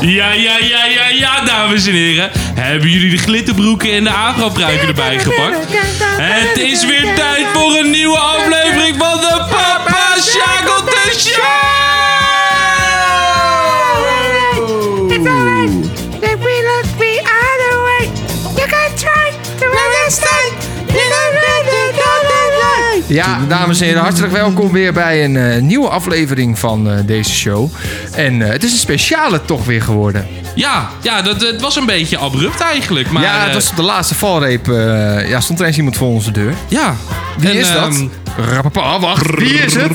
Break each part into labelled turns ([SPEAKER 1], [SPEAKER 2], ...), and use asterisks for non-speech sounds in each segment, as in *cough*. [SPEAKER 1] Ja, ja, ja, ja, ja, dames en heren. Hebben jullie de glitterbroeken en de afropruiken erbij gepakt? Het is weer tijd voor een nieuwe aflevering van de Papa Shackleton Show!
[SPEAKER 2] It's alright. If we look the other way, you can try to understand. You don't get it all alone.
[SPEAKER 3] Ja, dames en heren, hartelijk welkom weer bij een eh, nieuwe aflevering van eh, deze show. En eh, het is een speciale toch weer geworden.
[SPEAKER 1] Ja, ja dat, het was een beetje abrupt eigenlijk. Maar,
[SPEAKER 3] ja, het
[SPEAKER 1] eh,
[SPEAKER 3] was op de laatste valreep. eh, ja, stond er eens iemand voor onze deur.
[SPEAKER 1] ja.
[SPEAKER 3] Wie
[SPEAKER 1] En,
[SPEAKER 3] is dat?
[SPEAKER 1] ehm,
[SPEAKER 3] Rappapa, wacht. Wie is het?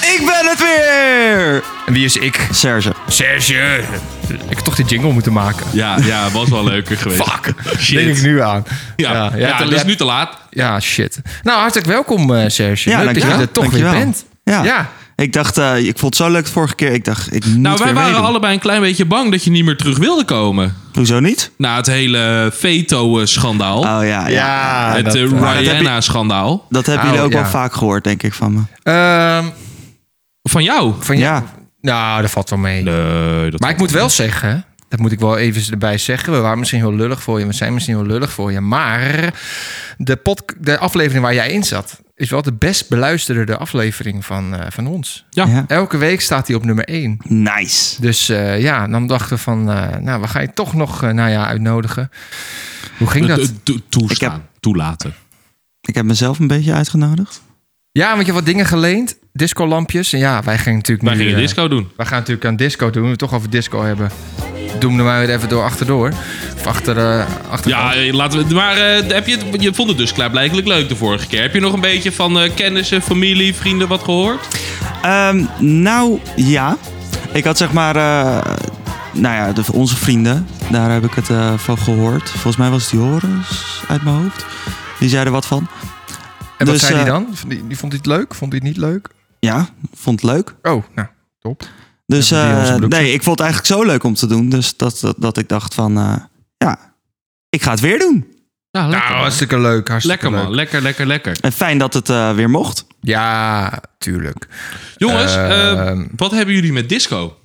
[SPEAKER 4] Ik ben het weer!
[SPEAKER 3] En wie is ik?
[SPEAKER 4] Serge.
[SPEAKER 3] Serge. Ik had toch die jingle moeten maken.
[SPEAKER 1] ja, ja, was wel
[SPEAKER 3] *laughs*
[SPEAKER 1] leuker geweest.
[SPEAKER 3] Fuck.
[SPEAKER 1] *laughs* Shit.
[SPEAKER 3] Denk ik nu aan.
[SPEAKER 1] Ja, ja,
[SPEAKER 3] jij hebt
[SPEAKER 1] dat
[SPEAKER 3] een
[SPEAKER 1] is
[SPEAKER 3] lap-
[SPEAKER 1] nu te laat.
[SPEAKER 3] Ja, shit. Nou, hartelijk welkom, eh, Serge.
[SPEAKER 4] Ja,
[SPEAKER 3] Leuk dat je
[SPEAKER 4] dankjewel.
[SPEAKER 3] er toch
[SPEAKER 4] Dankjewel.
[SPEAKER 3] weer bent.
[SPEAKER 4] Ja.
[SPEAKER 3] ja.
[SPEAKER 4] Ik dacht, eh, ik vond het zo leuk de vorige keer. Ik dacht, ik moet
[SPEAKER 1] Nou, wij
[SPEAKER 4] weer
[SPEAKER 1] waren
[SPEAKER 4] meedoen.
[SPEAKER 1] allebei een klein beetje bang dat je niet meer terug wilde komen.
[SPEAKER 4] Hoezo niet?
[SPEAKER 1] Na het hele veto-schandaal.
[SPEAKER 4] Oh ja, ja.
[SPEAKER 3] Ja,
[SPEAKER 1] het
[SPEAKER 3] dat,
[SPEAKER 1] eh,
[SPEAKER 3] eh,
[SPEAKER 4] heb je-
[SPEAKER 1] Rihanna-schandaal.
[SPEAKER 4] dat hebben
[SPEAKER 3] Oh,
[SPEAKER 4] jullie ook
[SPEAKER 3] ja.
[SPEAKER 4] wel vaak gehoord, denk ik, van me.
[SPEAKER 3] ehm,
[SPEAKER 1] Van jou?
[SPEAKER 3] van jou?
[SPEAKER 4] Ja.
[SPEAKER 3] Nou, dat valt wel mee.
[SPEAKER 1] Nee, dat
[SPEAKER 3] Maar ik moet wel zeggen, dat moet ik wel even erbij zeggen. We waren misschien heel lullig voor je, we zijn misschien heel lullig voor je. Maar de, pod, de aflevering waar jij in zat, is wel de best beluisterde aflevering van, eh, van ons.
[SPEAKER 1] Ja.
[SPEAKER 4] Ja.
[SPEAKER 3] Elke week staat hij op nummer 1.
[SPEAKER 4] Nice.
[SPEAKER 3] Dus eh, ja, dan dachten we van, eh, nou, we gaan je toch nog eh, nou ja, uitnodigen. Hoe ging
[SPEAKER 1] Eh,
[SPEAKER 3] dat?
[SPEAKER 1] eh, to- Toestaan.
[SPEAKER 4] Ik
[SPEAKER 1] Toelaten.
[SPEAKER 4] Ik heb mezelf een beetje uitgenodigd.
[SPEAKER 3] Ja, want je hebt wat dingen geleend, discolampjes. En ja, wij gingen natuurlijk
[SPEAKER 1] Wij
[SPEAKER 3] nu,
[SPEAKER 1] gingen
[SPEAKER 3] eh,
[SPEAKER 1] disco doen.
[SPEAKER 3] We gaan natuurlijk aan disco doen. We het toch over disco hebben. Doen we maar weer even door achterdoor. Of achter, eh achter
[SPEAKER 1] Ja, eh, laten we... Maar eh, heb je, het- je vond het dus klaarblijkelijk leuk de vorige keer. Heb je nog een beetje van eh, kennissen, familie, vrienden wat gehoord?
[SPEAKER 4] Ehm, nou, ja. Ik had zeg maar... eh, nou ja, de, onze vrienden. Daar heb ik het eh, van gehoord. Volgens mij was het Joris uit mijn hoofd. Die zei er wat van.
[SPEAKER 3] En wat
[SPEAKER 4] Dus,
[SPEAKER 3] zei hij
[SPEAKER 4] eh,
[SPEAKER 3] dan? Vond die, die vond hij het leuk? Vond hij het niet leuk?
[SPEAKER 4] Ja, vond het leuk.
[SPEAKER 3] Oh, nou, top.
[SPEAKER 4] Dus
[SPEAKER 3] Even die in
[SPEAKER 4] eh,
[SPEAKER 3] onze broek
[SPEAKER 4] nee, ik vond het eigenlijk zo leuk om te doen. Dus dat, dat, dat ik dacht van, eh, ja, ik ga het weer doen.
[SPEAKER 1] Ja,
[SPEAKER 3] nou, hartstikke leuk. Hartstikke
[SPEAKER 1] Lekker man,
[SPEAKER 3] leuk.
[SPEAKER 1] lekker, lekker, lekker.
[SPEAKER 4] En fijn dat het eh, weer mocht.
[SPEAKER 3] Ja, tuurlijk.
[SPEAKER 1] Jongens, eh,
[SPEAKER 3] Ehm,
[SPEAKER 1] wat hebben jullie met disco?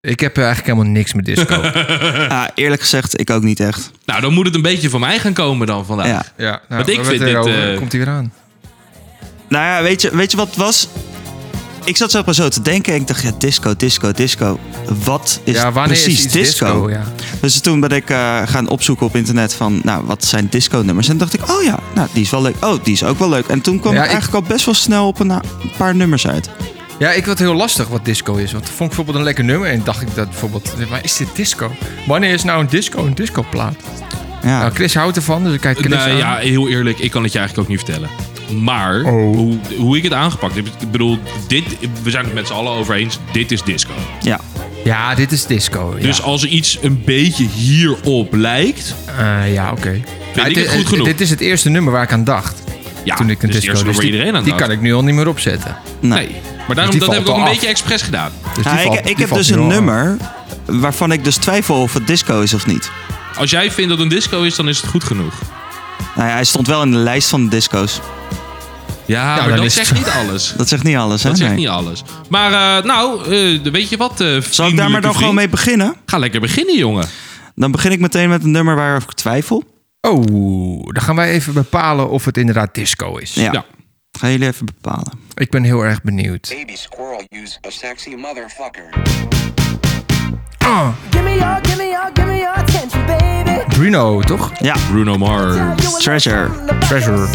[SPEAKER 3] ik heb eh, eigenlijk helemaal niks met
[SPEAKER 1] *laughs*
[SPEAKER 3] disco. Eh.
[SPEAKER 4] Ja, eerlijk gezegd, ik ook niet echt.
[SPEAKER 1] Nou, dan moet het een beetje van mij gaan komen dan vandaag.
[SPEAKER 4] Ja.
[SPEAKER 3] ja, nou,
[SPEAKER 1] Want ik
[SPEAKER 3] we
[SPEAKER 1] vind
[SPEAKER 3] hebben het
[SPEAKER 1] dit,
[SPEAKER 3] erover.
[SPEAKER 1] eh,
[SPEAKER 3] Komt hij weer aan?
[SPEAKER 4] Nou ja, weet je, weet je wat het was? Ik zat zo maar zo te denken en ik dacht, ja, disco, disco, disco. Wat is
[SPEAKER 3] ja, wanneer
[SPEAKER 4] precies
[SPEAKER 3] is iets
[SPEAKER 4] disco?
[SPEAKER 3] Ja.
[SPEAKER 4] Dus toen ben ik eh, gaan opzoeken op internet van, nou, wat zijn disco-nummers? En toen dacht ik, oh ja, nou, die is wel leuk. Oh, die is ook wel leuk. En toen kwam
[SPEAKER 3] Ja,
[SPEAKER 4] ik
[SPEAKER 3] ik-
[SPEAKER 4] eigenlijk al best wel snel op een, na- een paar nummers uit.
[SPEAKER 3] ja, ik vond het heel lastig wat disco is. Want vond ik bijvoorbeeld een lekker nummer. En dacht ik dat bijvoorbeeld, maar is dit disco? Wanneer is nou een disco een discoplaat?
[SPEAKER 4] Ah. Ja,
[SPEAKER 3] Nou, Chris houdt ervan, dus ik kijk Chris
[SPEAKER 1] Nou
[SPEAKER 3] aan.
[SPEAKER 1] ja, heel eerlijk, ik kan het je eigenlijk ook niet vertellen. Maar
[SPEAKER 3] Oh.
[SPEAKER 1] hoe, hoe ik het aangepakt heb, ik bedoel, dit, we zijn het met z'n allen over eens, dit is disco.
[SPEAKER 4] ja.
[SPEAKER 3] Ja, dit is disco. Ja.
[SPEAKER 1] Dus als er iets een beetje hierop lijkt,
[SPEAKER 3] Eh, ja, oké. Ja,
[SPEAKER 1] ik
[SPEAKER 3] dit-
[SPEAKER 1] het goed genoeg.
[SPEAKER 3] Dit is het eerste nummer waar ik aan dacht.
[SPEAKER 1] ja,
[SPEAKER 3] toen ik een
[SPEAKER 1] dus het eerste
[SPEAKER 3] disco dus
[SPEAKER 1] nummer
[SPEAKER 3] die-
[SPEAKER 1] iedereen aan
[SPEAKER 3] Die
[SPEAKER 1] dacht.
[SPEAKER 3] kan ik nu al niet meer opzetten.
[SPEAKER 4] Nee. Dus
[SPEAKER 1] Nee, maar daarom
[SPEAKER 3] die
[SPEAKER 1] dat heb ik
[SPEAKER 3] valt
[SPEAKER 1] ook
[SPEAKER 3] al
[SPEAKER 1] een
[SPEAKER 3] af.
[SPEAKER 1] beetje expres gedaan.
[SPEAKER 3] Dus
[SPEAKER 4] Ja,
[SPEAKER 3] die valt-
[SPEAKER 4] ik,
[SPEAKER 3] die
[SPEAKER 4] ik heb
[SPEAKER 3] valt
[SPEAKER 4] dus
[SPEAKER 3] nu
[SPEAKER 4] een
[SPEAKER 3] al aan.
[SPEAKER 4] nummer waarvan ik dus twijfel of het disco is of niet.
[SPEAKER 1] Als jij vindt dat een disco is, dan is het goed genoeg.
[SPEAKER 4] Nou ja, hij stond wel in de lijst van de disco's.
[SPEAKER 1] Ja,
[SPEAKER 3] dan
[SPEAKER 1] maar Nou, dat
[SPEAKER 3] is
[SPEAKER 1] zegt
[SPEAKER 3] het-
[SPEAKER 1] niet
[SPEAKER 4] *laughs*
[SPEAKER 1] alles.
[SPEAKER 4] Dat zegt niet alles, hè?
[SPEAKER 1] Dat zegt
[SPEAKER 4] Nee.
[SPEAKER 1] niet alles. Maar eh, nou, eh, weet je wat, eh,
[SPEAKER 4] Zal ik daar maar
[SPEAKER 1] vriendelijke
[SPEAKER 4] dan gewoon
[SPEAKER 1] vriend?
[SPEAKER 4] mee beginnen?
[SPEAKER 1] Ga lekker beginnen, jongen.
[SPEAKER 4] Dan begin ik meteen met een nummer waar ik twijfel.
[SPEAKER 3] Oh, dan gaan wij even bepalen of het inderdaad disco is.
[SPEAKER 4] Ja.
[SPEAKER 1] Ja.
[SPEAKER 4] Gaan jullie even bepalen. *laughs*
[SPEAKER 3] Ik ben heel erg benieuwd.
[SPEAKER 5] Baby squirrel use a sexy motherfucker.
[SPEAKER 3] Ah,
[SPEAKER 6] Give me your, give me your, give me your attention, baby.
[SPEAKER 3] Bruno, toch?
[SPEAKER 4] Ja,
[SPEAKER 1] Bruno Mars.
[SPEAKER 4] Treasure.
[SPEAKER 3] Treasure.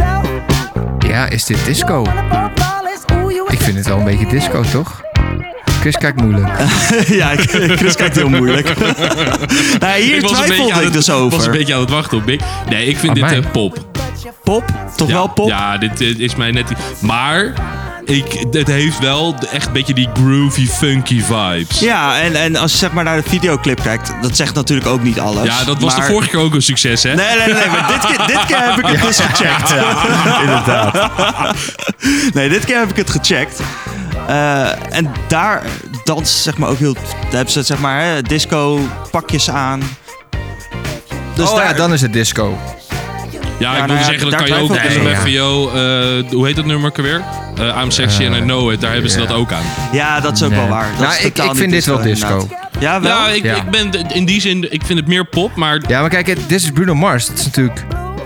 [SPEAKER 3] Ja, is dit disco? Ik vind het wel een beetje disco, toch? Chris kijkt moeilijk.
[SPEAKER 4] ja Chris kijkt heel
[SPEAKER 1] *laughs*
[SPEAKER 4] moeilijk. nou, hier twijfelde
[SPEAKER 1] aan
[SPEAKER 4] ik
[SPEAKER 1] het,
[SPEAKER 4] dus
[SPEAKER 1] was een
[SPEAKER 4] over.
[SPEAKER 1] beetje aan het wachten op Big. Nee, ik vind dit
[SPEAKER 3] Amai.
[SPEAKER 1] eh, pop.
[SPEAKER 4] Pop? Toch
[SPEAKER 1] Ja,
[SPEAKER 4] wel pop?
[SPEAKER 1] Ja, dit eh, is mij net... die- Maar ik, het heeft wel de- echt een beetje die groovy, funky vibes. Ja,
[SPEAKER 4] Ja, en, en als je zeg maar naar de videoclip kijkt, dat zegt natuurlijk ook niet alles.
[SPEAKER 1] dat was
[SPEAKER 4] maar-
[SPEAKER 1] de vorige keer ook een succes, hè?
[SPEAKER 4] Nee, nee, nee, maar dit keer, dit keer heb ik het dus gecheckt.
[SPEAKER 3] *laughs*
[SPEAKER 4] inderdaad. Nee, dit keer heb ik het gecheckt. Eh, en daar dansen ze zeg maar ook heel... Daar hebben ze zeg maar hè, disco pakjes aan. Dus
[SPEAKER 3] oh
[SPEAKER 4] daar,
[SPEAKER 3] ja, dan is het disco.
[SPEAKER 1] Ja, ik
[SPEAKER 4] nou
[SPEAKER 1] wilde
[SPEAKER 4] ja,
[SPEAKER 1] zeggen, dat
[SPEAKER 4] daar
[SPEAKER 1] kan je ook
[SPEAKER 4] twijfel ik
[SPEAKER 1] doen
[SPEAKER 3] dus
[SPEAKER 1] met
[SPEAKER 3] aan.
[SPEAKER 1] FVO. eh, hoe heet dat nummer ook alweer? Eh, I'm Sexy and I Know It. Daar hebben ze
[SPEAKER 3] ja.
[SPEAKER 1] dat ook aan.
[SPEAKER 4] Ja, dat is ook wel
[SPEAKER 3] Nee.
[SPEAKER 4] waar. Dat
[SPEAKER 3] Nou,
[SPEAKER 4] is
[SPEAKER 3] ik,
[SPEAKER 4] totaal
[SPEAKER 3] ik vind dit
[SPEAKER 4] niet
[SPEAKER 3] wel
[SPEAKER 4] disco,
[SPEAKER 3] disco.
[SPEAKER 4] inderdaad. Ja, wel?
[SPEAKER 1] Ja, ik,
[SPEAKER 3] Ja.
[SPEAKER 1] ik ben d- in die zin, ik vind het meer pop, maar
[SPEAKER 3] Ja, maar kijk, het- dit is Bruno Mars. Het is natuurlijk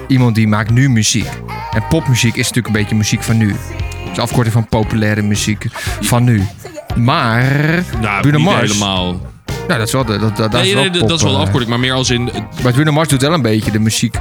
[SPEAKER 3] iemand die maakt nu muziek. En popmuziek is natuurlijk een beetje muziek van nu. Het is afkorting van populaire muziek van nu. Maar
[SPEAKER 1] nou,
[SPEAKER 3] Bruno
[SPEAKER 1] niet
[SPEAKER 3] Mars,
[SPEAKER 1] helemaal.
[SPEAKER 3] nou, dat is wel de, dat, dat, dat
[SPEAKER 1] nee,
[SPEAKER 3] is wel
[SPEAKER 1] nee, dat-
[SPEAKER 3] pop,
[SPEAKER 1] dat is wel de
[SPEAKER 3] eh.
[SPEAKER 1] afkorting, maar meer als in... eh,
[SPEAKER 3] Maar Bruno Mars doet wel een beetje de muziek.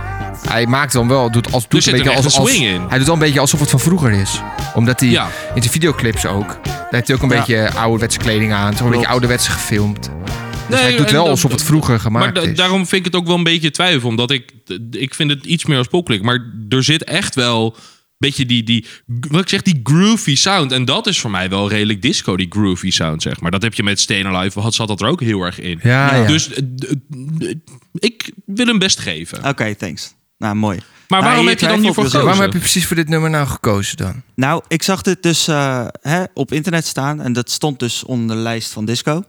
[SPEAKER 3] Hij maakt dan wel, doet, als, doet
[SPEAKER 1] zit
[SPEAKER 3] een
[SPEAKER 1] er
[SPEAKER 3] beetje
[SPEAKER 1] echt
[SPEAKER 3] als,
[SPEAKER 1] een
[SPEAKER 3] als-
[SPEAKER 1] swing in.
[SPEAKER 3] Hij doet wel een beetje alsof het van vroeger is. Omdat hij
[SPEAKER 1] Ja.
[SPEAKER 3] in zijn videoclips ook. Daar heeft hij ook een
[SPEAKER 4] Ja.
[SPEAKER 3] beetje ouderwetse kleding aan. Het is wel een beetje ouderwets gefilmd. Dus
[SPEAKER 1] Nee,
[SPEAKER 3] hij doet
[SPEAKER 1] en
[SPEAKER 3] wel
[SPEAKER 1] dat-
[SPEAKER 3] alsof het vroeger
[SPEAKER 1] Maar
[SPEAKER 3] gemaakt
[SPEAKER 1] da-
[SPEAKER 3] is.
[SPEAKER 1] daarom vind ik het ook wel een beetje twijfel. Omdat ik, d- ik vind het iets meer als popklik. Maar er zit echt wel een beetje die, die, wat ik zeg, die groovy sound. En dat is voor mij wel redelijk disco, die groovy sound, zeg maar. Dat heb je met Stay Alive, had, zat dat er ook heel erg in.
[SPEAKER 3] Ja, ja.
[SPEAKER 1] Dus eh, d- d- ik wil hem best geven.
[SPEAKER 4] Oké, thanks. Nou, mooi.
[SPEAKER 1] Maar
[SPEAKER 4] Nou,
[SPEAKER 1] waarom
[SPEAKER 4] hier
[SPEAKER 1] heb je dan
[SPEAKER 4] twijfel
[SPEAKER 1] hiervoor
[SPEAKER 4] ik dus
[SPEAKER 1] gekozen?
[SPEAKER 3] Waarom heb je precies voor dit nummer nou gekozen dan?
[SPEAKER 4] Nou, ik zag dit dus eh, hè, op internet staan. En dat stond dus onder de lijst van disco.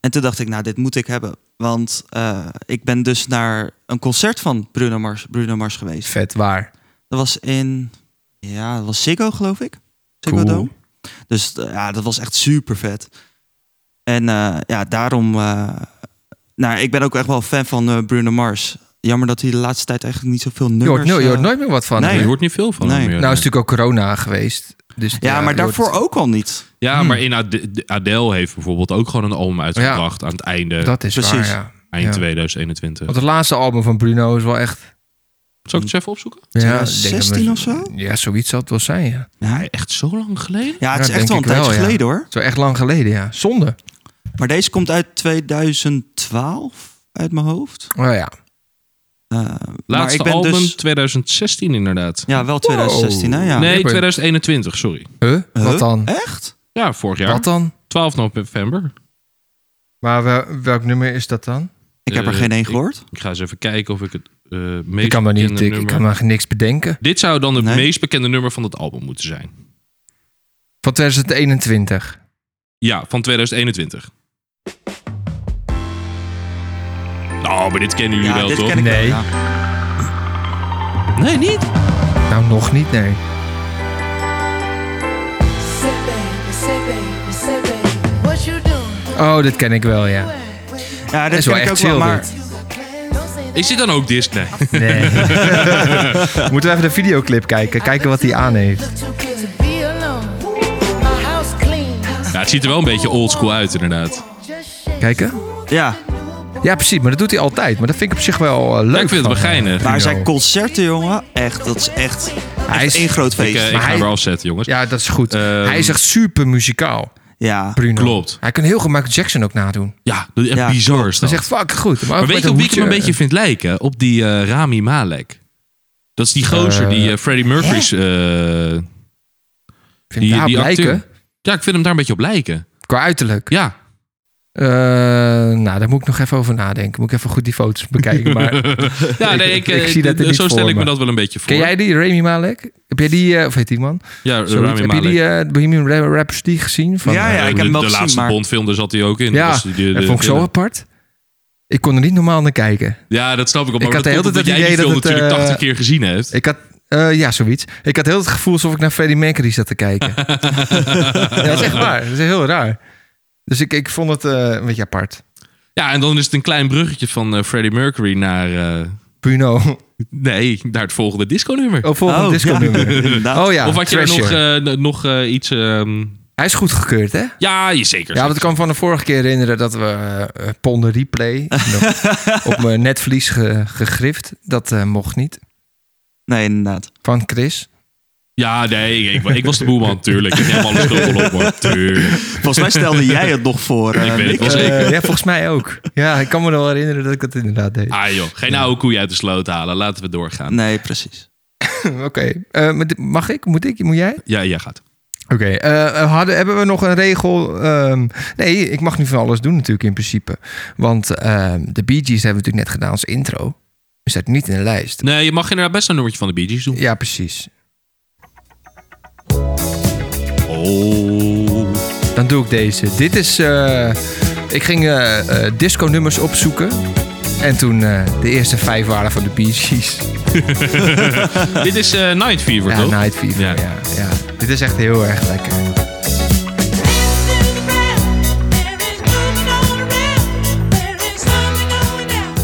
[SPEAKER 4] En toen dacht ik, nou, dit moet ik hebben. Want eh, ik ben dus naar een concert van Bruno Mars, Bruno Mars geweest.
[SPEAKER 3] Vet waar.
[SPEAKER 4] Dat was in, ja, dat was Ziggo, geloof ik. Ziggo
[SPEAKER 3] Cool.
[SPEAKER 4] Dome. Dus eh, ja, dat was echt super vet. En eh, ja, daarom, eh, nou, ik ben ook echt wel fan van eh, Bruno Mars. Jammer dat hij de laatste tijd eigenlijk niet zoveel
[SPEAKER 3] Je hoort,
[SPEAKER 4] nummers...
[SPEAKER 3] no- je hoort
[SPEAKER 4] eh,
[SPEAKER 3] nooit meer wat van
[SPEAKER 4] nee,
[SPEAKER 3] hem, hè?
[SPEAKER 1] Je hoort niet veel van
[SPEAKER 4] Nee.
[SPEAKER 1] hem meer.
[SPEAKER 3] Nou is natuurlijk ook corona geweest. Dus
[SPEAKER 4] Ja, maar
[SPEAKER 3] je hoort
[SPEAKER 4] daarvoor
[SPEAKER 3] het-
[SPEAKER 4] ook al niet.
[SPEAKER 1] Ja,
[SPEAKER 3] hmm.
[SPEAKER 1] maar in Ade- de- Adele heeft bijvoorbeeld ook gewoon een album uitgebracht aan het einde,
[SPEAKER 3] Dat is
[SPEAKER 4] Precies.
[SPEAKER 3] waar, ja.
[SPEAKER 1] eind
[SPEAKER 3] ja.
[SPEAKER 1] 2021.
[SPEAKER 3] Want het laatste album van Bruno is wel echt...
[SPEAKER 1] Zal ik het eens even opzoeken?
[SPEAKER 3] Ja,
[SPEAKER 4] 2016
[SPEAKER 3] denk ik-
[SPEAKER 4] of zo?
[SPEAKER 3] Ja, zoiets zal het wel zijn, ja.
[SPEAKER 4] Ja,
[SPEAKER 1] Echt zo lang geleden?
[SPEAKER 4] Ja,
[SPEAKER 3] Ja,
[SPEAKER 4] het is echt
[SPEAKER 3] denk
[SPEAKER 4] wel een
[SPEAKER 3] ik wel,
[SPEAKER 4] tijdje
[SPEAKER 3] ja.
[SPEAKER 4] geleden hoor.
[SPEAKER 3] Zo echt lang geleden, ja. Zonde.
[SPEAKER 4] Maar deze komt uit 2012 uit mijn hoofd.
[SPEAKER 3] Oh ja.
[SPEAKER 4] Eh, maar
[SPEAKER 1] Laatste
[SPEAKER 4] ik ben
[SPEAKER 1] album
[SPEAKER 4] dus
[SPEAKER 1] 2016 inderdaad.
[SPEAKER 4] ja, wel 2016 hè? Ja.
[SPEAKER 1] nee,
[SPEAKER 3] ik ben-
[SPEAKER 1] 2021, sorry.
[SPEAKER 3] Huh? Wat
[SPEAKER 4] Huh?
[SPEAKER 3] dan?
[SPEAKER 4] Echt?
[SPEAKER 1] Ja, vorig jaar.
[SPEAKER 3] Wat dan?
[SPEAKER 1] 12 november.
[SPEAKER 3] Maar wel- welk nummer is dat dan?
[SPEAKER 4] Ik heb er
[SPEAKER 1] Eh,
[SPEAKER 4] geen één
[SPEAKER 1] ik-
[SPEAKER 4] gehoord.
[SPEAKER 1] Ik ga eens even kijken of ik het eh meest
[SPEAKER 3] Ik kan maar niet,
[SPEAKER 1] bekende
[SPEAKER 3] ik, ik
[SPEAKER 1] nummer-
[SPEAKER 3] kan maar niks bedenken.
[SPEAKER 1] Dit zou dan het
[SPEAKER 4] Nee.
[SPEAKER 1] meest bekende nummer van het album moeten zijn.
[SPEAKER 3] Van 2021.
[SPEAKER 1] Ja, van 2021. Nou, maar dit kennen jullie
[SPEAKER 4] ja,
[SPEAKER 1] wel,
[SPEAKER 4] dit
[SPEAKER 1] toch?
[SPEAKER 4] ken ik
[SPEAKER 3] Nee.
[SPEAKER 4] wel. ja.
[SPEAKER 1] Nee, niet?
[SPEAKER 3] Nou, nog niet, nee.
[SPEAKER 6] Say baby, say baby, say baby, what you doing?
[SPEAKER 3] Oh, dit ken ik wel, ja.
[SPEAKER 4] Ja,
[SPEAKER 3] Dat
[SPEAKER 4] dit
[SPEAKER 3] is
[SPEAKER 4] ken
[SPEAKER 3] wel
[SPEAKER 4] ik ook
[SPEAKER 3] echt
[SPEAKER 4] wel,
[SPEAKER 3] chill,
[SPEAKER 4] maar
[SPEAKER 3] dit.
[SPEAKER 6] Don't say
[SPEAKER 1] Is dit dan ook
[SPEAKER 4] *laughs*
[SPEAKER 1] Disney? *laughs*
[SPEAKER 3] Nee. *laughs* Moeten we even de videoclip kijken. Kijken wat hij aan heeft.
[SPEAKER 6] look too good to be alone. My house clean,
[SPEAKER 1] Ja, het ziet er wel een beetje oldschool uit, inderdaad.
[SPEAKER 6] just shake.
[SPEAKER 3] Kijken?
[SPEAKER 4] ja.
[SPEAKER 3] Ja, precies. Maar dat doet hij altijd. Maar dat vind ik op zich wel eh, leuk.
[SPEAKER 1] Ja, ik vind het
[SPEAKER 3] van
[SPEAKER 1] wel
[SPEAKER 3] hem.
[SPEAKER 1] geinig.
[SPEAKER 4] Maar
[SPEAKER 3] Bruno.
[SPEAKER 4] zijn concerten, jongen, echt, dat is echt,
[SPEAKER 3] Hij
[SPEAKER 4] echt
[SPEAKER 3] is-
[SPEAKER 4] één groot
[SPEAKER 1] Ik,
[SPEAKER 4] feest.
[SPEAKER 1] eh, ik
[SPEAKER 3] Maar
[SPEAKER 1] ga
[SPEAKER 3] hij-
[SPEAKER 1] hem weer afzetten, jongens.
[SPEAKER 3] Ja, dat is goed.
[SPEAKER 1] Ehm,
[SPEAKER 3] hij is echt super muzikaal,
[SPEAKER 4] ja.
[SPEAKER 3] Bruno.
[SPEAKER 1] Klopt.
[SPEAKER 3] Hij kan heel goed Michael Jackson ook nadoen.
[SPEAKER 1] Ja, dat is echt
[SPEAKER 4] Ja,
[SPEAKER 1] bizar is
[SPEAKER 3] Dat
[SPEAKER 1] dat.
[SPEAKER 3] is echt fucking goed. Maar, ook
[SPEAKER 1] Maar weet
[SPEAKER 3] met
[SPEAKER 1] je op wie ik
[SPEAKER 3] hoedje.
[SPEAKER 1] hem een beetje vind lijken? Op die eh, Rami Malek. Dat is die gozer, die eh, Freddie Mercury's... eh,
[SPEAKER 3] Vind ik
[SPEAKER 1] die,
[SPEAKER 3] daarop
[SPEAKER 1] die acteur.
[SPEAKER 3] lijken?
[SPEAKER 1] Ja, ik vind hem daar een beetje op lijken.
[SPEAKER 3] Qua uiterlijk.
[SPEAKER 1] Ja.
[SPEAKER 3] *laughs* Eh, nou, daar moet ik nog even over nadenken. Moet ik even goed die foto's bekijken.
[SPEAKER 1] *laughs*
[SPEAKER 3] Maar
[SPEAKER 1] ja nee, ik,
[SPEAKER 3] Ik- ik
[SPEAKER 1] eh,
[SPEAKER 3] zie dat er
[SPEAKER 1] d-
[SPEAKER 3] niet
[SPEAKER 1] Zo stel
[SPEAKER 3] voor
[SPEAKER 1] ik me
[SPEAKER 3] me.
[SPEAKER 1] dat wel een beetje voor.
[SPEAKER 3] ken jij die, Rami Malek? Heb jij die, eh, of heet die man?
[SPEAKER 1] Ja,
[SPEAKER 3] Zoiets.
[SPEAKER 1] Rami
[SPEAKER 3] heb je
[SPEAKER 1] Malek.
[SPEAKER 3] die eh, Bohemian Ra- Rhapsody gezien? Van,
[SPEAKER 4] Ja,
[SPEAKER 3] eh,
[SPEAKER 4] ja, ik heb hem
[SPEAKER 1] de,
[SPEAKER 4] wel
[SPEAKER 1] de
[SPEAKER 4] gezien,
[SPEAKER 1] laatste
[SPEAKER 4] maar-
[SPEAKER 1] Bondfilm, daar zat hij ook in.
[SPEAKER 3] ja.
[SPEAKER 1] Dat was die- die-
[SPEAKER 3] dat
[SPEAKER 1] de
[SPEAKER 3] vond ik zo
[SPEAKER 1] film.
[SPEAKER 3] apart. Ik kon er niet normaal naar kijken.
[SPEAKER 1] Ja, dat snap ik ook. Maar
[SPEAKER 3] Ik
[SPEAKER 1] dat
[SPEAKER 3] had de hele
[SPEAKER 1] komt omdat
[SPEAKER 3] tijd het
[SPEAKER 1] jij die
[SPEAKER 3] idee
[SPEAKER 1] film
[SPEAKER 3] dat het,
[SPEAKER 1] natuurlijk 80
[SPEAKER 3] eh,
[SPEAKER 1] keer gezien hebt.
[SPEAKER 3] Ik had, eh, ja, zoiets. Ik had heel het gevoel alsof ik naar Freddie Mercury zat te kijken.
[SPEAKER 1] *laughs*
[SPEAKER 3] ja, dat is echt waar. Dat is heel raar. Dus ik, ik vond het eh, een beetje apart.
[SPEAKER 1] Ja, en dan is het een klein bruggetje van eh, Freddie Mercury naar... eh,
[SPEAKER 3] Bruno.
[SPEAKER 1] nee, naar het volgende disco-nummer.
[SPEAKER 3] Oh, volgend
[SPEAKER 4] Oh,
[SPEAKER 1] *laughs*
[SPEAKER 3] disco
[SPEAKER 4] ja,
[SPEAKER 3] nummer.
[SPEAKER 4] inderdaad.
[SPEAKER 3] Oh ja,
[SPEAKER 1] of had je er nog,
[SPEAKER 3] Treasure.
[SPEAKER 1] eh, n- nog eh, iets... ehm,
[SPEAKER 3] Hij is goedgekeurd, hè?
[SPEAKER 1] ja, je- zeker.
[SPEAKER 3] Ja, want ik kan me van de vorige keer herinneren dat we eh, eh, Ponder
[SPEAKER 1] *laughs*
[SPEAKER 3] Replay nog op mijn netvlies ge, gegrift. Dat eh, mocht niet.
[SPEAKER 4] Nee, inderdaad.
[SPEAKER 3] Van Chris.
[SPEAKER 1] Ja, nee, ik, ik was de boeman, tuurlijk. Ik neem alle schuld op, hoor. Tuurlijk.
[SPEAKER 4] Volgens mij
[SPEAKER 3] *laughs*
[SPEAKER 4] stelde jij het nog voor. eh,
[SPEAKER 1] Ik weet het
[SPEAKER 4] Mick.
[SPEAKER 1] wel zeker.
[SPEAKER 3] Eh, ja, volgens mij ook. Ja, ik kan me nog wel herinneren dat ik dat inderdaad deed.
[SPEAKER 1] Ah joh, geen oude koeien uit de sloot halen. Laten we doorgaan.
[SPEAKER 4] Nee, precies.
[SPEAKER 3] *laughs* Oké.
[SPEAKER 1] Ah.
[SPEAKER 3] Eh, maar dit- mag ik? Moet ik? Moet jij?
[SPEAKER 1] Ja, jij gaat.
[SPEAKER 3] Oké, eh, hadden, hebben we nog een regel? ehm, nee, ik mag nu van alles doen natuurlijk in principe. Want ehm, de Bee Gees hebben we natuurlijk net gedaan als intro. Dus dat niet in de lijst.
[SPEAKER 1] Nee, je mag inderdaad best een nummertje van de Bee Gees doen.
[SPEAKER 3] Ja, precies.
[SPEAKER 1] Oh.
[SPEAKER 3] Dan doe ik deze. Dit is... eh, ik ging eh, eh, disco nummers opzoeken. En toen eh, de eerste vijf waren van de Bee Gees.
[SPEAKER 1] Dit is eh, Night Fever,
[SPEAKER 3] Ja,
[SPEAKER 1] toch?
[SPEAKER 3] Night Fever. Ja.
[SPEAKER 1] Ja.
[SPEAKER 3] Ja, Dit is echt heel erg lekker.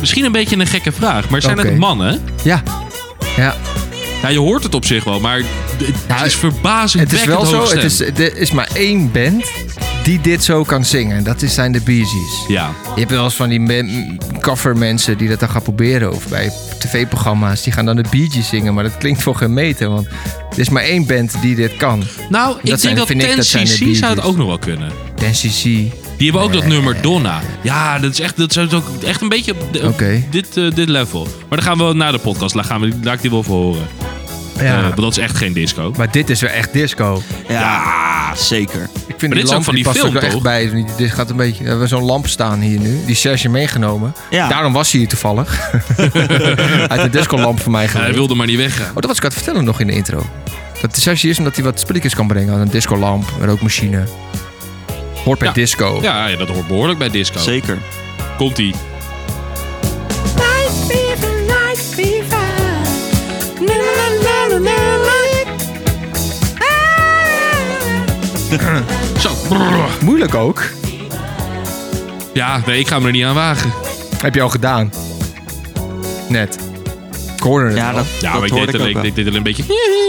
[SPEAKER 1] Misschien een beetje een gekke vraag, maar zijn
[SPEAKER 3] Oké.
[SPEAKER 1] het mannen?
[SPEAKER 3] Ja, ja.
[SPEAKER 1] Ja, je hoort het op zich wel, maar het
[SPEAKER 3] Ja,
[SPEAKER 1] is verbazend
[SPEAKER 3] Het is wel zo. Het is, er is maar één band die dit zo kan zingen. Dat is- zijn de Bee Gees.
[SPEAKER 1] Ja,
[SPEAKER 3] Je hebt wel eens van die men- covermensen die dat dan gaan proberen. Of bij tv-programma's. Die gaan dan de Bee Gees zingen. Maar dat klinkt voor geen meter. Want er is maar één band die dit kan.
[SPEAKER 1] nou, ik
[SPEAKER 3] zijn-
[SPEAKER 1] denk dat
[SPEAKER 3] vind ik, dat zijn
[SPEAKER 1] Ten
[SPEAKER 3] de
[SPEAKER 1] CC zou het
[SPEAKER 3] Beatles.
[SPEAKER 1] ook nog wel kunnen.
[SPEAKER 3] NCC.
[SPEAKER 1] Die hebben ook dat nummer Donna. Ja, dat is echt, dat is ook echt een beetje op de- op
[SPEAKER 3] Oké.
[SPEAKER 1] dit, eh, dit level. Maar dan gaan we wel na de podcast. Laat, gaan we, laat ik die wel voor horen. Eh,
[SPEAKER 3] Ja.
[SPEAKER 1] want dat is echt geen disco.
[SPEAKER 3] maar dit is wel echt disco.
[SPEAKER 4] Ja, zeker.
[SPEAKER 3] Ik vind
[SPEAKER 1] Maar
[SPEAKER 3] die
[SPEAKER 1] dit is ook
[SPEAKER 3] lamp
[SPEAKER 1] van
[SPEAKER 3] die
[SPEAKER 1] die
[SPEAKER 3] past ook
[SPEAKER 1] film,
[SPEAKER 3] wel echt
[SPEAKER 1] toch?
[SPEAKER 3] bij. Die- Dit gaat een beetje. We hebben zo'n lamp staan hier nu. Die Serge meegenomen.
[SPEAKER 4] Ja.
[SPEAKER 3] Daarom was hij hier
[SPEAKER 1] *laughs*
[SPEAKER 3] toevallig. Hij had de discolamp voor mij
[SPEAKER 1] Ja, hij
[SPEAKER 3] geleend.
[SPEAKER 1] wilde maar niet weggaan.
[SPEAKER 3] Oh, dat was ik aan het vertellen nog in de intro. Dat de Serge hier is omdat hij wat spulletjes kan brengen. Een discolamp, een rookmachine. Hoort bij
[SPEAKER 1] Ja.
[SPEAKER 3] disco.
[SPEAKER 1] Ja, ja, dat hoort behoorlijk bij disco.
[SPEAKER 4] Zeker.
[SPEAKER 1] Komt-ie.
[SPEAKER 6] Night fever, night fever. Na, na, na, na, na, na. Ah.
[SPEAKER 1] Zo. brrr.
[SPEAKER 3] Moeilijk ook.
[SPEAKER 1] Ja, nee, ik ga me er niet aan wagen.
[SPEAKER 3] Heb je al gedaan. Net. Ik hoorde het
[SPEAKER 4] Ja,
[SPEAKER 3] al.
[SPEAKER 4] dat,
[SPEAKER 1] Ja,
[SPEAKER 4] dat
[SPEAKER 1] maar ik
[SPEAKER 4] hoorde
[SPEAKER 1] deed,
[SPEAKER 4] ik
[SPEAKER 1] er,
[SPEAKER 4] ook
[SPEAKER 1] ik,
[SPEAKER 4] wel.
[SPEAKER 1] ik deed er een beetje...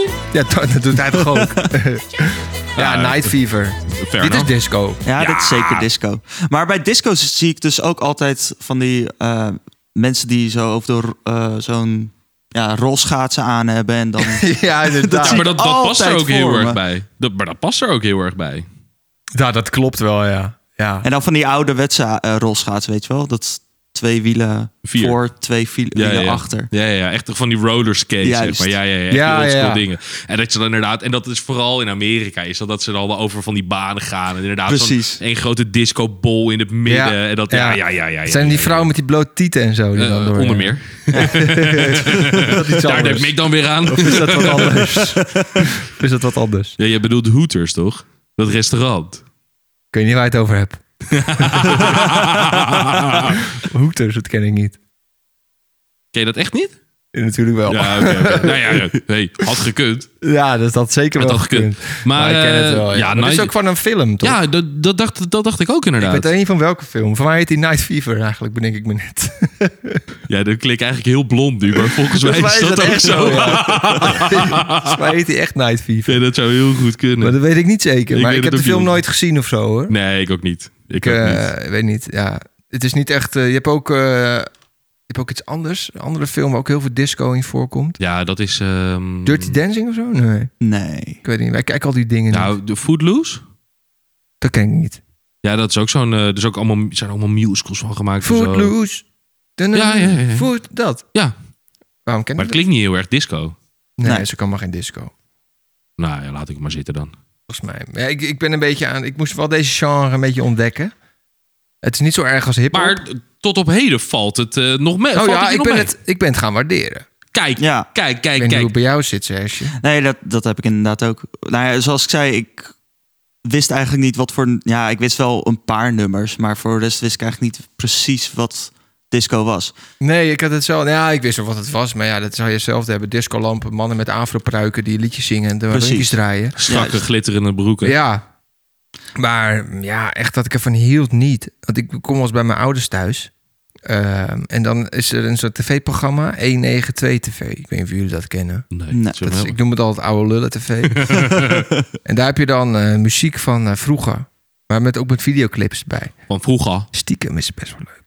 [SPEAKER 1] eh,
[SPEAKER 3] Ja, dat, dat doet hij toch ook. ja,
[SPEAKER 1] Ah,
[SPEAKER 3] Night Fever.
[SPEAKER 1] Fair
[SPEAKER 3] Dit is
[SPEAKER 1] enough.
[SPEAKER 3] disco.
[SPEAKER 4] Ja, dat is zeker disco. Maar bij disco zie ik dus ook altijd van die eh, mensen die zo over de ro- eh, zo'n ja, rolschaatsen aan hebben.
[SPEAKER 1] *laughs*
[SPEAKER 4] En dan,
[SPEAKER 3] *laughs* ja, inderdaad.
[SPEAKER 1] Ja, maar dat, dat past er
[SPEAKER 4] altijd
[SPEAKER 1] ook heel
[SPEAKER 4] voor
[SPEAKER 1] erg
[SPEAKER 4] me.
[SPEAKER 1] bij. Dat, maar dat past er ook heel erg bij.
[SPEAKER 3] Ja, dat klopt wel, ja. ja.
[SPEAKER 4] en dan van die ouderwetse eh, rolschaatsen, weet je wel? Dat twee wielen
[SPEAKER 1] Vier.
[SPEAKER 4] voor, twee wiel-
[SPEAKER 1] Ja,
[SPEAKER 4] wielen
[SPEAKER 1] ja, ja.
[SPEAKER 4] achter.
[SPEAKER 1] Ja, ja, ja, echt van die rollerskates. Zeg
[SPEAKER 4] Juist.
[SPEAKER 1] maar. Ja, ja, ja. echt
[SPEAKER 3] Ja,
[SPEAKER 1] die oldschool
[SPEAKER 3] ja.
[SPEAKER 1] dingen. En dat je dan inderdaad, en dat is vooral in Amerika, is dat, dat ze dan wel over van die banen gaan. En inderdaad, zo'n
[SPEAKER 4] Precies.
[SPEAKER 1] één grote discobol in het midden.
[SPEAKER 3] Ja,
[SPEAKER 1] En eh, dat, ja, ja, ja. ja, ja,
[SPEAKER 3] Zijn die
[SPEAKER 1] ja,
[SPEAKER 3] vrouwen met die bloot tieten en zo? die
[SPEAKER 1] ja.
[SPEAKER 3] dan
[SPEAKER 1] Eh,
[SPEAKER 3] door-
[SPEAKER 1] onder meer.
[SPEAKER 3] Dat is *laughs* iets
[SPEAKER 1] Daar
[SPEAKER 3] anders.
[SPEAKER 1] denk ik dan dus. weer aan.
[SPEAKER 3] Is dat wat anders? Of is dat wat anders?
[SPEAKER 1] *laughs* Ja, je bedoelt Hooters, toch? Dat restaurant.
[SPEAKER 3] Ik weet niet waar je het over
[SPEAKER 1] *laughs*
[SPEAKER 3] hebt. Hoeters, dat ken ik niet.
[SPEAKER 1] Ken je dat echt niet?
[SPEAKER 3] Natuurlijk wel. Ja,
[SPEAKER 1] Ja, oké. oké. *laughs* nou ja, ja. hey, had gekund.
[SPEAKER 3] dus dat is dat zeker
[SPEAKER 1] Had
[SPEAKER 3] wel
[SPEAKER 1] dat gekund.
[SPEAKER 3] gekund.
[SPEAKER 1] Maar,
[SPEAKER 3] ik ken het
[SPEAKER 1] eh,
[SPEAKER 3] wel. Ja.
[SPEAKER 1] Ja,
[SPEAKER 3] Maar het is
[SPEAKER 1] Night-
[SPEAKER 3] ook van een film, toch?
[SPEAKER 1] ja dat, dat, dacht, dat dacht ik ook
[SPEAKER 3] Ik
[SPEAKER 1] inderdaad.
[SPEAKER 3] weet er niet van welke film. Voor mij heet die Night Fever eigenlijk, bedenk ik me
[SPEAKER 1] *laughs*
[SPEAKER 3] net.
[SPEAKER 1] Ja, dat klinkt eigenlijk heel blond nu, maar volgens mij is dat, ook zo.
[SPEAKER 3] ja. Volgens mij heet die echt Night
[SPEAKER 1] *laughs*
[SPEAKER 3] Fever.
[SPEAKER 1] Ja, dat zou heel goed kunnen.
[SPEAKER 3] Maar dat weet ik niet zeker.
[SPEAKER 1] Ik
[SPEAKER 3] maar
[SPEAKER 1] weet
[SPEAKER 3] ik
[SPEAKER 1] het
[SPEAKER 3] heb de
[SPEAKER 1] ook
[SPEAKER 3] film
[SPEAKER 1] niet.
[SPEAKER 3] nooit gezien of zo, hoor.
[SPEAKER 1] Nee, ik ook niet. Ik
[SPEAKER 3] Ik
[SPEAKER 1] ook
[SPEAKER 3] eh,
[SPEAKER 1] niet.
[SPEAKER 3] weet niet, ja. Het is niet echt... eh, je hebt ook... eh, je hebt ook iets anders. Een andere film waar ook heel veel disco in voorkomt.
[SPEAKER 1] Ja, dat is... ehm,
[SPEAKER 3] Dirty Dancing of zo? Nee.
[SPEAKER 4] Nee.
[SPEAKER 3] Ik weet niet. Wij kijken al die dingen niet.
[SPEAKER 1] Nou, de Footloose?
[SPEAKER 3] Dat ken ik niet.
[SPEAKER 1] Ja, dat is ook zo'n... eh, dus ook allemaal, zijn allemaal musicals van gemaakt. en zo.
[SPEAKER 3] Footloose. Dun-
[SPEAKER 1] Ja, ja, ja.
[SPEAKER 3] Foot, dat.
[SPEAKER 1] Ja, maar
[SPEAKER 3] Waarom ken ik
[SPEAKER 1] het
[SPEAKER 3] dat?
[SPEAKER 1] klinkt niet heel erg disco.
[SPEAKER 3] Nee,
[SPEAKER 4] Nee.
[SPEAKER 3] ze kan maar geen disco.
[SPEAKER 1] Nou ja, laat ik het maar zitten dan.
[SPEAKER 3] Volgens mij. Ja, ik, ik ben een beetje aan... Ik moest wel deze genre een beetje ontdekken. Het is niet zo erg als hip
[SPEAKER 1] Maar tot op heden valt het eh, nog mee.
[SPEAKER 3] Oh
[SPEAKER 1] valt
[SPEAKER 3] ja,
[SPEAKER 1] het
[SPEAKER 3] ik
[SPEAKER 1] nog
[SPEAKER 3] ben,
[SPEAKER 1] mee.
[SPEAKER 3] het, ik ben het gaan waarderen.
[SPEAKER 1] Kijk,
[SPEAKER 4] Ja.
[SPEAKER 1] kijk,
[SPEAKER 3] Ik
[SPEAKER 1] kijk,
[SPEAKER 3] weet niet hoe
[SPEAKER 1] kijk.
[SPEAKER 3] het bij jou zit, Serge.
[SPEAKER 4] Nee, dat, dat heb ik inderdaad ook. Nou ja, zoals ik zei, ik wist eigenlijk niet wat voor. Ja, ik wist wel een paar nummers, maar voor de rest wist ik eigenlijk niet precies wat disco was.
[SPEAKER 3] Nee, ik had het zo... Ja, ik wist wel wat het was. Maar ja, dat zou je zelf hebben. Discolampen, mannen met afropruiken die liedjes zingen en de
[SPEAKER 4] Precies.
[SPEAKER 3] rondjes draaien.
[SPEAKER 1] Strakke,
[SPEAKER 4] Juist.
[SPEAKER 1] glitterende broeken.
[SPEAKER 3] Ja. Maar ja, echt dat ik ervan hield niet. Want ik kom wel eens bij mijn ouders thuis. Ehm, en dan is er een soort tv-programma, 192 TV. Ik weet niet of jullie dat kennen.
[SPEAKER 1] Nee,
[SPEAKER 4] Nee,
[SPEAKER 1] dat is
[SPEAKER 3] Dat is,
[SPEAKER 1] helemaal-
[SPEAKER 3] ik noem het altijd oude lullen tv.
[SPEAKER 1] *laughs*
[SPEAKER 3] en daar heb je dan eh, muziek van eh, vroeger. Maar met, ook met videoclips bij.
[SPEAKER 1] Van vroeger.
[SPEAKER 3] Stiekem is het best wel leuk.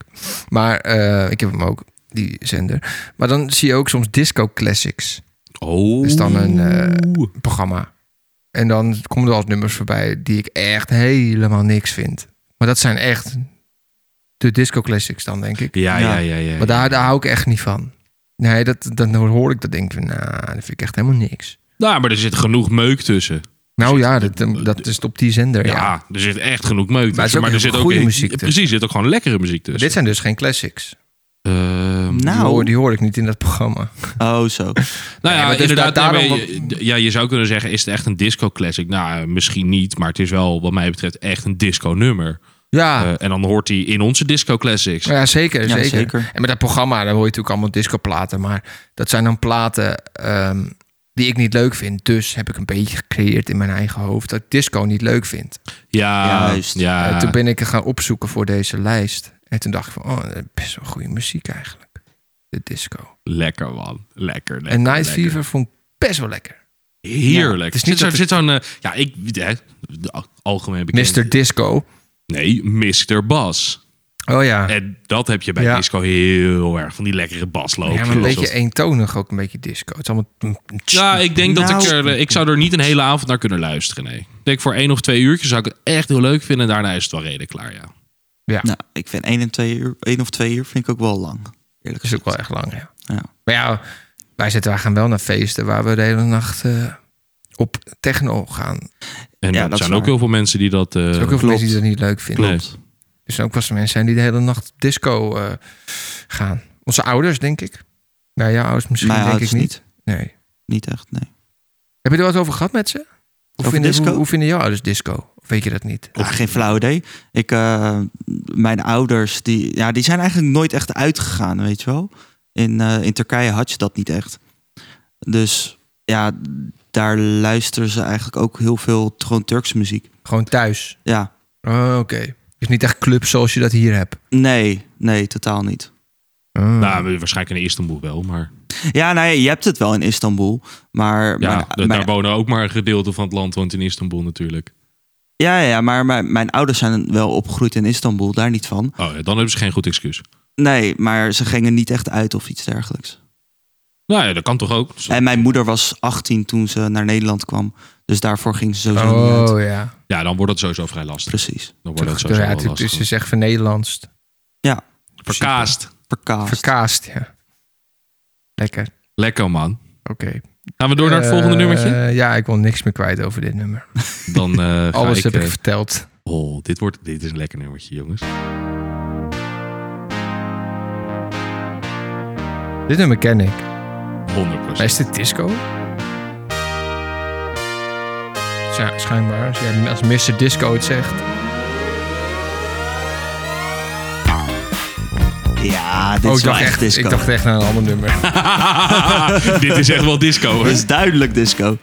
[SPEAKER 3] Maar eh, ik heb hem ook, die zender. Maar dan zie je ook soms disco classics.
[SPEAKER 1] Oh.
[SPEAKER 3] Is dan een, eh, programma. En dan komen er altijd nummers voorbij die ik echt helemaal niks vind. Maar dat zijn echt de disco classics dan, denk ik.
[SPEAKER 1] Ja, ja, ja, ja.
[SPEAKER 3] Maar daar, daar hou ik echt niet van. Nee, dat, dan hoor ik dat denk ik, van, nou, dat vind ik echt helemaal niks.
[SPEAKER 1] Nou, maar er zit genoeg meuk tussen.
[SPEAKER 3] Nou ja, dat, dat is het op die zender,
[SPEAKER 1] Ja,
[SPEAKER 3] ja.
[SPEAKER 1] er zit echt genoeg meuk tussen.
[SPEAKER 3] Maar het is ook
[SPEAKER 1] er zit
[SPEAKER 3] heel
[SPEAKER 1] ook
[SPEAKER 3] goede
[SPEAKER 1] eh,
[SPEAKER 3] muziek tussen.
[SPEAKER 1] Precies, er zit ook gewoon lekkere muziek tussen.
[SPEAKER 3] Dit zijn dus geen classics.
[SPEAKER 1] Ehm,
[SPEAKER 3] Die hoor,
[SPEAKER 4] Nou,
[SPEAKER 3] die hoor ik niet in dat
[SPEAKER 1] *laughs*
[SPEAKER 3] programma.
[SPEAKER 4] oh zo.
[SPEAKER 1] nou ja,
[SPEAKER 3] maar dus
[SPEAKER 1] inderdaad.
[SPEAKER 3] daar-
[SPEAKER 1] nee, maar
[SPEAKER 3] daarom
[SPEAKER 1] je- ja, je zou kunnen zeggen, is het echt een disco classic? Nou, eh, misschien niet, maar het is wel wat mij betreft echt een disco nummer.
[SPEAKER 3] Ja.
[SPEAKER 1] Eh, en dan hoort hij in onze Disco Classics.
[SPEAKER 3] Ah. Ja, zeker,
[SPEAKER 4] Ja,
[SPEAKER 3] zeker.
[SPEAKER 4] zeker.
[SPEAKER 3] En met dat programma, daar hoor je natuurlijk allemaal discoplaten. Maar dat zijn dan platen ehm, die ik niet leuk vind. Dus heb ik een beetje gecreëerd in mijn eigen hoofd dat ik disco niet leuk vind.
[SPEAKER 1] Ja,
[SPEAKER 4] Juist.
[SPEAKER 1] ja.
[SPEAKER 3] En toen ben ik er gaan opzoeken voor deze lijst. En toen dacht ik van, oh, best wel goede muziek eigenlijk. De disco.
[SPEAKER 1] Lekker man, lekker. lekker
[SPEAKER 3] en Night
[SPEAKER 1] lekker.
[SPEAKER 3] Fever vond ik best wel lekker.
[SPEAKER 1] Heerlijk.
[SPEAKER 3] het
[SPEAKER 1] het
[SPEAKER 3] is
[SPEAKER 1] is zit
[SPEAKER 3] niet
[SPEAKER 1] zo-
[SPEAKER 3] dat
[SPEAKER 1] zit zo'n... eh, ja, ik... Hè, de- algemeen bekend.
[SPEAKER 3] Mr. Disco.
[SPEAKER 1] Nee, Mr. Bas.
[SPEAKER 3] Oh ja.
[SPEAKER 1] En dat heb je bij
[SPEAKER 3] Ja.
[SPEAKER 1] disco heel erg. Van die lekkere basloopjes.
[SPEAKER 3] Ja, maar een
[SPEAKER 1] Dat-
[SPEAKER 3] beetje eentonig ook een beetje disco. Het is allemaal...
[SPEAKER 1] Ja, ik denk dat ik
[SPEAKER 4] Nou.
[SPEAKER 1] er... eh, Ik zou er niet een hele avond naar kunnen luisteren, nee. Ik denk voor één of twee uurtjes zou ik het echt heel leuk vinden. En daarna is het wel redelijk klaar, ja.
[SPEAKER 4] Nou, ik vind 1, en twee uur, 1 of 2 uur vind ik ook wel lang. Eerlijk
[SPEAKER 3] Dat is ook
[SPEAKER 4] gezegd.
[SPEAKER 3] wel echt lang, ja.
[SPEAKER 4] Ja.
[SPEAKER 3] Maar ja, wij, zitten, wij gaan wel naar feesten waar we de hele nacht eh, op techno gaan. Er
[SPEAKER 1] En
[SPEAKER 4] Ja, dat
[SPEAKER 1] er
[SPEAKER 4] is
[SPEAKER 1] zijn
[SPEAKER 4] waar.
[SPEAKER 1] ook heel veel mensen die dat... eh,
[SPEAKER 3] zijn ook heel veel mensen die dat niet leuk vinden.
[SPEAKER 1] nee.
[SPEAKER 3] Er zijn ook wel eens mensen zijn die de hele nacht op disco eh, gaan. Onze ouders, denk ik. Nou, jouw ouders misschien,
[SPEAKER 4] Mijn
[SPEAKER 3] denk ik
[SPEAKER 4] ouders
[SPEAKER 3] niet.
[SPEAKER 4] niet.
[SPEAKER 3] Nee.
[SPEAKER 4] Niet echt, nee.
[SPEAKER 3] Heb je er wat over gehad met ze? Hoe
[SPEAKER 4] Over
[SPEAKER 3] vinden,
[SPEAKER 4] disco?
[SPEAKER 3] Hoe, hoe vinden jouw ouders disco? Of weet je dat niet?
[SPEAKER 4] Ah, geen flauw idee. Ik, eh, mijn ouders, die, ja, die zijn eigenlijk nooit echt uitgegaan, weet je wel. In, eh, in Turkije had je dat niet echt. Dus ja, daar luisteren ze eigenlijk ook heel veel gewoon Turkse muziek.
[SPEAKER 3] Ah, Gewoon thuis.
[SPEAKER 4] Ja,
[SPEAKER 3] Oh, oké. Dus niet echt club zoals je dat hier hebt.
[SPEAKER 4] nee, nee, totaal niet.
[SPEAKER 3] Oh.
[SPEAKER 1] Nou, waarschijnlijk in Istanbul wel, maar...
[SPEAKER 4] Ja, nee, je hebt het wel in Istanbul, maar...
[SPEAKER 1] Ja,
[SPEAKER 4] mijn-
[SPEAKER 1] d-
[SPEAKER 4] mijn-
[SPEAKER 1] daar wonen ook maar een gedeelte van het land woont in Istanbul natuurlijk.
[SPEAKER 4] ja, ja, maar mijn, mijn ouders zijn wel opgegroeid in Istanbul, daar niet van.
[SPEAKER 1] Oh, ja, dan hebben ze geen goed excuus.
[SPEAKER 4] Nee, maar ze gingen niet echt uit of iets dergelijks.
[SPEAKER 1] Nou ja, dat kan toch ook? Zo-
[SPEAKER 4] En mijn moeder was 18 toen ze naar Nederland kwam. Dus daarvoor ging ze sowieso niet uit.
[SPEAKER 3] Oh, ja.
[SPEAKER 1] Ja, dan wordt het sowieso vrij lastig.
[SPEAKER 4] Precies.
[SPEAKER 1] Dan wordt het
[SPEAKER 3] Terug,
[SPEAKER 1] sowieso
[SPEAKER 3] ja
[SPEAKER 1] wel
[SPEAKER 3] het, is-
[SPEAKER 1] lastig.
[SPEAKER 3] is echt vernederlandst.
[SPEAKER 1] Verkaasd.
[SPEAKER 4] Verkaasd.
[SPEAKER 3] Verkaasd, ja. Lekker.
[SPEAKER 1] Lekker man.
[SPEAKER 3] Oké.
[SPEAKER 1] Gaan we door naar het volgende
[SPEAKER 3] Eh,
[SPEAKER 1] nummertje?
[SPEAKER 3] Ja, ik wil niks meer kwijt over dit nummer.
[SPEAKER 1] Dan eh ga
[SPEAKER 3] Alles
[SPEAKER 1] ik...
[SPEAKER 3] heb
[SPEAKER 1] eh,
[SPEAKER 3] ik verteld.
[SPEAKER 1] oh, dit, wordt, dit is een lekker nummertje, jongens.
[SPEAKER 3] Dit nummer ken ik.
[SPEAKER 1] 100%.
[SPEAKER 3] Maar is dit disco? Ja, schijnbaar. Als, jij, als Mr. Disco het zegt.
[SPEAKER 4] Ja, dit
[SPEAKER 3] Oh,
[SPEAKER 4] is
[SPEAKER 3] ik
[SPEAKER 4] wel
[SPEAKER 3] dacht,
[SPEAKER 4] echt
[SPEAKER 3] echt,
[SPEAKER 4] disco.
[SPEAKER 3] ik dacht echt naar een ander
[SPEAKER 4] *laughs*
[SPEAKER 3] nummer.
[SPEAKER 1] *laughs* dit is echt wel disco, hoor.
[SPEAKER 4] Dit is duidelijk disco.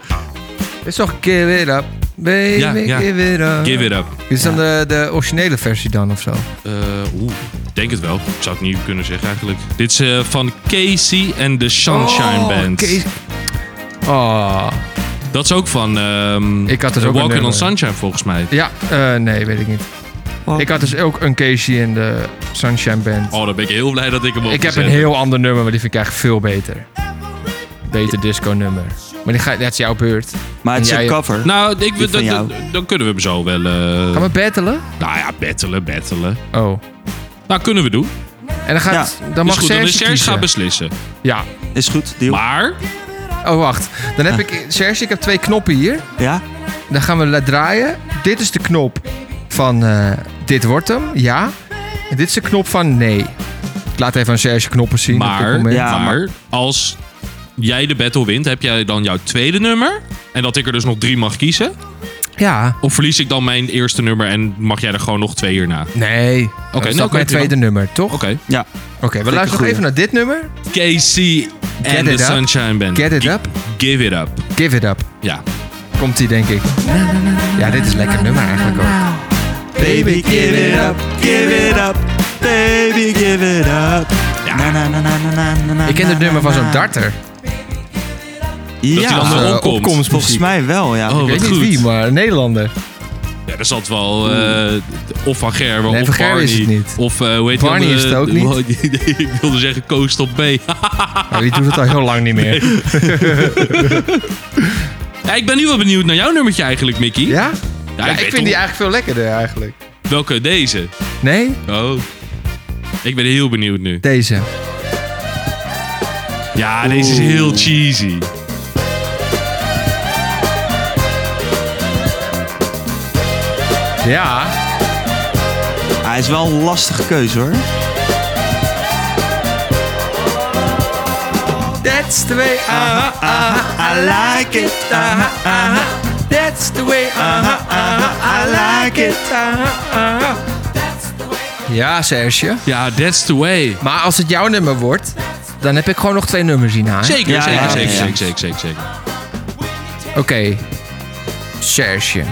[SPEAKER 3] Dit is toch Give It Up? Baby,
[SPEAKER 1] Ja, ja.
[SPEAKER 3] give it up.
[SPEAKER 1] Give it up.
[SPEAKER 3] Dit is dan de, de originele versie dan of zo?
[SPEAKER 1] Eh, Oeh, ik denk het wel. Ik zou het niet kunnen zeggen eigenlijk. Dit is eh, van Casey en de Sunshine
[SPEAKER 3] Oh,
[SPEAKER 1] Band.
[SPEAKER 3] Kees- Oh,
[SPEAKER 1] Dat is ook van ehm
[SPEAKER 3] Ik had dus ook een
[SPEAKER 1] Walking on
[SPEAKER 3] nummer.
[SPEAKER 1] Sunshine volgens mij.
[SPEAKER 3] ja. eh, nee, weet ik niet.
[SPEAKER 4] Oh.
[SPEAKER 3] Ik had dus ook een Casey in de Sunshine Band.
[SPEAKER 1] Oh, dan ben ik heel blij dat ik hem op
[SPEAKER 3] Ik heb een heel ander nummer, maar die vind ik eigenlijk veel beter. Beter disco nummer. Maar die ga, dat is jouw beurt.
[SPEAKER 4] Maar het is
[SPEAKER 3] En
[SPEAKER 4] een
[SPEAKER 3] jij-
[SPEAKER 4] cover.
[SPEAKER 1] Nou, ik,
[SPEAKER 4] Die van
[SPEAKER 1] dan,
[SPEAKER 4] jou.
[SPEAKER 1] dan- dan kunnen we hem zo wel... eh,
[SPEAKER 3] Gaan we battlen?
[SPEAKER 1] Nou ja, battelen, battelen.
[SPEAKER 3] Oh.
[SPEAKER 1] Nou, kunnen we doen.
[SPEAKER 3] En dan, gaat, dan
[SPEAKER 1] Is
[SPEAKER 3] mag
[SPEAKER 1] goed, dan
[SPEAKER 3] Serge
[SPEAKER 1] is Serge
[SPEAKER 3] kiezen.
[SPEAKER 1] gaat beslissen.
[SPEAKER 3] ja.
[SPEAKER 4] Is goed, deal.
[SPEAKER 1] Maar,
[SPEAKER 3] Oh, wacht. Dan heb ik... Serge, ik heb twee knoppen hier.
[SPEAKER 4] Ja?
[SPEAKER 3] Dan gaan we la- draaien. Dit is de knop van... eh, dit wordt hem. Ja. En dit is de knop van nee. Ik laat even aan Serge knoppen zien op dit
[SPEAKER 1] maar,
[SPEAKER 3] moment.
[SPEAKER 4] Ja,
[SPEAKER 1] maar, als jij de battle wint, heb jij dan jouw tweede nummer? En dat ik er dus nog drie mag kiezen?
[SPEAKER 3] Ja.
[SPEAKER 1] Of verlies ik dan mijn eerste nummer en mag jij er gewoon nog twee hierna? Oké,
[SPEAKER 3] Nee. dat is
[SPEAKER 1] nou,
[SPEAKER 3] ook mijn
[SPEAKER 1] oké, prima.
[SPEAKER 3] tweede nummer, toch? Oké,
[SPEAKER 4] Ja.
[SPEAKER 3] we luisteren nog
[SPEAKER 4] goeie.
[SPEAKER 3] even naar dit nummer.
[SPEAKER 1] Casey en de
[SPEAKER 3] it up.
[SPEAKER 1] Sunshine Band.
[SPEAKER 3] Get it
[SPEAKER 1] Gi-
[SPEAKER 3] up.
[SPEAKER 1] Give it up.
[SPEAKER 3] Give it up.
[SPEAKER 1] Ja.
[SPEAKER 3] Komt die, denk ik. Ja, dit is een lekker nummer eigenlijk ook.
[SPEAKER 4] Baby, give it up, give it up. Baby, give it up. Na, na, na, na, na, na, na,
[SPEAKER 3] Ik ken het
[SPEAKER 4] na,
[SPEAKER 3] nummer van
[SPEAKER 4] na,
[SPEAKER 3] zo'n
[SPEAKER 4] na.
[SPEAKER 3] darter.
[SPEAKER 1] die dan
[SPEAKER 4] Ja,
[SPEAKER 1] de
[SPEAKER 3] Eh,
[SPEAKER 1] opkomst.
[SPEAKER 4] volgens mij wel, ja.
[SPEAKER 1] Oh,
[SPEAKER 3] Ik weet
[SPEAKER 1] wat
[SPEAKER 3] niet
[SPEAKER 1] goed.
[SPEAKER 3] wie, maar een Nederlander.
[SPEAKER 1] Ja, er zat wel eh, of Van Gerwen
[SPEAKER 3] Nee,
[SPEAKER 1] of
[SPEAKER 3] Van Gerwen
[SPEAKER 1] Barney.
[SPEAKER 3] is het niet.
[SPEAKER 1] Of eh, hoe heet die
[SPEAKER 3] Barney is het ook niet.
[SPEAKER 1] andere- *laughs* Nee, ik wilde zeggen Coast op B.
[SPEAKER 3] Nou, die doet het al heel lang niet *laughs* meer.
[SPEAKER 1] *laughs* ja, ik ben nu wel benieuwd naar jouw nummertje eigenlijk, Mickey.
[SPEAKER 3] Ja?
[SPEAKER 1] Ja,
[SPEAKER 3] Ja, ik
[SPEAKER 1] weet
[SPEAKER 3] vind die
[SPEAKER 1] al-
[SPEAKER 3] eigenlijk veel lekkerder eigenlijk.
[SPEAKER 1] Welke? Deze?
[SPEAKER 3] Nee?
[SPEAKER 1] Oh. Ik ben heel benieuwd nu.
[SPEAKER 3] Deze.
[SPEAKER 1] Ja, deze is heel cheesy.
[SPEAKER 3] Ja.
[SPEAKER 4] Hij is wel een lastige keuze, hoor.
[SPEAKER 3] That's the way I,
[SPEAKER 4] I like it,
[SPEAKER 3] that's the way I,
[SPEAKER 4] I like it.
[SPEAKER 3] Ja, Serge.
[SPEAKER 1] Ja, that's the way.
[SPEAKER 3] Maar als het jouw nummer wordt, dan heb ik gewoon nog twee nummers hierna. hè?
[SPEAKER 1] Zeker,
[SPEAKER 4] Ja,
[SPEAKER 1] zeker,
[SPEAKER 4] ja,
[SPEAKER 1] zeker,
[SPEAKER 4] ja.
[SPEAKER 1] zeker, zeker, zeker, zeker.
[SPEAKER 3] Oké. Serge.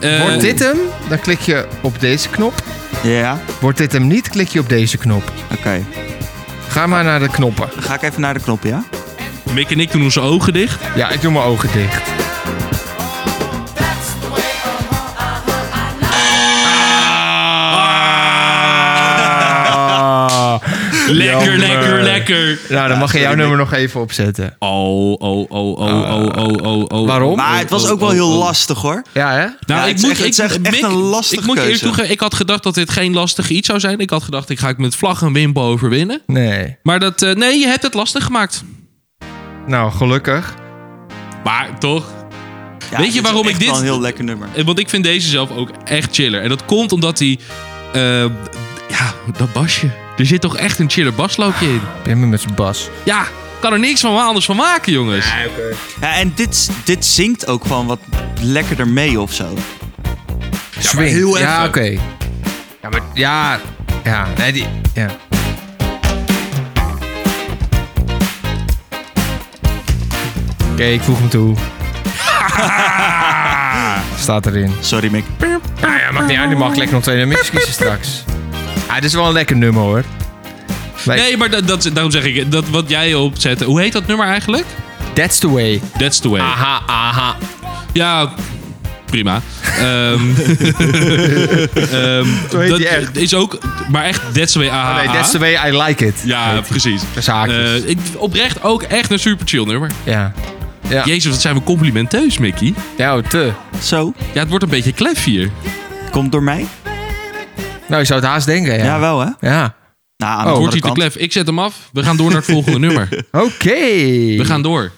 [SPEAKER 1] Eh,
[SPEAKER 3] Wordt dit hem? Dan klik je op deze knop.
[SPEAKER 4] Ja,
[SPEAKER 3] Wordt dit hem niet? Klik je op deze knop.
[SPEAKER 4] oké.
[SPEAKER 3] Ga maar naar de knoppen.
[SPEAKER 4] Dan ga ik even naar de knop, ja?
[SPEAKER 1] Mick en ik doen onze ogen dicht.
[SPEAKER 3] Ja, ik doe mijn ogen *laughs* dicht. Ah.
[SPEAKER 1] Lekker,
[SPEAKER 3] Jammer.
[SPEAKER 1] lekker, lekker.
[SPEAKER 3] Nou, dan mag je jouw nummer nog even opzetten.
[SPEAKER 1] Oh, oh, oh, oh, oh, oh, oh, oh.
[SPEAKER 3] Waarom?
[SPEAKER 4] Maar het was
[SPEAKER 1] oh,
[SPEAKER 4] ook wel
[SPEAKER 1] oh,
[SPEAKER 4] heel
[SPEAKER 1] oh.
[SPEAKER 4] lastig, hoor.
[SPEAKER 3] Ja, hè?
[SPEAKER 1] Nou,
[SPEAKER 4] Ja,
[SPEAKER 1] ik
[SPEAKER 4] het is
[SPEAKER 1] moet,
[SPEAKER 4] echt-
[SPEAKER 1] ik,
[SPEAKER 4] het is echt- echt
[SPEAKER 1] Mick,
[SPEAKER 4] een lastige
[SPEAKER 1] ik moet je eerlijk
[SPEAKER 4] keuze.
[SPEAKER 1] toegeven, ik had gedacht dat dit geen lastig iets zou zijn. Ik had gedacht, ik ga ik met vlag en wimpel overwinnen.
[SPEAKER 3] Nee.
[SPEAKER 1] Maar dat, eh, nee, je hebt het lastig gemaakt.
[SPEAKER 3] Nou, gelukkig.
[SPEAKER 1] Maar toch,
[SPEAKER 4] Ja,
[SPEAKER 1] Weet je
[SPEAKER 4] is
[SPEAKER 1] waarom ik
[SPEAKER 4] echt
[SPEAKER 1] dit-
[SPEAKER 4] wel een heel lekker nummer.
[SPEAKER 1] Eh, Want ik vind deze zelf ook echt chiller. En dat komt omdat hij... eh, ja, dat basje. Er zit toch echt een chiller basloopje in.
[SPEAKER 3] Pimmen met zijn bas.
[SPEAKER 1] Ja, kan er niks van anders van maken, jongens.
[SPEAKER 4] Ja, en dit, dit zingt ook gewoon wat lekkerder mee of zo.
[SPEAKER 3] Swing.
[SPEAKER 1] heel even.
[SPEAKER 3] ja, oké. Ja, maar ja. Ja, nee, die. Ja. Oké, ik voeg hem *laughs* toe. Staat erin.
[SPEAKER 4] Sorry, Mick.
[SPEAKER 3] Nou ja, mag niet uit. Nu mag ik lekker nog twee *laughs* nummers kiezen straks. Ah, dit is wel een lekker nummer hoor. Like,
[SPEAKER 1] Nee, maar dat, dat, daarom zeg ik, dat wat jij opzet... Hoe heet dat nummer eigenlijk?
[SPEAKER 3] That's the way.
[SPEAKER 1] That's the way.
[SPEAKER 3] Aha, aha.
[SPEAKER 1] Ja, prima. Ehm, ehm,
[SPEAKER 3] heet
[SPEAKER 1] dat
[SPEAKER 3] die echt.
[SPEAKER 1] is ook... Maar echt, that's the way, aha,
[SPEAKER 3] Nee,
[SPEAKER 1] aha.
[SPEAKER 3] that's the way I like it.
[SPEAKER 1] Ja, precies.
[SPEAKER 3] De zaakjes.
[SPEAKER 1] Eh, ik, oprecht ook echt een super chill nummer.
[SPEAKER 3] Ja. Ja,
[SPEAKER 1] Jezus, wat zijn we complimenteus, Mickey.
[SPEAKER 3] nou, te.
[SPEAKER 4] Zo,
[SPEAKER 1] Ja, het wordt een beetje klef hier.
[SPEAKER 3] Oh,
[SPEAKER 4] komt door mij?
[SPEAKER 3] Nou, je zou het haast denken, ja.
[SPEAKER 4] Ja, wel hè?
[SPEAKER 3] Ja.
[SPEAKER 4] Nou,
[SPEAKER 3] Oh,
[SPEAKER 4] aan de
[SPEAKER 1] Wordt
[SPEAKER 4] andere
[SPEAKER 1] hier te
[SPEAKER 4] kant.
[SPEAKER 1] klef. Ik zet hem af. We gaan door naar het
[SPEAKER 3] *laughs*
[SPEAKER 1] volgende nummer.
[SPEAKER 3] Oké.
[SPEAKER 1] We gaan door.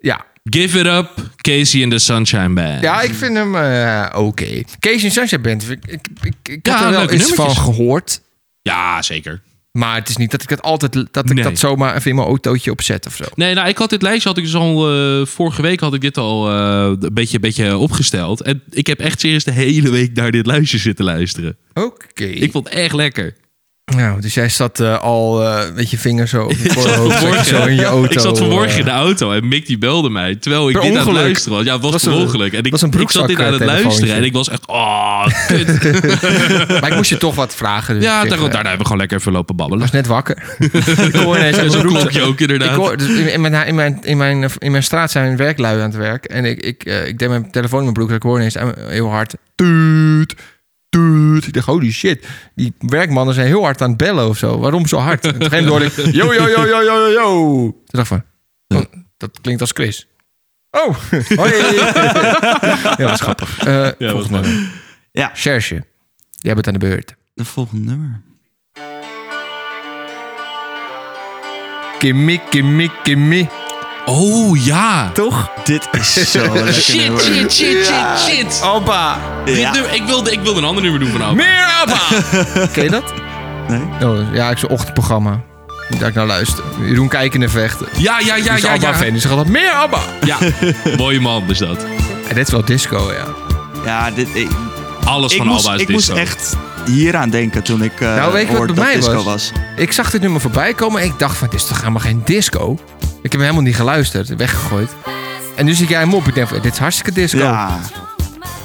[SPEAKER 3] Ja,
[SPEAKER 1] Give it up, Casey and the Sunshine Band.
[SPEAKER 3] Ja, ik vind hem eh, oké. Casey en Sunshine Band, ik, ik, ik, ik
[SPEAKER 1] Ja,
[SPEAKER 3] had er wel
[SPEAKER 1] leuke
[SPEAKER 3] eens van
[SPEAKER 1] nummertjes.
[SPEAKER 3] gehoord.
[SPEAKER 1] Ja, zeker.
[SPEAKER 3] Maar het is niet dat ik het altijd, dat ik
[SPEAKER 1] Nee.
[SPEAKER 3] dat zomaar even in mijn autootje opzet of zo.
[SPEAKER 1] Nee, nou, ik had dit lijstje, had ik dus al, eh, vorige week had ik dit al eh, een, beetje, een beetje opgesteld. En ik heb echt serieus de hele week naar dit lijstje zitten luisteren.
[SPEAKER 3] Oké.
[SPEAKER 1] Ik vond het echt lekker.
[SPEAKER 3] Nou, dus jij zat eh, al eh, met je vinger
[SPEAKER 1] *laughs*
[SPEAKER 3] zo op je voorhoofd,
[SPEAKER 1] vanmorgen-
[SPEAKER 3] zo in je auto.
[SPEAKER 1] ik zat vanmorgen in de
[SPEAKER 3] eh,
[SPEAKER 1] auto en Mick die belde mij. Terwijl ik
[SPEAKER 3] Per
[SPEAKER 1] dit aan het
[SPEAKER 3] ongeluk.
[SPEAKER 1] luisteren was. Ja, het was,
[SPEAKER 3] Was
[SPEAKER 1] per
[SPEAKER 3] een-
[SPEAKER 1] ongeluk. En ik,
[SPEAKER 3] was een
[SPEAKER 1] ik zat dit aan het
[SPEAKER 3] broekzak, eh,
[SPEAKER 1] luisteren en
[SPEAKER 3] telefoontje.
[SPEAKER 1] ik was echt... Oh, *laughs* kut.
[SPEAKER 3] maar ik moest je toch wat vragen. Dus
[SPEAKER 1] ja,
[SPEAKER 3] ik,
[SPEAKER 1] daar,
[SPEAKER 3] eh,
[SPEAKER 1] daarna hebben we gewoon lekker even lopen
[SPEAKER 3] ik
[SPEAKER 1] babbelen. *laughs*
[SPEAKER 3] was net wakker. *laughs* ik hoor ineens aan
[SPEAKER 1] Zo'n
[SPEAKER 3] mijn broek-
[SPEAKER 1] klokje ook inderdaad.
[SPEAKER 3] Ik hoor, dus in, in mijn, in, mijn, in, mijn, in mijn straat zijn werklui aan het werk. En ik, ik, eh, ik deed mijn telefoon in mijn broek. En ik hoor ineens aan- heel hard... Tuut, tuut. Ik dacht, holy shit. Die werkmannen zijn heel hard aan het bellen of zo. Waarom zo hard? En op een gegeven moment *laughs* hoorde ik... Yo, yo, yo, yo, yo, yo, yo. Toen dacht ik van... oh, dat klinkt als Chris. Oh, *laughs* hoi. ja, dat is grappig. Eh volgende nummer.
[SPEAKER 4] Ja.
[SPEAKER 3] Serge, jij bent aan de beurt.
[SPEAKER 4] De volgende nummer.
[SPEAKER 3] Kimmy, kimmy, kimmy.
[SPEAKER 1] Oh ja.
[SPEAKER 3] Toch?
[SPEAKER 4] Dit is
[SPEAKER 1] *laughs*
[SPEAKER 4] zo lekker
[SPEAKER 1] Shit,
[SPEAKER 4] nummer.
[SPEAKER 1] shit, shit, shit, shit.
[SPEAKER 3] Opa.
[SPEAKER 1] Dit
[SPEAKER 4] Ja.
[SPEAKER 1] nummer- ik, wilde, ik wilde een ander nummer doen vanavond.
[SPEAKER 3] Meer opa. *laughs* Ken je dat?
[SPEAKER 4] Nee?
[SPEAKER 3] Oh, ja, ik zo'n ochtendprogramma. Daar ik naar luister. Jeroen kijken en vechten.
[SPEAKER 1] Ja, ja, ja,
[SPEAKER 3] Dus
[SPEAKER 1] ja,
[SPEAKER 3] Abba
[SPEAKER 1] ja.
[SPEAKER 3] fan. Dus ze gaat dat meer Abba.
[SPEAKER 1] ja. *laughs* Mooie man is dat.
[SPEAKER 3] En dit is wel disco, ja.
[SPEAKER 4] Eh, Ja, dit, ik,
[SPEAKER 1] Alles
[SPEAKER 4] ik
[SPEAKER 1] van
[SPEAKER 4] moest,
[SPEAKER 1] Alba is
[SPEAKER 4] ik moest
[SPEAKER 1] disco.
[SPEAKER 4] echt hieraan denken toen ik eh
[SPEAKER 3] nou, weet je wat
[SPEAKER 4] hoorde
[SPEAKER 3] bij
[SPEAKER 4] dat
[SPEAKER 3] mij
[SPEAKER 4] disco
[SPEAKER 3] was?
[SPEAKER 4] was.
[SPEAKER 3] Ik zag dit nummer voorbij komen en ik dacht van, dit is toch helemaal geen disco? Ik heb hem helemaal niet geluisterd, weggegooid. En nu zit jij hem op. Ik denk van, dit is hartstikke disco.
[SPEAKER 4] Ja,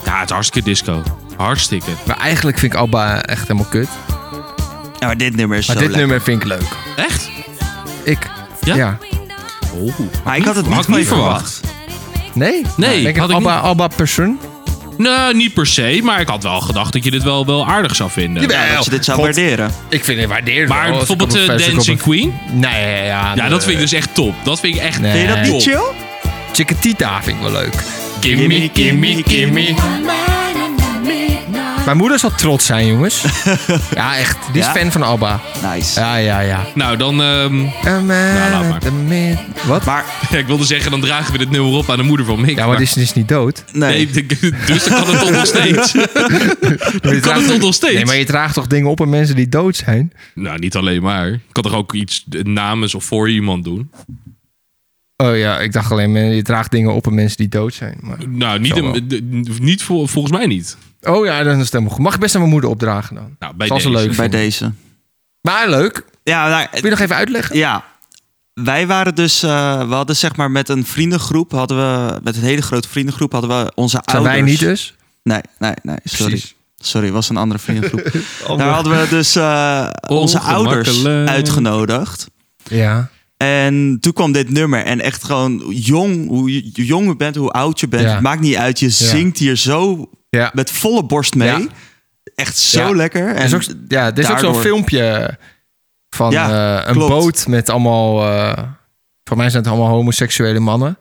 [SPEAKER 1] Ja, het is hartstikke disco. Hartstikke.
[SPEAKER 3] Maar eigenlijk vind ik Abba echt helemaal kut. Maar
[SPEAKER 4] Ja, maar dit nummer is
[SPEAKER 3] dit
[SPEAKER 4] zo lekker.
[SPEAKER 3] nummer vind ik leuk.
[SPEAKER 1] Echt?
[SPEAKER 3] Ik,
[SPEAKER 1] Ja?
[SPEAKER 3] ja?
[SPEAKER 1] Oh.
[SPEAKER 4] Maar ik had het niet,
[SPEAKER 1] Had ik niet
[SPEAKER 4] van je
[SPEAKER 1] verwacht.
[SPEAKER 3] Nee?
[SPEAKER 1] Nee,
[SPEAKER 3] Ben ik
[SPEAKER 1] had
[SPEAKER 3] een
[SPEAKER 1] ik
[SPEAKER 3] Abba, Abba person?
[SPEAKER 1] Nou, niet per se, maar ik had wel gedacht dat je dit wel, wel aardig zou vinden.
[SPEAKER 3] Jawel.
[SPEAKER 4] Ja, dat je dit zou
[SPEAKER 3] God.
[SPEAKER 4] waarderen.
[SPEAKER 3] Ik vind het waardeer
[SPEAKER 1] Maar bijvoorbeeld eh, Dancing Queen?
[SPEAKER 3] Nee, ja.
[SPEAKER 1] Ja, dat vind ik dus echt top. Dat vind ik echt
[SPEAKER 3] Nee.
[SPEAKER 4] Vind je dat
[SPEAKER 1] top.
[SPEAKER 4] niet chill?
[SPEAKER 3] Chiquitita vind ik wel leuk.
[SPEAKER 1] Gimme, gimme, gimme.
[SPEAKER 3] Mijn moeder zal trots zijn,
[SPEAKER 1] *laughs*
[SPEAKER 3] jongens. ja, echt. Die is
[SPEAKER 4] Ja?
[SPEAKER 3] fan van ABBA.
[SPEAKER 4] Nice.
[SPEAKER 3] Ja, ja, ja.
[SPEAKER 1] Nou, dan... ehm, *laughs*
[SPEAKER 3] nou,
[SPEAKER 1] laat maar.
[SPEAKER 3] Wat?
[SPEAKER 4] Maar
[SPEAKER 1] ja, ik wilde zeggen, dan dragen we dit nummer op aan de moeder van Mick.
[SPEAKER 3] Ja, maar die is, die is niet
[SPEAKER 1] *laughs*
[SPEAKER 3] dood.
[SPEAKER 4] nee,
[SPEAKER 1] Nee, dus dan kan het toch nog steeds. *laughs*
[SPEAKER 3] Je
[SPEAKER 1] kan
[SPEAKER 3] draagt-
[SPEAKER 1] het toch nog *laughs* steeds?
[SPEAKER 3] Nee, maar je draagt toch dingen op aan mensen die dood zijn?
[SPEAKER 1] eh, Nou, niet alleen maar. Ik kan toch ook iets namens of voor iemand doen?
[SPEAKER 3] Oh ja, ik dacht alleen, men- je draagt dingen op aan mensen die dood zijn. Maar...
[SPEAKER 1] Nou, niet,
[SPEAKER 3] Zal wel.
[SPEAKER 1] een- de- de- niet vol- volgens mij niet.
[SPEAKER 3] Oh ja, dan is het helemaal goed. Mag ik best aan mijn moeder opdragen dan?
[SPEAKER 1] Nou, bij
[SPEAKER 3] Zal ze
[SPEAKER 1] deze.
[SPEAKER 3] leuk
[SPEAKER 4] bij
[SPEAKER 3] vinden.
[SPEAKER 4] deze.
[SPEAKER 3] Maar leuk.
[SPEAKER 4] Ja, nou,
[SPEAKER 3] Wil je nog even uitleggen?
[SPEAKER 4] Ja. Wij waren dus, eh, we hadden zeg maar met een vriendengroep, hadden we, met een hele grote vriendengroep, hadden we onze
[SPEAKER 3] Zijn
[SPEAKER 4] ouders.
[SPEAKER 3] wij niet dus?
[SPEAKER 4] Nee, nee, nee, sorry.
[SPEAKER 3] Precies.
[SPEAKER 4] Sorry, was een andere
[SPEAKER 3] *laughs*
[SPEAKER 4] vriendengroep. Daar hadden we dus eh, onze ouders
[SPEAKER 1] Ongemakkelijk.
[SPEAKER 4] uitgenodigd.
[SPEAKER 3] Ja.
[SPEAKER 4] En toen kwam dit nummer. En echt gewoon jong, hoe je- hoe jong je bent, hoe oud je bent,
[SPEAKER 3] Ja.
[SPEAKER 4] het maakt niet uit. Je zingt hier zo
[SPEAKER 3] Ja.
[SPEAKER 4] met volle borst mee.
[SPEAKER 3] Ja.
[SPEAKER 4] Echt zo
[SPEAKER 3] Ja.
[SPEAKER 4] lekker.
[SPEAKER 3] Er is ook, ja, er is ook zo'n
[SPEAKER 4] daardoor-
[SPEAKER 3] filmpje van
[SPEAKER 4] Ja,
[SPEAKER 3] eh, een
[SPEAKER 4] klopt.
[SPEAKER 3] boot met allemaal... eh voor mij zijn het allemaal homoseksuele mannen.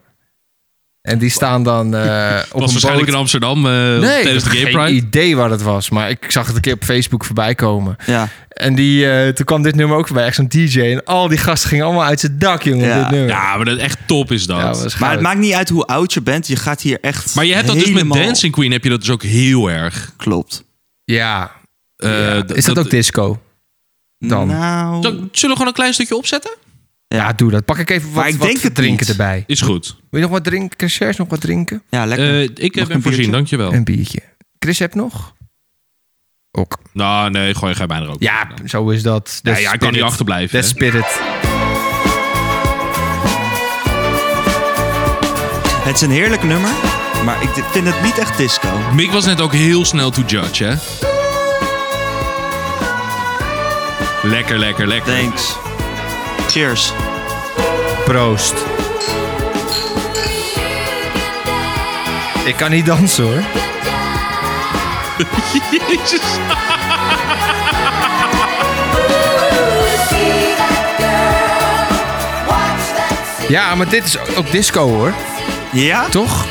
[SPEAKER 3] En die staan
[SPEAKER 1] *laughs*
[SPEAKER 3] dan eh op
[SPEAKER 1] was
[SPEAKER 3] een
[SPEAKER 1] waarschijnlijk
[SPEAKER 3] boot.
[SPEAKER 1] in Amsterdam eh,
[SPEAKER 3] Nee, ik
[SPEAKER 1] tijdens de
[SPEAKER 3] heb
[SPEAKER 1] Gay
[SPEAKER 3] geen
[SPEAKER 1] Pride.
[SPEAKER 3] idee waar dat was. Maar ik zag het een keer op Facebook voorbij komen.
[SPEAKER 4] Ja.
[SPEAKER 3] En die, eh, toen kwam dit nummer ook voorbij. Echt zo'n DJ. En al die gasten gingen allemaal uit zijn dak, jongen.
[SPEAKER 4] Ja.
[SPEAKER 3] op Dit nummer.
[SPEAKER 1] Ja, maar dat echt top is dat.
[SPEAKER 3] Ja, dat is
[SPEAKER 4] Maar
[SPEAKER 3] goud.
[SPEAKER 4] het maakt niet uit hoe oud je bent. Je gaat hier echt
[SPEAKER 1] maar je hebt dat dus met
[SPEAKER 4] helemaal-
[SPEAKER 1] Dancing Queen heb je dat dus ook heel erg.
[SPEAKER 4] Klopt.
[SPEAKER 3] Ja.
[SPEAKER 1] Eh,
[SPEAKER 3] Ja.
[SPEAKER 1] d-
[SPEAKER 3] Is dat, ook disco? Dan.
[SPEAKER 4] Nou,
[SPEAKER 1] Zal- Zullen we gewoon een klein stukje opzetten?
[SPEAKER 3] Ja, doe dat. Pak ik even wat,
[SPEAKER 4] Maar ik
[SPEAKER 3] wat
[SPEAKER 4] denk het
[SPEAKER 3] drinken
[SPEAKER 4] niet.
[SPEAKER 3] erbij.
[SPEAKER 1] Is goed.
[SPEAKER 3] Wil je nog wat drinken? Kan Serge nog wat drinken?
[SPEAKER 4] ja, lekker.
[SPEAKER 1] Eh, ik
[SPEAKER 4] een
[SPEAKER 1] heb hem voorzien,
[SPEAKER 4] biertje?
[SPEAKER 1] dankjewel.
[SPEAKER 3] Een biertje. Chris, heb nog? Ook.
[SPEAKER 1] Nou, nee, gooi ga bijna ook.
[SPEAKER 3] Ja, zo is dat.
[SPEAKER 1] ja, ja, ik kan niet achterblijven.
[SPEAKER 3] That
[SPEAKER 1] hè.
[SPEAKER 3] spirit.
[SPEAKER 4] Het is een heerlijk nummer, maar ik d- vind het niet echt disco.
[SPEAKER 1] Mick was net ook heel snel to judge, hè? Lekker, lekker, lekker.
[SPEAKER 4] Thanks. Cheers.
[SPEAKER 3] Proost. Ik kan niet dansen hoor. Ja, maar dit is ook disco hoor.
[SPEAKER 4] Ja?
[SPEAKER 3] Toch?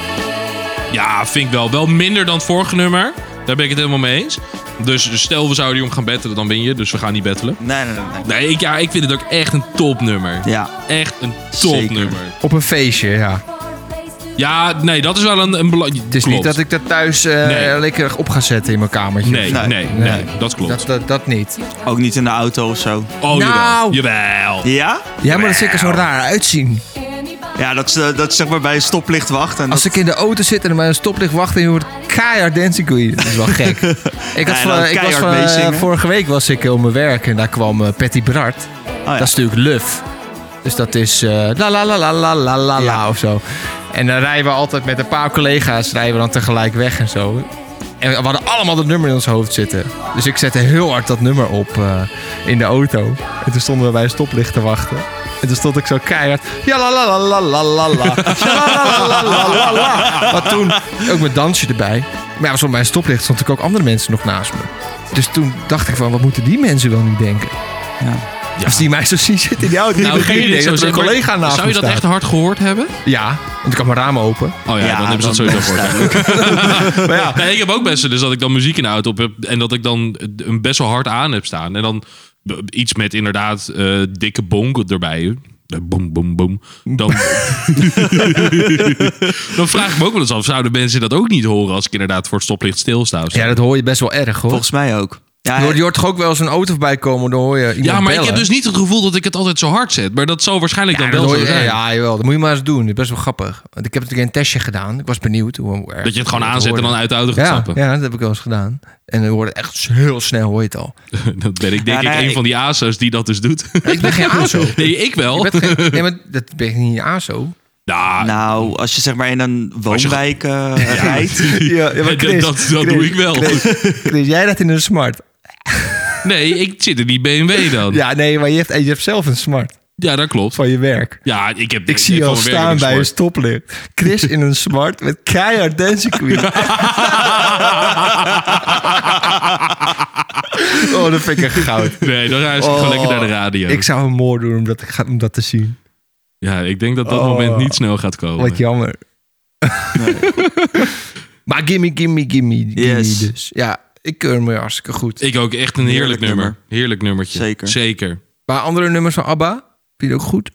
[SPEAKER 1] Ja, vind ik wel. Wel minder dan het vorige nummer. Daar ben ik het helemaal mee eens. Dus dus stel, we zouden die om gaan bettelen, dan win je. Dus we gaan niet bettelen.
[SPEAKER 4] Nee, nee, nee. nee.
[SPEAKER 1] Nee, ik, ja, ik vind het ook echt een topnummer.
[SPEAKER 4] Ja.
[SPEAKER 1] Echt een
[SPEAKER 4] Zeker.
[SPEAKER 1] topnummer.
[SPEAKER 3] Op een feestje, ja.
[SPEAKER 1] Ja, nee, dat is wel een, een belangrijk...
[SPEAKER 3] Het is niet dat ik dat thuis eh
[SPEAKER 1] Nee.
[SPEAKER 3] lekker op ga zetten in mijn kamertje.
[SPEAKER 1] Nee, nee, nee,
[SPEAKER 3] Nee.
[SPEAKER 1] dat klopt.
[SPEAKER 3] Dat, dat, dat niet.
[SPEAKER 4] Ook niet in de auto of zo.
[SPEAKER 1] Oh,
[SPEAKER 3] Nou.
[SPEAKER 1] jawel. jawel.
[SPEAKER 4] Ja?
[SPEAKER 3] Ja, maar dat zeker zo raar uitzien.
[SPEAKER 4] Ja, dat ze, dat ze zeg maar bij een stoplicht wacht. En
[SPEAKER 3] Als
[SPEAKER 4] dat-
[SPEAKER 3] ik in de auto zit en er bij een stoplicht wacht en je hoort keihard Dancing Queen. Dat is
[SPEAKER 4] *laughs*
[SPEAKER 3] wel gek. ik, had
[SPEAKER 4] Ja,
[SPEAKER 3] van-
[SPEAKER 4] dan
[SPEAKER 3] ik was
[SPEAKER 4] keihard
[SPEAKER 3] van, eh,
[SPEAKER 4] meezingen.
[SPEAKER 3] vorige week was ik eh, op mijn werk en daar kwam eh, Patty Bernard.
[SPEAKER 4] Oh ja.
[SPEAKER 3] Dat is natuurlijk luf. Dus dat is eh, la la la la la la la la
[SPEAKER 4] Ja.
[SPEAKER 3] of zo. En dan rijden we altijd met een paar collega's rijden we dan tegelijk weg en zo. En we hadden allemaal dat nummer in ons hoofd zitten. Dus ik zette heel hard dat nummer op eh, in de auto. En toen stonden we bij een stoplicht te wachten. En toen stond ik zo keihard. Ja la la la la la la la. Ja, la, la, la, la, la, la. Maar toen *laughs* ook mijn dansje erbij. Maar ja, stond bij een stoplicht stond ik ook andere mensen nog naast me. Dus toen dacht ik van, wat moeten die mensen wel niet denken? Als die mij zo zien zitten in die auto, die
[SPEAKER 1] Nou,
[SPEAKER 3] hebben
[SPEAKER 1] kun
[SPEAKER 3] geen
[SPEAKER 1] je dit
[SPEAKER 3] idee
[SPEAKER 1] zo
[SPEAKER 3] dat er een
[SPEAKER 1] zeggen, maar
[SPEAKER 3] collega naast
[SPEAKER 1] Zou je
[SPEAKER 3] me
[SPEAKER 1] dat
[SPEAKER 3] staat.
[SPEAKER 1] echt hard gehoord hebben?
[SPEAKER 3] Ja, want ik had mijn ramen open.
[SPEAKER 1] Oh ja,
[SPEAKER 4] Ja,
[SPEAKER 1] dan hebben ze dat
[SPEAKER 4] dan-
[SPEAKER 1] sowieso gehoord. *laughs*
[SPEAKER 3] Maar ja,
[SPEAKER 1] Nee, ik heb ook best wel dus dat ik dan muziek in de auto op heb en dat ik dan een best wel hard aan heb staan. En dan b- iets met inderdaad eh, dikke bonk erbij. Eh, Boom, boom, boom. Dan,
[SPEAKER 3] *laughs*
[SPEAKER 1] dan vraag ik me ook wel eens af, zouden mensen dat ook niet horen als ik inderdaad voor het stoplicht stilsta? of zo?
[SPEAKER 3] ja, dat hoor je best wel erg hoor.
[SPEAKER 4] Volgens mij ook. Ja,
[SPEAKER 3] Je hoort, je hoort toch ook wel eens een auto voorbij komen, dan hoor je iemand
[SPEAKER 1] Ja, maar ik
[SPEAKER 3] bellen.
[SPEAKER 1] heb dus niet het gevoel dat ik het altijd zo hard zet. Maar dat zou waarschijnlijk
[SPEAKER 3] Ja,
[SPEAKER 1] dan
[SPEAKER 3] dat
[SPEAKER 1] wel
[SPEAKER 3] hoor
[SPEAKER 1] zo
[SPEAKER 3] je,
[SPEAKER 1] zijn.
[SPEAKER 3] ja, jawel. Dat moet je maar eens doen. Dat is best wel grappig. Want ik heb natuurlijk een testje gedaan. Ik was benieuwd hoe, hoe erg
[SPEAKER 1] Dat je het gewoon
[SPEAKER 3] dat
[SPEAKER 1] aanzet en
[SPEAKER 3] hoorde.
[SPEAKER 1] dan uit de auto gaat
[SPEAKER 3] ja,
[SPEAKER 1] stappen.
[SPEAKER 3] ja, dat heb ik wel eens gedaan. En dan hoorde echt heel snel hoor je het
[SPEAKER 1] *laughs*
[SPEAKER 3] al.
[SPEAKER 1] Dat ben ik denk
[SPEAKER 4] Ja, nee,
[SPEAKER 1] ik een
[SPEAKER 4] ik-
[SPEAKER 1] van die ASO's die dat dus doet.
[SPEAKER 3] Ik
[SPEAKER 1] *laughs*
[SPEAKER 3] ben geen ASO.
[SPEAKER 1] nee, ik wel.
[SPEAKER 3] Ik ben geen, nee, maar dat ben ik niet ASO.
[SPEAKER 1] Nou,
[SPEAKER 4] Nou, als je zeg maar in een
[SPEAKER 1] je- *laughs*
[SPEAKER 4] woonwijk eh, rijdt.
[SPEAKER 3] Ja, *laughs*
[SPEAKER 1] dat- dat, dat doe ik wel.
[SPEAKER 3] Chris, jij dat in een smart.
[SPEAKER 1] Nee, ik zit in die BMW dan. Ja,
[SPEAKER 3] Ja, nee, maar je hebt, je hebt zelf een smart
[SPEAKER 1] dat klopt.
[SPEAKER 3] van je werk.
[SPEAKER 1] Ja, ik heb
[SPEAKER 3] Ik zie je
[SPEAKER 1] heb
[SPEAKER 3] al
[SPEAKER 1] van mijn werk
[SPEAKER 3] staan
[SPEAKER 1] een
[SPEAKER 3] bij een
[SPEAKER 1] sport.
[SPEAKER 3] stoplicht. Chris in een smart met keihard dancing queen. *laughs* oh, dat vind ik echt goud.
[SPEAKER 1] Nee, dan ruis ik
[SPEAKER 3] Oh,
[SPEAKER 1] gewoon lekker naar de radio.
[SPEAKER 3] Ik zou een moord doen om dat, ik ga- om dat te zien.
[SPEAKER 1] Ja, ik denk dat dat
[SPEAKER 3] Oh,
[SPEAKER 1] moment niet snel gaat komen.
[SPEAKER 3] Wat jammer. *laughs* maar gimme, gimme, gimme. gimme
[SPEAKER 4] Yes.
[SPEAKER 3] dus. Ja, ik keur me hartstikke goed.
[SPEAKER 1] Ik ook echt een heerlijk,
[SPEAKER 4] Heerlijk
[SPEAKER 1] nummer.
[SPEAKER 4] nummer.
[SPEAKER 1] Heerlijk nummertje.
[SPEAKER 4] Zeker.
[SPEAKER 1] Zeker.
[SPEAKER 3] Maar andere nummers van ABBA, vind je die ook goed?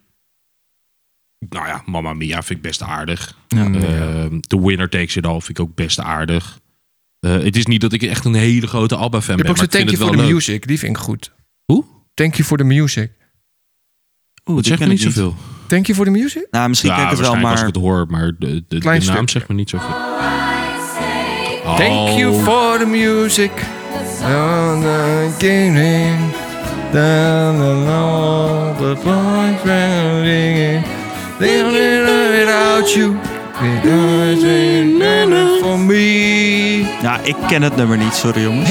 [SPEAKER 1] Nou ja, Mamma Mia vind ik best aardig.
[SPEAKER 4] Ja.
[SPEAKER 1] Ehm, The Winner Takes It All vind ik ook best aardig. Eh, het is niet dat ik echt een hele grote ABBA-fan
[SPEAKER 3] ik
[SPEAKER 1] ben,
[SPEAKER 3] heb ook
[SPEAKER 1] maar
[SPEAKER 3] zo'n
[SPEAKER 1] ik vind
[SPEAKER 3] Thank
[SPEAKER 1] het
[SPEAKER 3] You
[SPEAKER 1] wel
[SPEAKER 3] for the
[SPEAKER 1] leuk.
[SPEAKER 3] Music, die vind ik goed.
[SPEAKER 1] Hoe?
[SPEAKER 3] Thank You for the Music.
[SPEAKER 4] Oeh,
[SPEAKER 1] Dat
[SPEAKER 4] die
[SPEAKER 1] zegt me
[SPEAKER 4] ken
[SPEAKER 1] niet
[SPEAKER 4] ik
[SPEAKER 1] zoveel.
[SPEAKER 3] Thank you for the music?
[SPEAKER 4] Nou, misschien
[SPEAKER 1] ja,
[SPEAKER 4] ken ik het wel,
[SPEAKER 1] waarschijnlijk als ik
[SPEAKER 4] maar...
[SPEAKER 1] het hoor, maar de, de, de
[SPEAKER 3] Klein
[SPEAKER 1] naam
[SPEAKER 3] stuk.
[SPEAKER 1] zegt me niet zoveel.
[SPEAKER 3] Thank
[SPEAKER 1] Oh.
[SPEAKER 3] you for the music. And the gaming. Down the road, the boys were ringing. They don't live without you. They don't live for me.
[SPEAKER 4] Ja, Nou, ik ken het nummer niet, sorry jongens.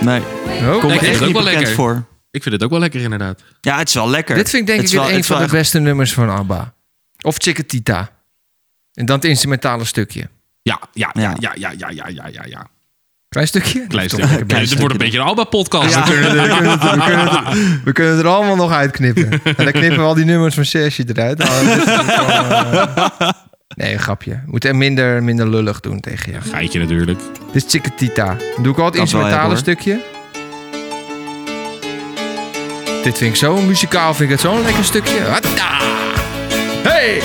[SPEAKER 4] Nee,
[SPEAKER 3] Oh,
[SPEAKER 1] ik
[SPEAKER 4] kom ik
[SPEAKER 1] vind het
[SPEAKER 4] echt
[SPEAKER 1] ook
[SPEAKER 4] niet
[SPEAKER 1] wel
[SPEAKER 4] bekend
[SPEAKER 1] lekker.
[SPEAKER 4] voor.
[SPEAKER 1] Ik vind het ook wel lekker inderdaad.
[SPEAKER 4] Ja, het is wel lekker.
[SPEAKER 3] Dit vind ik denk
[SPEAKER 4] Het
[SPEAKER 3] ik
[SPEAKER 4] is wel-
[SPEAKER 3] weer een
[SPEAKER 4] het is
[SPEAKER 3] van de
[SPEAKER 4] wel
[SPEAKER 3] beste nummers van ABBA. Of Chiquitita. En dan het instrumentale stukje.
[SPEAKER 1] Ja, ja, ja, ja,
[SPEAKER 4] Ja.
[SPEAKER 1] ja, ja, ja, ja, ja. ja.
[SPEAKER 3] Klein stukje?
[SPEAKER 1] Klein
[SPEAKER 3] Toch?
[SPEAKER 1] stukje.
[SPEAKER 3] We
[SPEAKER 1] Dit wordt een beetje een Alba-podcast.
[SPEAKER 4] Ja.
[SPEAKER 1] natuurlijk.
[SPEAKER 3] kunnen er- We kunnen, er- we, kunnen er- we kunnen er allemaal nog uitknippen.
[SPEAKER 1] *laughs*
[SPEAKER 3] En dan knippen we al die nummers van Serge eruit. Dan is het gewoon, eh, Nee, een grapje. We moeten hem minder, minder lullig doen tegen je.
[SPEAKER 1] Geitje natuurlijk.
[SPEAKER 3] Dit is Chiquitita. Dan doe ik al het
[SPEAKER 4] wel hebben,
[SPEAKER 3] instrumentale
[SPEAKER 4] hoor.
[SPEAKER 3] stukje. Dit vind ik zo muzikaal, vind ik het zo'n lekker stukje. Hatta! Hey!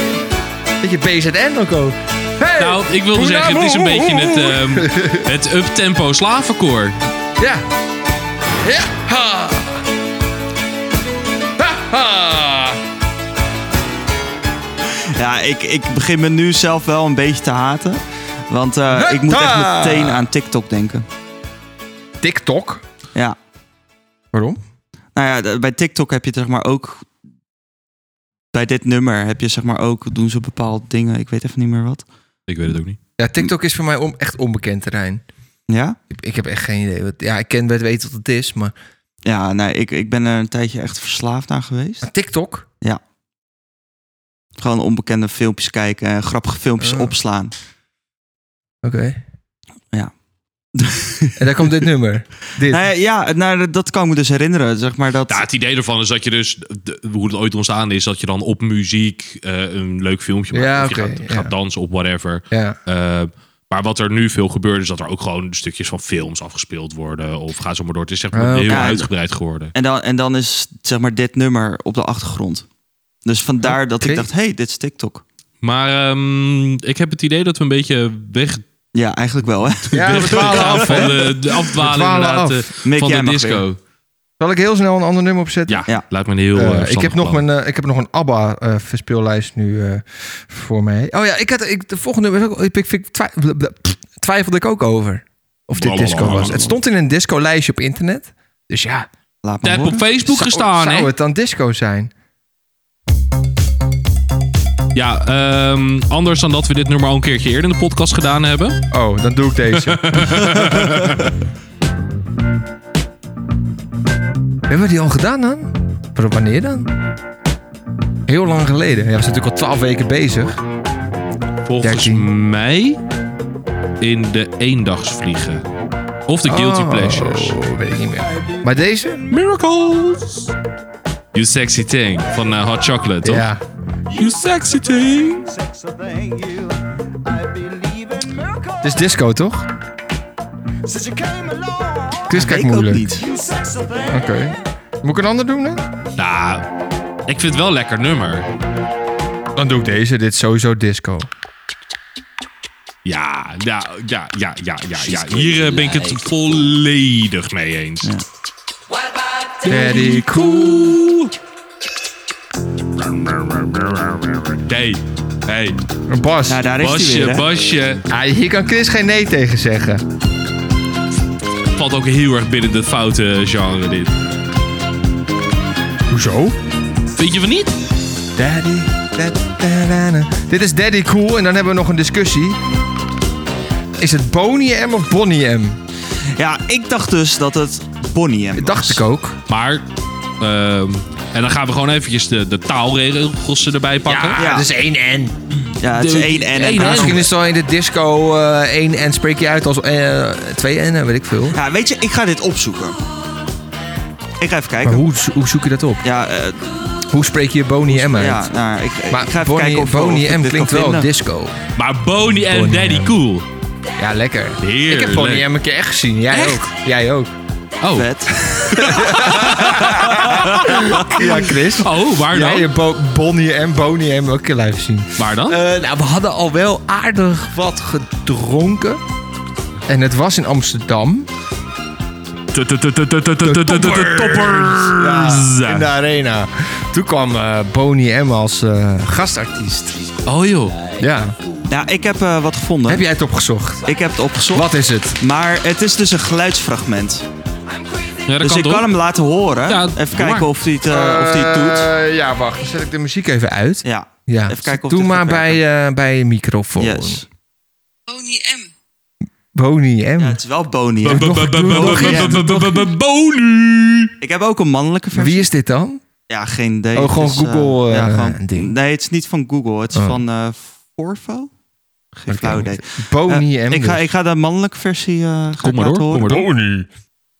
[SPEAKER 3] Beetje BZN ook ook. Hey!
[SPEAKER 1] Nou, ik wilde zeggen, het is een beetje het, ehm het uptempo slavenkoor.
[SPEAKER 3] Ja. Ja. Ha. Ha, ha.
[SPEAKER 4] Ja, ik, ik begin me nu zelf wel een beetje te haten. Want eh,
[SPEAKER 3] Hupta!
[SPEAKER 4] ik moet echt meteen aan TikTok denken.
[SPEAKER 3] TikTok.
[SPEAKER 4] Ja.
[SPEAKER 3] Waarom?
[SPEAKER 4] Nou ja, d- bij TikTok heb je het, zeg maar ook... Bij dit nummer heb je zeg maar ook... Doen ze bepaalde dingen, ik weet even niet meer wat.
[SPEAKER 1] Ik weet het ook niet.
[SPEAKER 3] Ja, TikTok is voor mij on- echt onbekend terrein.
[SPEAKER 4] Ja?
[SPEAKER 3] Ik, ik heb echt geen idee. Wat, ja, ik ken wel weten wat het is, maar
[SPEAKER 4] Ja, nee, ik, ik ben er een tijdje echt verslaafd aan geweest.
[SPEAKER 3] maar Ah, TikTok.
[SPEAKER 4] Gewoon onbekende filmpjes kijken, eh, grappige filmpjes
[SPEAKER 3] Oh.
[SPEAKER 4] opslaan.
[SPEAKER 3] Oké.
[SPEAKER 4] Ja.
[SPEAKER 3] *laughs* En daar komt dit nummer. Dit.
[SPEAKER 4] Nou ja, ja, nou, dat- dat kan ik me dus herinneren. Zeg maar dat...
[SPEAKER 1] Ja, Nou, het idee ervan is dat je dus, de- hoe het ooit ontstaan is, dat je dan op muziek eh, een leuk filmpje maakt.
[SPEAKER 3] Ja,
[SPEAKER 1] of je
[SPEAKER 3] oké,
[SPEAKER 1] gaat,
[SPEAKER 3] ja.
[SPEAKER 1] gaat dansen op whatever.
[SPEAKER 3] Ja.
[SPEAKER 1] Eh, maar wat er nu veel gebeurt, is dat er ook gewoon stukjes van films afgespeeld worden. Of ga zo maar door. Het is zeg maar
[SPEAKER 3] Ah,
[SPEAKER 1] heel
[SPEAKER 3] oké.
[SPEAKER 1] uitgebreid geworden.
[SPEAKER 4] En dan, en dan is zeg maar dit nummer op de achtergrond. Dus vandaar dat ik
[SPEAKER 3] Oké.
[SPEAKER 4] dacht, hé, hey, dit is TikTok.
[SPEAKER 1] Maar ehm, ik heb het idee dat we een beetje weg,
[SPEAKER 4] Ja, eigenlijk wel, hè?
[SPEAKER 3] Ja, we dwalen
[SPEAKER 1] af
[SPEAKER 3] af.
[SPEAKER 1] van
[SPEAKER 3] hè?
[SPEAKER 1] de, de afdwaling
[SPEAKER 3] We dwalen
[SPEAKER 1] inderdaad,
[SPEAKER 3] af.
[SPEAKER 1] eh,
[SPEAKER 4] Mick,
[SPEAKER 1] van de
[SPEAKER 4] jij mag
[SPEAKER 1] disco.
[SPEAKER 3] Zal ik heel snel een ander nummer opzetten?
[SPEAKER 1] Ja,
[SPEAKER 4] Ja.
[SPEAKER 1] laat me een heel
[SPEAKER 3] Eh,
[SPEAKER 1] eh,
[SPEAKER 3] ik,
[SPEAKER 1] verstandig
[SPEAKER 3] heb nog
[SPEAKER 1] plan.
[SPEAKER 3] mijn, eh, ik heb nog een ABBA-verspeellijst nu eh, voor mij. Oh ja, ik had, ik, de volgende nummer is ook- ik, ik, ik twi- bla- bla- pff, twijfelde ik ook over. Of dit disco was. Het stond in een disco-lijstje op internet. Dus ja,
[SPEAKER 4] *laughs* Laat
[SPEAKER 1] Dat
[SPEAKER 4] maar
[SPEAKER 1] heb op
[SPEAKER 4] horen.
[SPEAKER 1] Facebook
[SPEAKER 3] zou,
[SPEAKER 1] gestaan,
[SPEAKER 3] zou
[SPEAKER 1] hè?
[SPEAKER 3] het dan disco zijn?
[SPEAKER 1] Ja, ehm, anders dan dat we dit nummer al een keertje eerder in de podcast gedaan hebben.
[SPEAKER 3] Oh, dan doe ik deze. Hebben we die al gedaan dan? Maar Wanneer dan? Heel lang geleden. Ja, we zijn natuurlijk al twaalf weken bezig.
[SPEAKER 1] Volgens
[SPEAKER 3] 13.
[SPEAKER 1] mij in de eendagsvliegen. Of de Guilty
[SPEAKER 3] Oh,
[SPEAKER 1] Pleasures.
[SPEAKER 3] weet ik niet meer. Maar deze?
[SPEAKER 1] Miracles! You Sexy Thing van eh, Hot Chocolate, toch?
[SPEAKER 3] Ja.
[SPEAKER 1] You Sexy Thing!
[SPEAKER 3] Het is disco, toch? Chris kijkt
[SPEAKER 4] Ik ook
[SPEAKER 3] moeilijk.
[SPEAKER 4] niet.
[SPEAKER 3] Oké. Moet ik een ander doen dan?
[SPEAKER 1] Nou, ik vind het wel een lekker nummer.
[SPEAKER 3] Dan doe ik deze. Dit is sowieso disco.
[SPEAKER 1] Ja, ja, ja, ja, ja, ja. ja. Hier eh, ben ik het volledig mee eens.
[SPEAKER 3] Daddy cool.
[SPEAKER 1] Hey, hey,
[SPEAKER 3] Bas.
[SPEAKER 4] Nou, daar is hij weer,
[SPEAKER 1] Basje,
[SPEAKER 4] hè?
[SPEAKER 1] Basje.
[SPEAKER 3] Ah, hier kan Chris geen nee tegen zeggen.
[SPEAKER 1] Valt ook heel erg binnen de foute genre dit.
[SPEAKER 3] Hoezo?
[SPEAKER 1] Vind je van niet?
[SPEAKER 3] Daddy. da- da- da- da. Dit is Daddy Cool en dan hebben we nog een discussie. Is het Bonnie M of Bonnie M?
[SPEAKER 4] Ja, ik dacht dus dat het Bonnie M was.
[SPEAKER 3] Dacht ik ook.
[SPEAKER 1] Maar, ehm, en dan gaan we gewoon eventjes de, de taalregels erbij pakken.
[SPEAKER 4] Ja.
[SPEAKER 3] is Dus één N.
[SPEAKER 4] Ja, het is
[SPEAKER 1] De-
[SPEAKER 4] één en
[SPEAKER 1] één
[SPEAKER 4] en
[SPEAKER 1] en.
[SPEAKER 4] aan.
[SPEAKER 3] Misschien is het al in de disco eh, één N spreek je uit als eh, twee N, weet ik veel.
[SPEAKER 4] Ja, weet je, ik ga dit opzoeken. Ik ga even
[SPEAKER 3] Maar
[SPEAKER 4] kijken.
[SPEAKER 3] hoe, hoe zoek je dat op?
[SPEAKER 4] Ja, eh,
[SPEAKER 3] Hoe spreek je Bonnie M uit?
[SPEAKER 4] ja nou, ik, ik
[SPEAKER 3] Maar
[SPEAKER 4] ga even
[SPEAKER 3] Bonnie,
[SPEAKER 4] kijken of
[SPEAKER 3] Bonnie
[SPEAKER 4] of ik
[SPEAKER 3] M
[SPEAKER 4] dit
[SPEAKER 3] klinkt
[SPEAKER 4] kan
[SPEAKER 3] wel
[SPEAKER 4] vinden.
[SPEAKER 3] disco.
[SPEAKER 1] Maar Bonnie en
[SPEAKER 3] Bonnie
[SPEAKER 1] Daddy
[SPEAKER 3] en-
[SPEAKER 1] Cool.
[SPEAKER 3] Ja, lekker.
[SPEAKER 1] Heerlijk.
[SPEAKER 3] Ik heb Bonnie M een keer echt gezien. Jij
[SPEAKER 1] Echt?
[SPEAKER 3] ook. Jij ook.
[SPEAKER 1] Oh,
[SPEAKER 4] Vet.
[SPEAKER 3] Ja, Chris.
[SPEAKER 1] oh waar
[SPEAKER 3] Jij
[SPEAKER 1] dan?
[SPEAKER 3] hebt Bo- Bonnie en Bonnie M ook een keer live gezien.
[SPEAKER 1] Waar dan?
[SPEAKER 3] Eh, nou, we hadden al wel aardig wat gedronken. En het was in Amsterdam.
[SPEAKER 1] Toppers.
[SPEAKER 3] in de arena. Toen kwam eh, Boney M als eh, gastartiest.
[SPEAKER 1] Oh joh.
[SPEAKER 3] Ja.
[SPEAKER 4] Nou, ik heb eh, wat gevonden.
[SPEAKER 3] Heb jij het opgezocht?
[SPEAKER 4] Ik heb het opgezocht.
[SPEAKER 3] Wat is het?
[SPEAKER 4] Maar het is dus een geluidsfragment.
[SPEAKER 1] Ja, dat
[SPEAKER 4] Dus
[SPEAKER 1] kan
[SPEAKER 4] ik kan
[SPEAKER 1] toch?
[SPEAKER 4] hem laten horen.
[SPEAKER 1] Ja,
[SPEAKER 4] even
[SPEAKER 1] doe
[SPEAKER 4] kijken
[SPEAKER 1] maar.
[SPEAKER 4] of hij het, eh, of die het doet.
[SPEAKER 3] Eh, ja, wacht. Dan zet ik de muziek even uit.
[SPEAKER 4] Ja.
[SPEAKER 3] Ja.
[SPEAKER 4] Even kijken of
[SPEAKER 3] Doe
[SPEAKER 4] dit
[SPEAKER 3] maar
[SPEAKER 4] gaat
[SPEAKER 3] bij,
[SPEAKER 4] werken.
[SPEAKER 3] eh, bij je microfoon.
[SPEAKER 4] Yes.
[SPEAKER 7] Bonnie M.
[SPEAKER 3] Boney M.
[SPEAKER 4] Ja, het is wel Bonnie. hè?
[SPEAKER 3] Bo- nog- doe nog-
[SPEAKER 1] Bonu.
[SPEAKER 4] Ik heb ook een mannelijke versie.
[SPEAKER 3] Wie is dit dan?
[SPEAKER 4] Ja, geen idee.
[SPEAKER 3] Oh, gewoon
[SPEAKER 4] Het is, eh,
[SPEAKER 3] Google, eh,
[SPEAKER 4] ja, gewoon-
[SPEAKER 3] ding.
[SPEAKER 4] Nee, het is niet van Google. Het is
[SPEAKER 3] Oh.
[SPEAKER 4] van eh Forvo. Geen flauw idee.
[SPEAKER 3] Boney
[SPEAKER 4] Eh,
[SPEAKER 3] M.
[SPEAKER 4] ik, ga,
[SPEAKER 3] dus.
[SPEAKER 4] ik ga de mannelijke versie eh, ga ik
[SPEAKER 1] Kom maar
[SPEAKER 4] laten
[SPEAKER 1] door, kom
[SPEAKER 4] horen.
[SPEAKER 1] maar door.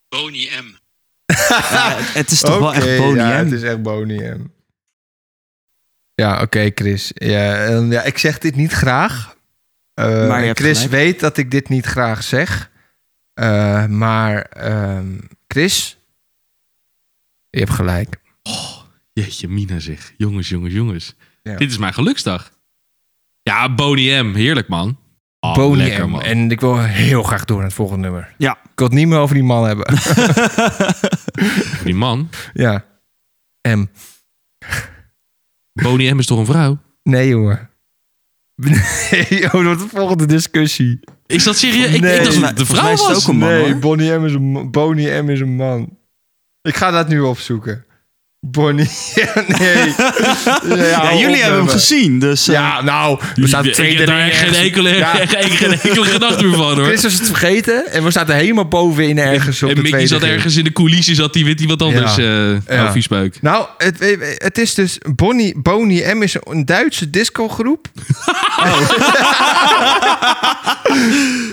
[SPEAKER 7] Bonnie M.
[SPEAKER 4] Ja, het is toch wel
[SPEAKER 3] Oké,
[SPEAKER 4] echt Bonnie
[SPEAKER 3] ja,
[SPEAKER 4] M.
[SPEAKER 3] het is echt Boney M. Ja, oké, Chris. Ja, en ja, ik zeg dit niet graag. Eh,
[SPEAKER 4] Maar je hebt
[SPEAKER 3] Chris
[SPEAKER 4] gelijk.
[SPEAKER 3] weet dat ik dit niet graag zeg. Eh, maar ehm, Chris, je hebt gelijk.
[SPEAKER 1] Jeetje, Mina zeg. Jongens, jongens, jongens.
[SPEAKER 3] Ja.
[SPEAKER 1] Dit is mijn geluksdag. Ja, Bonnie M. Heerlijk, man. Oh,
[SPEAKER 3] Boney
[SPEAKER 1] lekker,
[SPEAKER 3] M.
[SPEAKER 1] man.
[SPEAKER 3] En ik wil heel graag door naar het volgende nummer.
[SPEAKER 4] Ja.
[SPEAKER 3] Ik wil het niet meer over die man hebben. *laughs*
[SPEAKER 1] Die man.
[SPEAKER 3] ja. M.
[SPEAKER 1] Bonnie M is toch een vrouw?
[SPEAKER 3] Nee, jongen. *laughs* Nee, oh, dat wordt de volgende discussie.
[SPEAKER 1] Is dat serieus? Ik,
[SPEAKER 3] Nee.
[SPEAKER 1] ik dacht dat het de
[SPEAKER 4] Volgens
[SPEAKER 1] vrouw
[SPEAKER 4] mij is het
[SPEAKER 1] was.
[SPEAKER 4] ook een man,
[SPEAKER 3] nee,
[SPEAKER 4] hoor.
[SPEAKER 3] Bonnie M is een man- Bonnie M is een man. Ik ga dat nu opzoeken. Bonnie. *laughs*
[SPEAKER 1] *laughs*
[SPEAKER 3] nee.
[SPEAKER 4] Ja,
[SPEAKER 3] hou op
[SPEAKER 4] jullie hebben hem
[SPEAKER 3] met me.
[SPEAKER 4] gezien, dus... eh,
[SPEAKER 3] Ja, nou, we staan
[SPEAKER 1] Ik
[SPEAKER 3] tweede
[SPEAKER 1] heb daar
[SPEAKER 3] ring
[SPEAKER 1] echt geen
[SPEAKER 3] ergens.
[SPEAKER 1] enkele,
[SPEAKER 3] Ja,
[SPEAKER 1] echt *laughs* geen enkele gedachte meer van, hoor.
[SPEAKER 3] Chris was het vergeten en we zaten helemaal bovenin ergens op
[SPEAKER 1] En
[SPEAKER 3] de
[SPEAKER 1] Mickey
[SPEAKER 3] tweede
[SPEAKER 1] zat
[SPEAKER 3] ring.
[SPEAKER 1] ergens in de coulissen, zat die met iemand anders. eh
[SPEAKER 3] Ja.
[SPEAKER 1] Oh, viespeuk.
[SPEAKER 3] Nou, het, het is dus Bonnie, Bonnie M is een
[SPEAKER 1] *laughs*
[SPEAKER 3] Duitse discogroep. Oh.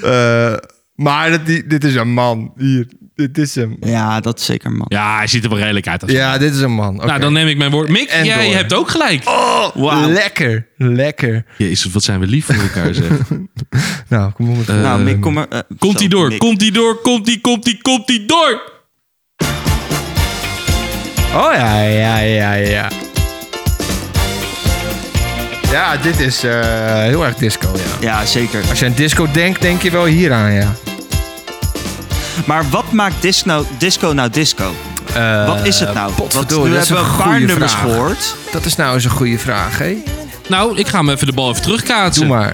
[SPEAKER 3] Eh, maar dat, die, dit is een man. Hier, dit is hem.
[SPEAKER 4] ja, dat is zeker man.
[SPEAKER 1] Ja, hij ziet er wel redelijk uit. Als
[SPEAKER 3] Ja, dit is een man. Oké.
[SPEAKER 1] Nou, dan neem ik mijn woord. Mick,
[SPEAKER 3] En
[SPEAKER 1] jij
[SPEAKER 3] door. Oh.
[SPEAKER 1] hebt ook gelijk.
[SPEAKER 4] Wauw.
[SPEAKER 3] Lekker, lekker.
[SPEAKER 1] Jezus, wat zijn we lief voor elkaar,
[SPEAKER 3] *laughs*
[SPEAKER 1] zeg.
[SPEAKER 3] Nou, kom op.
[SPEAKER 1] Eh,
[SPEAKER 4] nou, Mick, kom maar... eh,
[SPEAKER 1] Komt
[SPEAKER 4] zo,
[SPEAKER 1] hij door,
[SPEAKER 4] Mick.
[SPEAKER 1] komt hij door, komt hij, komt hij, komt hij door.
[SPEAKER 3] Oh ja, ja, ja, ja. Ja, dit is eh, heel erg disco, ja.
[SPEAKER 4] Ja, zeker.
[SPEAKER 3] Als je aan disco denkt, denk je wel hieraan, ja.
[SPEAKER 4] Maar wat maakt dis nou, disco nou disco?
[SPEAKER 1] Eh,
[SPEAKER 4] wat is het nou? Wat,
[SPEAKER 3] potverdorie,
[SPEAKER 4] we
[SPEAKER 3] dat is
[SPEAKER 4] hebben
[SPEAKER 3] een
[SPEAKER 4] een paar
[SPEAKER 3] goeie
[SPEAKER 4] nummers
[SPEAKER 3] vraag.
[SPEAKER 4] gehoord.
[SPEAKER 3] Dat is nou eens een goede vraag, hè?
[SPEAKER 1] Nou, ik ga hem even de bal even terugkaatsen.
[SPEAKER 3] Doe maar.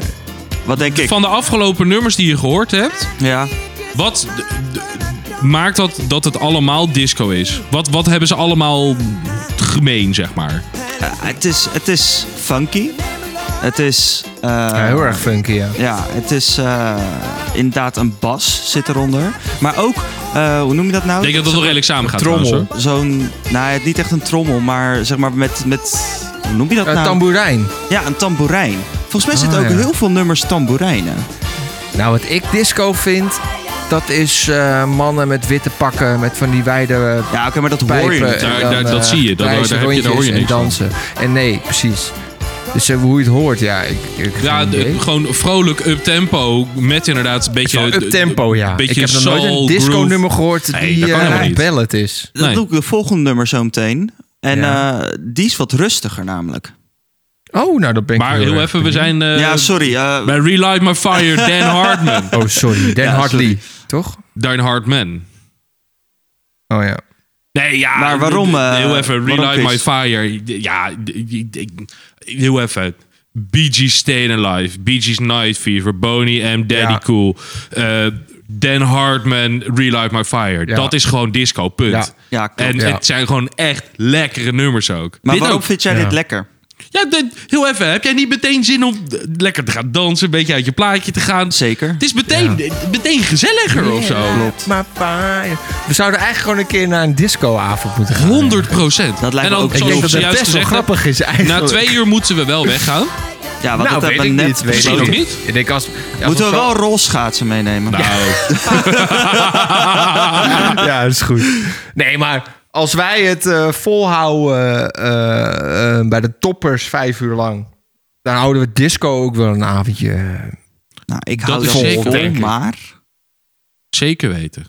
[SPEAKER 4] Wat denk ik?
[SPEAKER 1] Van de afgelopen nummers die je gehoord hebt,
[SPEAKER 4] Ja.
[SPEAKER 1] wat d- d- maakt dat dat het allemaal disco is? Wat, wat hebben ze allemaal gemeen, zeg maar?
[SPEAKER 4] Ja, het, is, het is funky. Het is... eh,
[SPEAKER 3] Ja, heel erg funky, ja.
[SPEAKER 4] Ja, het is eh, inderdaad een bas zit eronder. Maar ook, eh, hoe noem je dat nou?
[SPEAKER 1] Ik denk dat dat wel redelijk samen gaat
[SPEAKER 3] Trommel.
[SPEAKER 1] trouwens, hoor.
[SPEAKER 4] Zo'n, nou het niet echt een trommel, maar zeg maar met, met hoe noem je dat
[SPEAKER 3] Eh,
[SPEAKER 4] nou?
[SPEAKER 3] tamboerijn.
[SPEAKER 4] ja, een tamboerijn. Volgens mij zitten
[SPEAKER 3] Ah,
[SPEAKER 4] ook
[SPEAKER 3] ja.
[SPEAKER 4] heel veel nummers tamboerijnen.
[SPEAKER 3] Nou, wat ik disco vind, dat is eh, mannen met witte pakken, met van die wijde eh,
[SPEAKER 4] Ja, oké, maar dat hoor je
[SPEAKER 3] pijpen.
[SPEAKER 4] niet.
[SPEAKER 1] daar-
[SPEAKER 3] en dan,
[SPEAKER 1] daar- Nou, dat
[SPEAKER 3] eh,
[SPEAKER 1] zie je. Dat-
[SPEAKER 3] reizen,
[SPEAKER 1] daar heb je- daar hoor je
[SPEAKER 3] rondjes en
[SPEAKER 1] niks
[SPEAKER 3] dansen. En nee, precies. Dus eh, hoe je het hoort, ja. Ik, ik,
[SPEAKER 1] Ja,
[SPEAKER 3] geen
[SPEAKER 1] d-
[SPEAKER 3] idee.
[SPEAKER 1] gewoon vrolijk up-tempo met inderdaad een beetje...
[SPEAKER 3] Zo'n uptempo, ja.
[SPEAKER 1] beetje
[SPEAKER 3] Ik heb nog nooit een
[SPEAKER 1] soul, groove.
[SPEAKER 3] disco-nummer gehoord
[SPEAKER 1] Nee,
[SPEAKER 3] die
[SPEAKER 1] dat kan
[SPEAKER 3] eh,
[SPEAKER 1] helemaal niet.
[SPEAKER 3] ballad is.
[SPEAKER 4] Dat
[SPEAKER 1] Nee.
[SPEAKER 4] doe ik de volgende nummer zo meteen. En
[SPEAKER 3] Ja.
[SPEAKER 4] eh, die is wat rustiger namelijk.
[SPEAKER 3] Oh, nou, dat ben ik
[SPEAKER 1] Maar heel even, we zijn eh,
[SPEAKER 4] ja, sorry. eh,
[SPEAKER 1] bij Relight My Fire, Dan Hartman. *laughs*
[SPEAKER 3] Oh, sorry. Dan
[SPEAKER 4] Ja,
[SPEAKER 3] Hartley,
[SPEAKER 4] sorry.
[SPEAKER 3] toch?
[SPEAKER 1] Dan Hartman.
[SPEAKER 3] Oh ja.
[SPEAKER 1] Nee, ja.
[SPEAKER 4] Maar waarom,
[SPEAKER 1] d- d-
[SPEAKER 4] eh,
[SPEAKER 1] heel even,
[SPEAKER 4] waarom,
[SPEAKER 1] Relight My
[SPEAKER 4] Chris?
[SPEAKER 1] Fire. D- Ja, d- d- d- heel even. Bee Gees Stayin' Alive, Bee Gees Night Fever, Boney M, Daddy
[SPEAKER 3] Ja.
[SPEAKER 1] Cool, eh, Dan Hartman, Relight My Fire.
[SPEAKER 3] Ja.
[SPEAKER 1] Dat is gewoon disco, punt.
[SPEAKER 3] Ja.
[SPEAKER 4] Ja, klopt.
[SPEAKER 1] en
[SPEAKER 3] Ja.
[SPEAKER 1] het zijn gewoon echt lekkere nummers ook.
[SPEAKER 4] maar
[SPEAKER 1] Dit
[SPEAKER 4] waarom
[SPEAKER 1] ook.
[SPEAKER 4] vind jij
[SPEAKER 3] Ja.
[SPEAKER 4] dit lekker?
[SPEAKER 1] Ja, dit- heel even. Heb jij niet meteen zin om eh, lekker te gaan dansen, een beetje uit je plaatje te gaan?
[SPEAKER 4] Zeker.
[SPEAKER 1] Het is meteen, eh, meteen gezelliger of zo.
[SPEAKER 3] Maar fire. We zouden eigenlijk gewoon een keer naar een discoavond moeten gaan.
[SPEAKER 1] 100 procent.
[SPEAKER 4] Dat lijkt
[SPEAKER 1] en
[SPEAKER 4] me
[SPEAKER 1] dan,
[SPEAKER 4] ook
[SPEAKER 3] Ik
[SPEAKER 1] zoals
[SPEAKER 3] denk dat
[SPEAKER 4] Zoals
[SPEAKER 1] ze
[SPEAKER 3] het
[SPEAKER 1] juist
[SPEAKER 3] best wel
[SPEAKER 1] gezegd hebben,
[SPEAKER 3] grappig is eigenlijk.
[SPEAKER 1] Na twee uur moeten we wel weggaan.
[SPEAKER 4] Ja, want
[SPEAKER 3] Nou,
[SPEAKER 4] dat
[SPEAKER 3] weet ik
[SPEAKER 4] hebben we net
[SPEAKER 3] niet. Weet
[SPEAKER 1] Misschien
[SPEAKER 3] ik
[SPEAKER 1] ook
[SPEAKER 3] niet.
[SPEAKER 1] niet.
[SPEAKER 3] Ik denk als... ja,
[SPEAKER 4] Moeten we
[SPEAKER 3] als
[SPEAKER 4] wel rolschaatsen meenemen?
[SPEAKER 1] Nou,
[SPEAKER 3] *laughs* ja, dat is goed. Nee, maar als wij het eh, volhouden eh, eh, bij de toppers vijf uur lang... dan houden we disco ook wel een avondje.
[SPEAKER 4] Nou, ik
[SPEAKER 1] Dat
[SPEAKER 4] hou
[SPEAKER 1] is
[SPEAKER 4] dat
[SPEAKER 1] zeker,
[SPEAKER 4] vol,
[SPEAKER 1] denk ik.
[SPEAKER 4] maar...
[SPEAKER 1] zeker weten.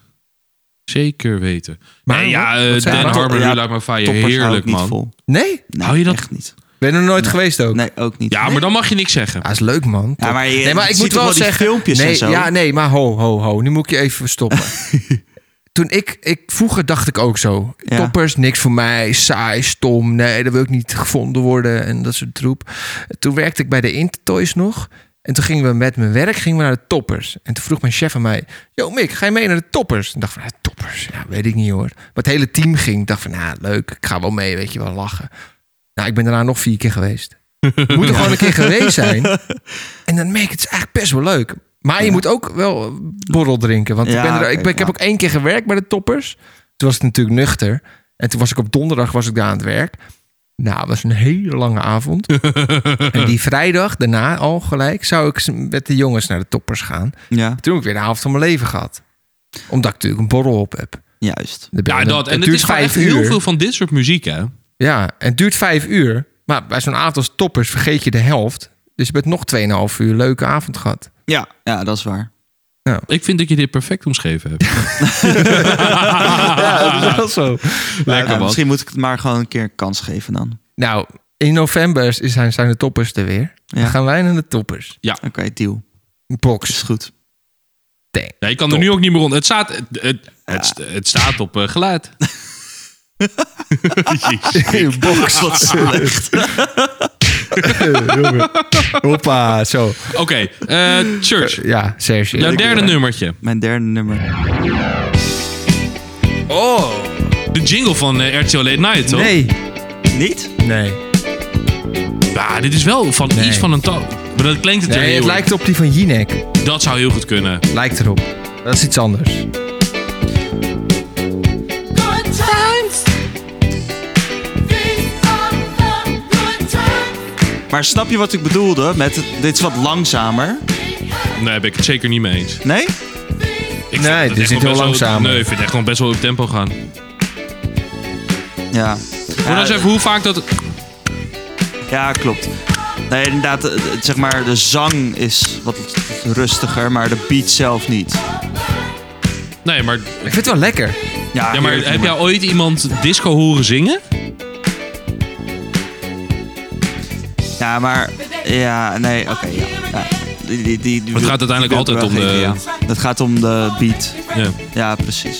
[SPEAKER 1] Zeker weten.
[SPEAKER 3] Maar
[SPEAKER 1] Maar nee, ja,
[SPEAKER 3] wat-
[SPEAKER 1] eh,
[SPEAKER 3] wat zei je
[SPEAKER 1] Dan
[SPEAKER 3] nou?
[SPEAKER 1] Harmon,
[SPEAKER 4] Ja,
[SPEAKER 1] ja, Relight My Fire,
[SPEAKER 4] Toppers hou ik
[SPEAKER 1] heerlijk
[SPEAKER 4] niet
[SPEAKER 1] man.
[SPEAKER 4] vol.
[SPEAKER 3] Nee?
[SPEAKER 4] Nee,
[SPEAKER 1] Hou je dat-
[SPEAKER 4] echt niet.
[SPEAKER 3] Ben je er nooit geweest ook?
[SPEAKER 4] Nee, ook niet.
[SPEAKER 1] Ja, maar dan mag je niks zeggen.
[SPEAKER 3] Ja, is leuk, man.
[SPEAKER 4] Ja,
[SPEAKER 3] Top.
[SPEAKER 4] maar je-
[SPEAKER 3] nee, maar
[SPEAKER 4] je
[SPEAKER 3] ik
[SPEAKER 4] ziet
[SPEAKER 3] moet
[SPEAKER 4] toch
[SPEAKER 3] wel
[SPEAKER 4] wel die
[SPEAKER 3] zeggen...
[SPEAKER 4] filmpjes en
[SPEAKER 3] nee,
[SPEAKER 4] zo? *laughs*
[SPEAKER 3] Ja, nee, maar ho, ho, ho. Nu moet ik je even stoppen. toen ik, ik... Vroeger dacht ik ook zo.
[SPEAKER 4] Ja.
[SPEAKER 3] Toppers, niks voor mij. Saai, stom. Nee, dat wil ik niet gevonden worden. En dat soort troep. Toen werkte ik bij de Intertoys nog. En toen gingen we met mijn werk gingen we naar de toppers. En toen vroeg mijn chef aan mij... Yo Mick, ga je mee naar de toppers? En dacht van, ja, toppers? Ja, weet ik niet hoor. Maar het hele team ging. Ik dacht van, nou leuk. Ik ga wel mee, weet je wel, lachen. Nou, ik ben daarna nog vier keer geweest. Moet er gewoon
[SPEAKER 4] *laughs*
[SPEAKER 3] een keer geweest zijn. En dan merk ik, het is eigenlijk best wel leuk. Maar je moet ook wel borrel drinken. Want
[SPEAKER 4] Ja,
[SPEAKER 3] ik, ben er, ik, ben- ik heb
[SPEAKER 4] ja.
[SPEAKER 3] ook één keer gewerkt bij de toppers. Toen was het natuurlijk nuchter. En toen was ik op donderdag was ik daar aan het werk. Nou, het was een hele lange
[SPEAKER 4] *laughs*
[SPEAKER 3] avond. en die vrijdag daarna al gelijk zou ik met de jongens naar de toppers gaan.
[SPEAKER 4] Ja,
[SPEAKER 3] Toen heb ik weer de avond van mijn leven gehad. Omdat ik natuurlijk een borrel op heb.
[SPEAKER 4] juist.
[SPEAKER 3] Dan ben
[SPEAKER 1] Ja,
[SPEAKER 3] je-
[SPEAKER 1] dat. En het
[SPEAKER 3] duurt
[SPEAKER 1] is gewoon
[SPEAKER 3] vijf
[SPEAKER 1] echt heel
[SPEAKER 3] uur.
[SPEAKER 1] veel van dit soort muziek, hè?
[SPEAKER 3] Ja, en het duurt vijf uur. Maar bij zo'n avond als toppers vergeet je de helft. Dus je bent nog 2,5 uur leuke avond gehad.
[SPEAKER 4] Ja, ja dat is waar.
[SPEAKER 1] Ik vind dat je dit perfect omschreven
[SPEAKER 3] *laughs*
[SPEAKER 1] hebt.
[SPEAKER 3] wel zo.
[SPEAKER 1] Lekker,
[SPEAKER 4] Ja,
[SPEAKER 1] man.
[SPEAKER 4] misschien moet ik het maar gewoon een keer een kans geven dan.
[SPEAKER 3] Nou, in november is- zijn, zijn de toppers er weer. Dan gaan wij naar de toppers.
[SPEAKER 4] Oké, deal. Is
[SPEAKER 3] Box.
[SPEAKER 1] *laughs*
[SPEAKER 4] goed.
[SPEAKER 1] Ja, je kan er nu ook niet meer rond. Het staat, het, het, het, het staat op eh,
[SPEAKER 3] *laughs*
[SPEAKER 1] geluid.
[SPEAKER 3] Box.
[SPEAKER 4] Wat slecht.
[SPEAKER 3] Hoppa, zo.
[SPEAKER 1] Oké, eh, Church.
[SPEAKER 3] Ja, Serge.
[SPEAKER 1] Jouw derde nummertje.
[SPEAKER 4] Mijn derde nummer.
[SPEAKER 1] Oh. De jingle van eh, RTL Late Night, toch?
[SPEAKER 3] Nee.
[SPEAKER 4] Niet?
[SPEAKER 3] Nee.
[SPEAKER 1] Ja, dit is wel van
[SPEAKER 3] Nee.
[SPEAKER 1] iets van een toon. Maar dat klinkt het
[SPEAKER 3] nee
[SPEAKER 1] heel
[SPEAKER 3] het lijkt op die van Jinek.
[SPEAKER 1] Dat zou heel goed kunnen.
[SPEAKER 3] Lijkt erop. Dat is iets anders.
[SPEAKER 6] Good times. These are the good times.
[SPEAKER 4] Maar snap je wat ik bedoelde met het- dit is wat langzamer?
[SPEAKER 1] Nee, ben ik het zeker niet mee eens. Ik
[SPEAKER 4] Nee?
[SPEAKER 1] vind
[SPEAKER 3] Nee,
[SPEAKER 1] het echt nog
[SPEAKER 3] dit is niet heel
[SPEAKER 1] best wel-
[SPEAKER 3] langzaam.
[SPEAKER 1] Nee, ik vind het echt nog best wel op tempo gaan.
[SPEAKER 4] Ja.
[SPEAKER 1] Hoor nou eens even hoe vaak dat...
[SPEAKER 4] Ja, klopt. Nee, inderdaad, eh, eh, zeg maar, de zang is wat rustiger, maar de beat zelf niet.
[SPEAKER 1] Nee, maar,
[SPEAKER 3] Ik vind het wel lekker.
[SPEAKER 1] ja, maar
[SPEAKER 4] heerlijk
[SPEAKER 1] heb
[SPEAKER 4] nummer.
[SPEAKER 1] jij ooit iemand disco horen zingen?
[SPEAKER 4] Ja, maar... Ja, nee, oké, ja. ja. Die, die, die, die
[SPEAKER 1] het
[SPEAKER 4] wil-
[SPEAKER 1] gaat
[SPEAKER 4] die
[SPEAKER 1] uiteindelijk
[SPEAKER 4] wil
[SPEAKER 1] altijd
[SPEAKER 4] ik wel
[SPEAKER 1] om de-
[SPEAKER 4] geven, ja. Het gaat om de beat.
[SPEAKER 1] Ja.
[SPEAKER 4] Ja, precies.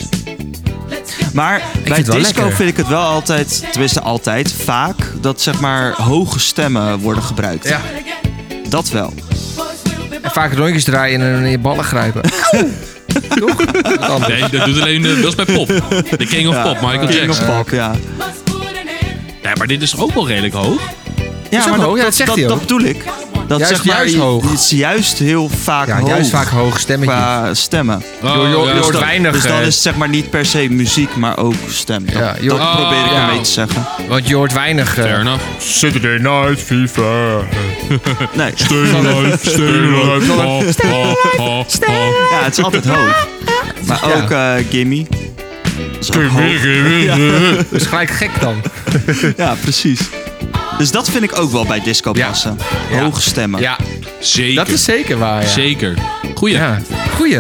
[SPEAKER 4] Maar bij
[SPEAKER 3] het wel
[SPEAKER 4] disco
[SPEAKER 3] lekker.
[SPEAKER 4] vind ik het wel altijd, tenminste altijd, vaak... dat zeg maar hoge stemmen worden gebruikt.
[SPEAKER 3] Ja.
[SPEAKER 4] Dat wel.
[SPEAKER 3] En vaak rondjes draaien en in je ballen *laughs* grijpen. Toch? Wat anders.
[SPEAKER 1] Nee, dat doet alleen... de- dat is bij pop. De King of Pop, Michael
[SPEAKER 4] King of
[SPEAKER 1] Jackson.
[SPEAKER 4] Pop, ja.
[SPEAKER 1] Nee, maar dit is ook wel redelijk hoog.
[SPEAKER 4] Ja,
[SPEAKER 3] ook hoog, ja, dat zegt
[SPEAKER 4] dat,
[SPEAKER 3] hij ook.
[SPEAKER 4] dat bedoel ik. Dat
[SPEAKER 3] Juist-
[SPEAKER 4] zeg maar,
[SPEAKER 3] juist
[SPEAKER 4] je-
[SPEAKER 3] hoog.
[SPEAKER 4] Het is juist heel vaak
[SPEAKER 3] Ja,
[SPEAKER 4] hoog.
[SPEAKER 3] juist vaak hoog stemmetje.
[SPEAKER 4] Qua stemmen.
[SPEAKER 1] Oh,
[SPEAKER 3] Je- je- je
[SPEAKER 1] ja,
[SPEAKER 3] hoort
[SPEAKER 1] dus dat-
[SPEAKER 3] weinig.
[SPEAKER 4] Dus dan
[SPEAKER 3] eh,
[SPEAKER 4] is het zeg maar niet per se muziek, maar ook stem. Dat,
[SPEAKER 3] Ja, joh.
[SPEAKER 4] dat
[SPEAKER 1] Oh,
[SPEAKER 4] probeer ik
[SPEAKER 1] ja.
[SPEAKER 4] ermee te zeggen.
[SPEAKER 3] Want je hoort weinig. eh,
[SPEAKER 1] Fair enough.
[SPEAKER 3] Saturday Night FIFA.
[SPEAKER 4] Nee,
[SPEAKER 1] Steenlijf, steenlijf,
[SPEAKER 4] ja, het is altijd hoog. Maar ook eh Gimme. Dat is ook hoog.
[SPEAKER 3] Dat is gelijk gek dan.
[SPEAKER 4] Ja, precies. Dus dat vind ik ook wel bij disco
[SPEAKER 3] Ja.
[SPEAKER 4] passen.
[SPEAKER 3] Ja.
[SPEAKER 4] Hoge stemmen.
[SPEAKER 3] Ja,
[SPEAKER 1] Zeker.
[SPEAKER 3] dat is zeker waar. Ja.
[SPEAKER 1] Zeker. Goeie.
[SPEAKER 3] Ja. Goeie.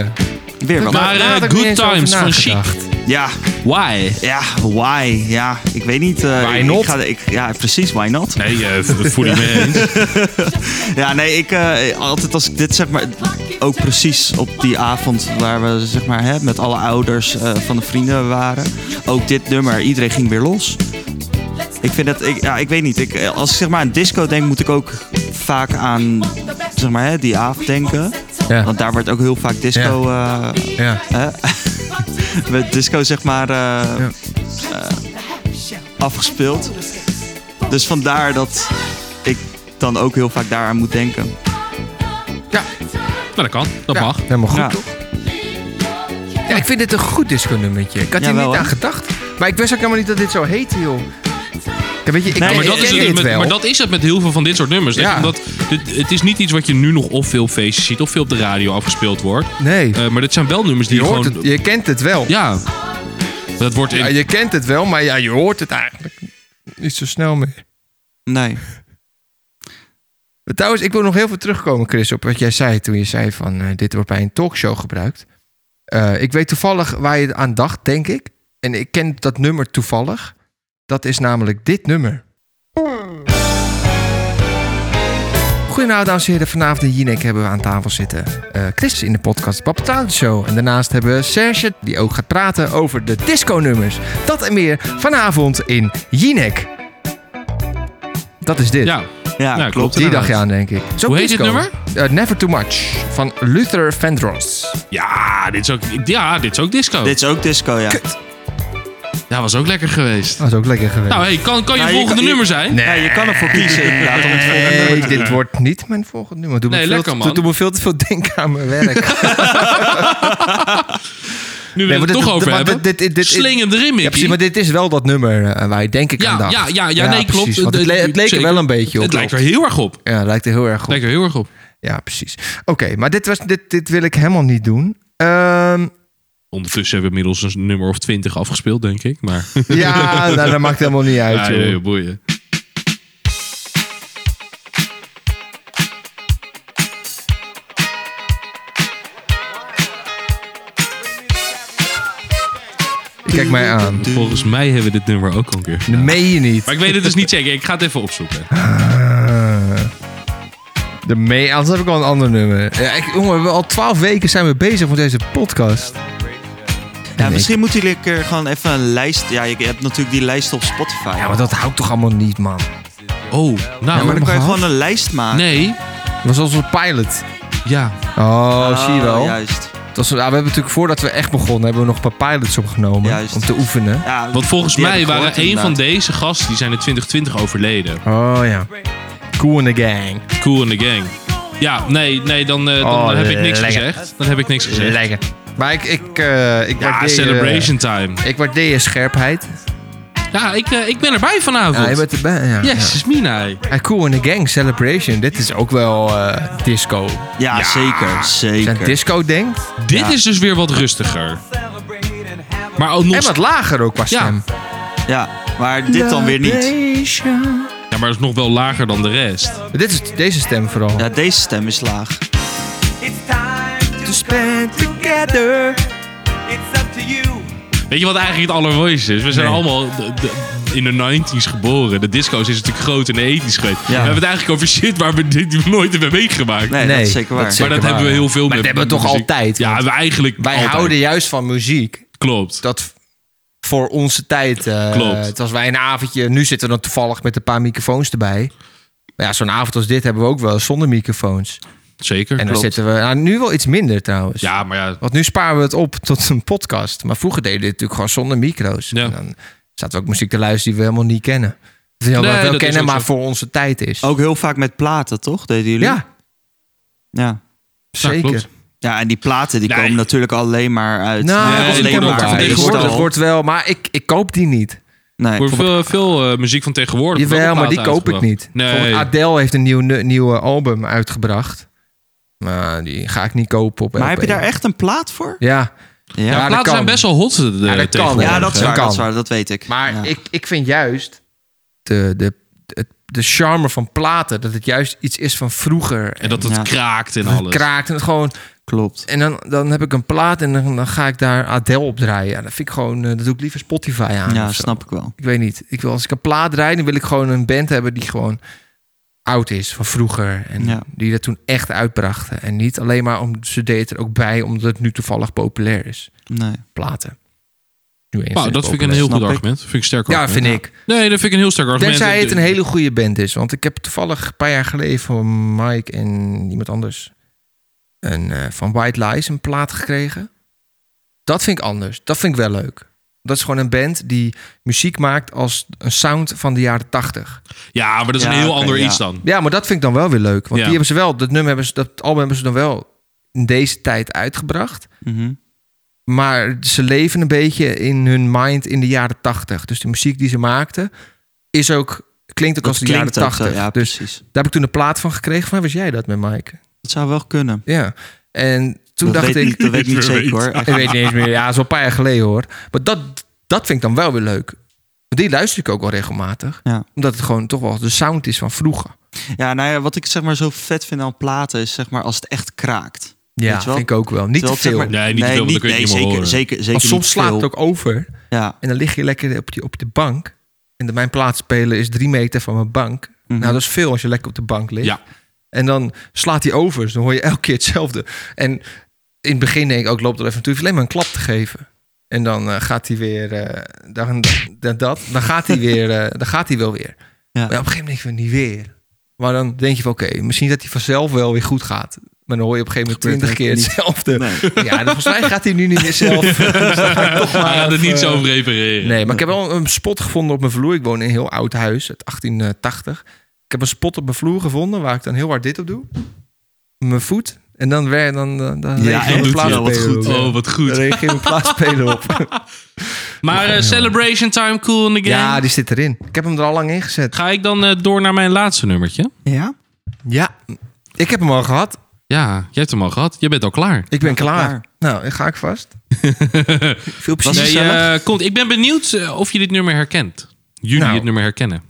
[SPEAKER 4] Weer wat.
[SPEAKER 1] Maar,
[SPEAKER 3] Daar
[SPEAKER 1] eh,
[SPEAKER 3] had ik
[SPEAKER 1] Good
[SPEAKER 3] niet eens over
[SPEAKER 1] Times van Chic.
[SPEAKER 3] nagedacht.
[SPEAKER 4] Ja,
[SPEAKER 1] Why?
[SPEAKER 4] ja, why? Ja, ik weet niet. eh,
[SPEAKER 3] Why
[SPEAKER 4] ik- ik
[SPEAKER 3] not?
[SPEAKER 4] ga- ik, ja, precies, why not?
[SPEAKER 1] Nee, eh, v- voel ik mee eens.
[SPEAKER 4] Ja, nee, ik eh, altijd als ik dit zeg maar ook precies op die avond waar we zeg maar hè, met alle ouders eh, van de vrienden waren, ook dit nummer, iedereen ging weer los. Ik vind dat, ik, ja, ik weet niet. Ik, eh, als ik zeg maar aan disco denk, moet ik ook vaak aan zeg maar hè, die avond denken.
[SPEAKER 3] Ja.
[SPEAKER 4] Want daar werd ook heel vaak disco, eh,
[SPEAKER 3] Ja.
[SPEAKER 4] hè, werd disco zeg maar eh, eh, afgespeeld. Dus vandaar dat ik dan ook heel vaak daaraan moet denken.
[SPEAKER 3] Ja,
[SPEAKER 1] *laughs* Nou, dat kan. Dat
[SPEAKER 3] ja,
[SPEAKER 1] mag.
[SPEAKER 3] Helemaal goed,
[SPEAKER 4] Ja.
[SPEAKER 3] toch? Ja, ik vind dit een goed disco-nummertje. Ik had hier
[SPEAKER 4] Jawel,
[SPEAKER 3] niet
[SPEAKER 4] hè?
[SPEAKER 3] aan gedacht. Maar ik wist ook helemaal niet dat dit zo heette, joh. Ja, weet je, ik,
[SPEAKER 4] Nee,
[SPEAKER 1] Ja, maar,
[SPEAKER 3] ik
[SPEAKER 1] dat
[SPEAKER 3] ken
[SPEAKER 1] is het
[SPEAKER 3] dit
[SPEAKER 1] met,
[SPEAKER 3] wel.
[SPEAKER 1] maar dat is het met heel veel van dit soort nummers.
[SPEAKER 3] Ja.
[SPEAKER 1] Ja. Omdat dit, het is niet iets wat je nu nog of veel feestjes ziet of veel op de radio afgespeeld wordt.
[SPEAKER 3] nee,
[SPEAKER 1] Eh, maar dit zijn wel nummers die
[SPEAKER 3] je, hoort
[SPEAKER 1] gewoon.
[SPEAKER 3] het, je kent het wel.
[SPEAKER 1] Ja. Dat wordt in.
[SPEAKER 3] Ja, je kent het wel, maar ja, je hoort het eigenlijk niet zo snel meer.
[SPEAKER 4] Nee.
[SPEAKER 3] Maar Trouwens, ik wil nog heel veel terugkomen, Chris, op wat jij zei toen je zei van eh, dit wordt bij een talkshow gebruikt. Eh, ik weet toevallig waar je aan dacht, denk ik. En ik ken dat nummer toevallig. Dat is namelijk dit nummer. Goedenavond, dames en heren. Vanavond in Jinek hebben we aan tafel zitten eh, Chris in de podcast Babataal Show. En daarnaast hebben we Serge, die ook gaat praten over de disco-nummers. Dat en meer vanavond in Jinek. Dat is dit.
[SPEAKER 1] Ja,
[SPEAKER 4] Ja,
[SPEAKER 1] Nou,
[SPEAKER 4] klopt.
[SPEAKER 1] klopt.
[SPEAKER 3] Die dacht je
[SPEAKER 1] inderdaad.
[SPEAKER 3] aan, denk ik. Zo
[SPEAKER 1] Hoe heet dit nummer?
[SPEAKER 3] Never Too Much van Luther Vandross.
[SPEAKER 1] ja, dit is ook, ja, dit is ook disco.
[SPEAKER 4] Dit is ook disco, ja.
[SPEAKER 1] Ja, was ook lekker geweest.
[SPEAKER 3] Dat is ook lekker geweest.
[SPEAKER 1] Nou, hey, kan, kan je
[SPEAKER 4] Nou, je
[SPEAKER 1] volgende
[SPEAKER 4] kan- je-
[SPEAKER 1] nummer zijn?
[SPEAKER 4] Ja, je kan ervoor
[SPEAKER 3] *laughs*
[SPEAKER 4] kiezen inderdaad. Om het
[SPEAKER 3] Nee, dit wordt niet mijn volgende nummer. Doe me
[SPEAKER 1] eh, Nee,
[SPEAKER 3] veel
[SPEAKER 1] lekker,
[SPEAKER 3] te-
[SPEAKER 1] man.
[SPEAKER 3] Doe me veel te veel denken aan mijn
[SPEAKER 1] *laughs* Nu
[SPEAKER 3] werk.
[SPEAKER 1] we
[SPEAKER 3] Nee,
[SPEAKER 1] het
[SPEAKER 3] maar
[SPEAKER 1] toch
[SPEAKER 3] dit-
[SPEAKER 1] over
[SPEAKER 3] maar
[SPEAKER 1] hebben.
[SPEAKER 3] dit- dit- dit-
[SPEAKER 1] Sling hem erin, Mickey.
[SPEAKER 3] Ja, precies, maar dit is wel dat nummer eh, waar je denk ik
[SPEAKER 1] Ja,
[SPEAKER 3] aan dacht.
[SPEAKER 1] ja, ja, ja, nee, klopt.
[SPEAKER 3] precies, want het,
[SPEAKER 1] De-
[SPEAKER 3] le- het leek er
[SPEAKER 1] zeker.
[SPEAKER 3] wel een beetje op.
[SPEAKER 1] het lijkt er heel erg op.
[SPEAKER 3] Ja, het lijkt er heel erg op.
[SPEAKER 1] Het lijkt er heel erg op.
[SPEAKER 3] Ja, precies. Oké, maar dit, was, dit, dit wil ik helemaal niet doen. Ehm,
[SPEAKER 1] Ondertussen hebben we inmiddels een nummer of twintig afgespeeld, denk ik. Maar *laughs*
[SPEAKER 3] ja, nou, dat maakt helemaal niet uit.
[SPEAKER 1] ja,
[SPEAKER 3] joh.
[SPEAKER 1] joh, boeien.
[SPEAKER 3] Kijk mij aan.
[SPEAKER 1] Volgens mij hebben we dit nummer ook al een keer.
[SPEAKER 3] Dat meen je niet.
[SPEAKER 1] Maar ik weet het dus niet zeker. Ik ga het even opzoeken.
[SPEAKER 3] Ah. De mee, anders heb ik al een ander nummer. Ja, ik, jongen, we al twaalf weken zijn we bezig met deze podcast.
[SPEAKER 4] Ja, misschien moet jullie een keer gewoon even een lijst... Ja, je hebt natuurlijk die lijst op Spotify.
[SPEAKER 3] Ja, maar dat houdt toch allemaal niet, man.
[SPEAKER 1] Oh, nou.
[SPEAKER 4] maar dan kan je
[SPEAKER 3] gehad?
[SPEAKER 4] gewoon een lijst maken.
[SPEAKER 1] nee.
[SPEAKER 3] Dat was als een pilot.
[SPEAKER 1] Ja.
[SPEAKER 3] Oh, zie je wel.
[SPEAKER 4] Juist.
[SPEAKER 3] Dat was, ja, we hebben natuurlijk voordat we echt begonnen, hebben we nog een paar pilots opgenomen.
[SPEAKER 4] Juist.
[SPEAKER 3] Om te oefenen.
[SPEAKER 4] Ja,
[SPEAKER 1] Want volgens
[SPEAKER 4] die heb
[SPEAKER 1] mij
[SPEAKER 4] ik
[SPEAKER 1] waren
[SPEAKER 4] gehoord,
[SPEAKER 1] een van
[SPEAKER 4] inderdaad.
[SPEAKER 1] deze gasten, die zijn in 2020 overleden.
[SPEAKER 3] Oh ja. Cool in the gang.
[SPEAKER 1] Cool in the gang. Ja, nee, nee, dan, eh, dan
[SPEAKER 3] Oh,
[SPEAKER 1] heb ik niks
[SPEAKER 3] lekker.
[SPEAKER 1] gezegd. Dan heb ik niks gezegd.
[SPEAKER 3] Lekker. Maar ik, ik, eh, ik
[SPEAKER 1] Ja,
[SPEAKER 3] waardeer,
[SPEAKER 1] celebration time.
[SPEAKER 3] eh, ik waardeer je scherpheid.
[SPEAKER 1] Ja, ik, eh, ik ben erbij vanavond.
[SPEAKER 3] Ja, je bent erbij. Ja,
[SPEAKER 1] Yes, is Mina. hé.
[SPEAKER 3] ja. Eh, Cool in the gang, celebration. Dit is ook wel eh, disco.
[SPEAKER 4] Ja, zeker.
[SPEAKER 3] Als je aan
[SPEAKER 4] Zeker.
[SPEAKER 3] disco denkt.
[SPEAKER 1] Dit is dus weer wat rustiger. Maar ook nog,
[SPEAKER 3] En wat lager ook qua
[SPEAKER 1] Ja.
[SPEAKER 3] stem.
[SPEAKER 4] Ja, maar dit dan weer niet.
[SPEAKER 1] ja, maar het is nog wel lager dan de rest.
[SPEAKER 3] Dit is deze stem vooral.
[SPEAKER 4] Ja, deze stem is laag.
[SPEAKER 1] Weet je wat eigenlijk het allermooiste is? We zijn allemaal de- de- in de 90s geboren. De disco's is natuurlijk groot in de 80s geweest. We hebben het eigenlijk over shit waar we dit *laughs* nooit hebben meegemaakt.
[SPEAKER 4] Nee,
[SPEAKER 3] Nee,
[SPEAKER 4] dat is zeker
[SPEAKER 3] dat
[SPEAKER 4] waar.
[SPEAKER 3] is-
[SPEAKER 1] maar dat
[SPEAKER 3] zeker
[SPEAKER 1] hebben we
[SPEAKER 3] waar.
[SPEAKER 1] heel veel
[SPEAKER 3] Maar
[SPEAKER 1] met
[SPEAKER 3] dat hebben we toch
[SPEAKER 1] muziek.
[SPEAKER 3] altijd,
[SPEAKER 1] Ja,
[SPEAKER 3] want
[SPEAKER 1] we eigenlijk
[SPEAKER 3] Wij
[SPEAKER 1] altijd.
[SPEAKER 3] houden juist van muziek.
[SPEAKER 1] Klopt.
[SPEAKER 3] dat voor onze tijd. eh,
[SPEAKER 1] Klopt.
[SPEAKER 3] Het was wij een avondje. Nu zitten we dan toevallig met een paar microfoons erbij. Maar ja, zo'n avond als dit hebben we ook wel zonder microfoons.
[SPEAKER 1] Zeker.
[SPEAKER 3] En dan
[SPEAKER 1] klopt.
[SPEAKER 3] zitten we. Nou, nu wel iets minder trouwens.
[SPEAKER 1] Ja, maar ja.
[SPEAKER 3] Want nu sparen we het op tot een podcast. Maar vroeger deden we dit natuurlijk gewoon zonder micro's.
[SPEAKER 1] Ja.
[SPEAKER 3] En dan zaten we ook muziek te luisteren die we helemaal niet kennen. Die we
[SPEAKER 1] Nee,
[SPEAKER 3] wel
[SPEAKER 1] dat is
[SPEAKER 3] kennen,
[SPEAKER 1] ook
[SPEAKER 3] maar
[SPEAKER 1] zo.
[SPEAKER 3] voor onze tijd is.
[SPEAKER 4] Ook heel vaak met platen, toch? Deden jullie?
[SPEAKER 3] Ja,
[SPEAKER 4] Ja,
[SPEAKER 3] zeker.
[SPEAKER 1] klopt.
[SPEAKER 4] Ja, en die platen die
[SPEAKER 1] Nee.
[SPEAKER 4] komen natuurlijk alleen maar uit.
[SPEAKER 3] nou,
[SPEAKER 1] Nee,
[SPEAKER 3] dat
[SPEAKER 1] die
[SPEAKER 3] wordt
[SPEAKER 1] worden
[SPEAKER 3] helemaal
[SPEAKER 1] ook
[SPEAKER 3] waar.
[SPEAKER 1] tegenwoordig.
[SPEAKER 3] Dat wordt wel, maar ik, ik koop die niet.
[SPEAKER 4] Nee.
[SPEAKER 1] Voor veel, veel eh, muziek van tegenwoordig. wordt
[SPEAKER 3] Jawel,
[SPEAKER 1] ook
[SPEAKER 3] maar die
[SPEAKER 1] platen
[SPEAKER 3] koop ik
[SPEAKER 1] uitgebracht.
[SPEAKER 3] niet. Bijvoorbeeld Adele heeft een nieuw, nu- nieuwe album uitgebracht. Maar die ga ik niet kopen op
[SPEAKER 4] Maar
[SPEAKER 3] LP.
[SPEAKER 4] heb je daar echt een plaat voor?
[SPEAKER 3] Ja,
[SPEAKER 1] Nee. Ja,
[SPEAKER 3] Ja, dat
[SPEAKER 1] platen zijn
[SPEAKER 3] kan.
[SPEAKER 1] best wel hot eh,
[SPEAKER 3] dat kan.
[SPEAKER 1] tegenwoordig.
[SPEAKER 4] Ja, dat is waar,
[SPEAKER 3] kan.
[SPEAKER 4] dat is waar, dat weet ik.
[SPEAKER 3] maar
[SPEAKER 4] Ja.
[SPEAKER 3] ik, ik vind juist de, de, de, de charme van platen... dat het juist iets is van vroeger.
[SPEAKER 1] En dat het
[SPEAKER 4] Ja.
[SPEAKER 1] kraakt en
[SPEAKER 3] het
[SPEAKER 1] alles.
[SPEAKER 3] kraakt en het gewoon...
[SPEAKER 4] Klopt.
[SPEAKER 3] En dan, dan heb ik een plaat en dan, dan ga ik daar Adele op draaien. Ja, dat vind ik gewoon... eh, dat doe ik liever Spotify aan.
[SPEAKER 4] Ja,
[SPEAKER 3] of zo.
[SPEAKER 4] snap ik wel.
[SPEAKER 3] Ik weet niet. Ik wil, als ik een plaat draai, dan wil ik gewoon een band hebben die gewoon oud is van vroeger. En
[SPEAKER 4] Ja.
[SPEAKER 3] die dat toen echt uitbrachten. En niet alleen maar om ze deed het er ook bij omdat het nu toevallig populair is.
[SPEAKER 4] Nee.
[SPEAKER 3] Platen. Nu eens
[SPEAKER 1] Nou, dat
[SPEAKER 3] zijn
[SPEAKER 1] vind ik een
[SPEAKER 3] populair.
[SPEAKER 1] heel goed
[SPEAKER 4] snap ik.
[SPEAKER 1] argument. Vind ik een sterk
[SPEAKER 3] Ja,
[SPEAKER 1] argument.
[SPEAKER 3] vind ik.
[SPEAKER 1] Nee, dat vind ik een heel sterk argument.
[SPEAKER 3] Tenzij het een hele goede band is. Want ik heb toevallig een paar jaar geleden van Mike en iemand anders een, eh, van White Lies een plaat gekregen. Dat vind ik anders. Dat vind ik wel leuk. Dat is gewoon een band die muziek maakt als een sound van de jaren tachtig.
[SPEAKER 1] Ja, maar dat is
[SPEAKER 4] Ja,
[SPEAKER 1] een heel
[SPEAKER 4] oké,
[SPEAKER 1] ander
[SPEAKER 4] ja.
[SPEAKER 1] iets dan.
[SPEAKER 3] Ja, maar dat vind ik dan wel weer leuk. Want
[SPEAKER 1] Ja.
[SPEAKER 3] die hebben ze wel, dat nummer hebben ze, dat album hebben ze dan wel in deze tijd uitgebracht.
[SPEAKER 4] Mhm.
[SPEAKER 3] Maar ze leven een beetje in hun mind in de jaren tachtig. Dus de muziek die ze maakten is ook, klinkt ook
[SPEAKER 4] Dat
[SPEAKER 3] als de jaren
[SPEAKER 4] klinkt ook zo,
[SPEAKER 3] tachtig.
[SPEAKER 4] Ja,
[SPEAKER 3] dus
[SPEAKER 4] precies.
[SPEAKER 3] daar heb ik toen een plaat van gekregen. Van, was jij dat met Mike?
[SPEAKER 4] Dat zou wel kunnen.
[SPEAKER 3] Ja. En toen
[SPEAKER 4] dat
[SPEAKER 3] dacht ik...
[SPEAKER 4] weet, niet- dat weet ik niet
[SPEAKER 1] Ik
[SPEAKER 4] zeker
[SPEAKER 1] weet.
[SPEAKER 4] hoor.
[SPEAKER 3] Ik weet niet eens meer. Ja, dat is al een paar jaar geleden hoor. Maar dat, dat vind ik dan wel weer leuk. Die luister ik ook wel regelmatig.
[SPEAKER 4] Ja.
[SPEAKER 3] Omdat het gewoon toch wel de sound is van vroeger.
[SPEAKER 4] Ja, nou ja, wat ik zeg maar zo vet vind aan platen is zeg maar als het echt kraakt.
[SPEAKER 3] Ja,
[SPEAKER 4] Weet je wel?
[SPEAKER 3] vind ik ook wel. Niet te
[SPEAKER 4] Terwijl,
[SPEAKER 3] veel.
[SPEAKER 4] zeg maar-
[SPEAKER 1] Nee, niet te veel, want dan kun je het niet meer
[SPEAKER 4] zeker,
[SPEAKER 1] horen.
[SPEAKER 4] zeker, zeker
[SPEAKER 3] Want soms
[SPEAKER 4] niet
[SPEAKER 3] slaat
[SPEAKER 4] veel.
[SPEAKER 3] het ook over.
[SPEAKER 4] Ja,
[SPEAKER 3] En dan lig je lekker op, die, op de bank. En de- mijn plaatsspelen is drie meter van mijn bank.
[SPEAKER 4] Mhm.
[SPEAKER 3] Nou, dat is veel als je lekker op de bank ligt.
[SPEAKER 1] Ja.
[SPEAKER 3] En dan slaat hij over. Dus dan hoor je elke keer hetzelfde. En in het begin denk ik ook, loopt er even naartoe. Hij hoeft alleen maar een klap te geven. En dan eh, gaat hij weer... eh, dan, dat, dat, dan gaat hij weer... eh, dan gaat hij wel weer. Maar ja, op een gegeven moment denk je van, niet weer. Maar dan denk je van, oké, misschien dat hij vanzelf wel weer goed gaat. Maar dan hoor je op een gegeven moment
[SPEAKER 4] Gebeurt
[SPEAKER 3] twintig keer hetzelfde.
[SPEAKER 4] Nee.
[SPEAKER 3] Ja, dan volgens mij gaat hij nu niet meer zelf.
[SPEAKER 4] *laughs*
[SPEAKER 3] Dus dan ga ik toch maar
[SPEAKER 1] Hij gaat Ah, er
[SPEAKER 3] even-
[SPEAKER 1] niet zo over repareren.
[SPEAKER 3] Nee, maar ik heb wel een spot gevonden op mijn vloer. Ik woon in een heel oud huis uit 1880. Ik heb een spot op mijn vloer gevonden waar ik dan heel hard dit op doe. Mijn voet. En dan, weer, dan, dan, dan
[SPEAKER 4] Ja,
[SPEAKER 3] reageert
[SPEAKER 4] en
[SPEAKER 3] mijn
[SPEAKER 4] doet hij al wat
[SPEAKER 3] plaatsspeler
[SPEAKER 4] goed.
[SPEAKER 3] op.
[SPEAKER 1] Oh, wat
[SPEAKER 3] Dan
[SPEAKER 1] goed.
[SPEAKER 3] reageert mijn plaatsspeler op.
[SPEAKER 1] Maar eh, Celebration Time, cool in the game.
[SPEAKER 3] Ja, die zit erin. Ik heb hem er al lang ingezet.
[SPEAKER 1] Ga ik dan eh, door naar mijn laatste nummertje?
[SPEAKER 4] Ja?
[SPEAKER 3] Ja, ik heb hem al gehad.
[SPEAKER 1] Ja, jij hebt hem al gehad. Je bent al klaar.
[SPEAKER 3] Ik ben klaar.
[SPEAKER 4] klaar.
[SPEAKER 3] Nou, dan ga ik vast. Veel plezier.
[SPEAKER 1] Nee,
[SPEAKER 3] zelf.
[SPEAKER 1] eh, komt. Ik ben benieuwd eh, of je dit nummer herkent. Jullie
[SPEAKER 3] Nou.
[SPEAKER 1] het nummer herkennen.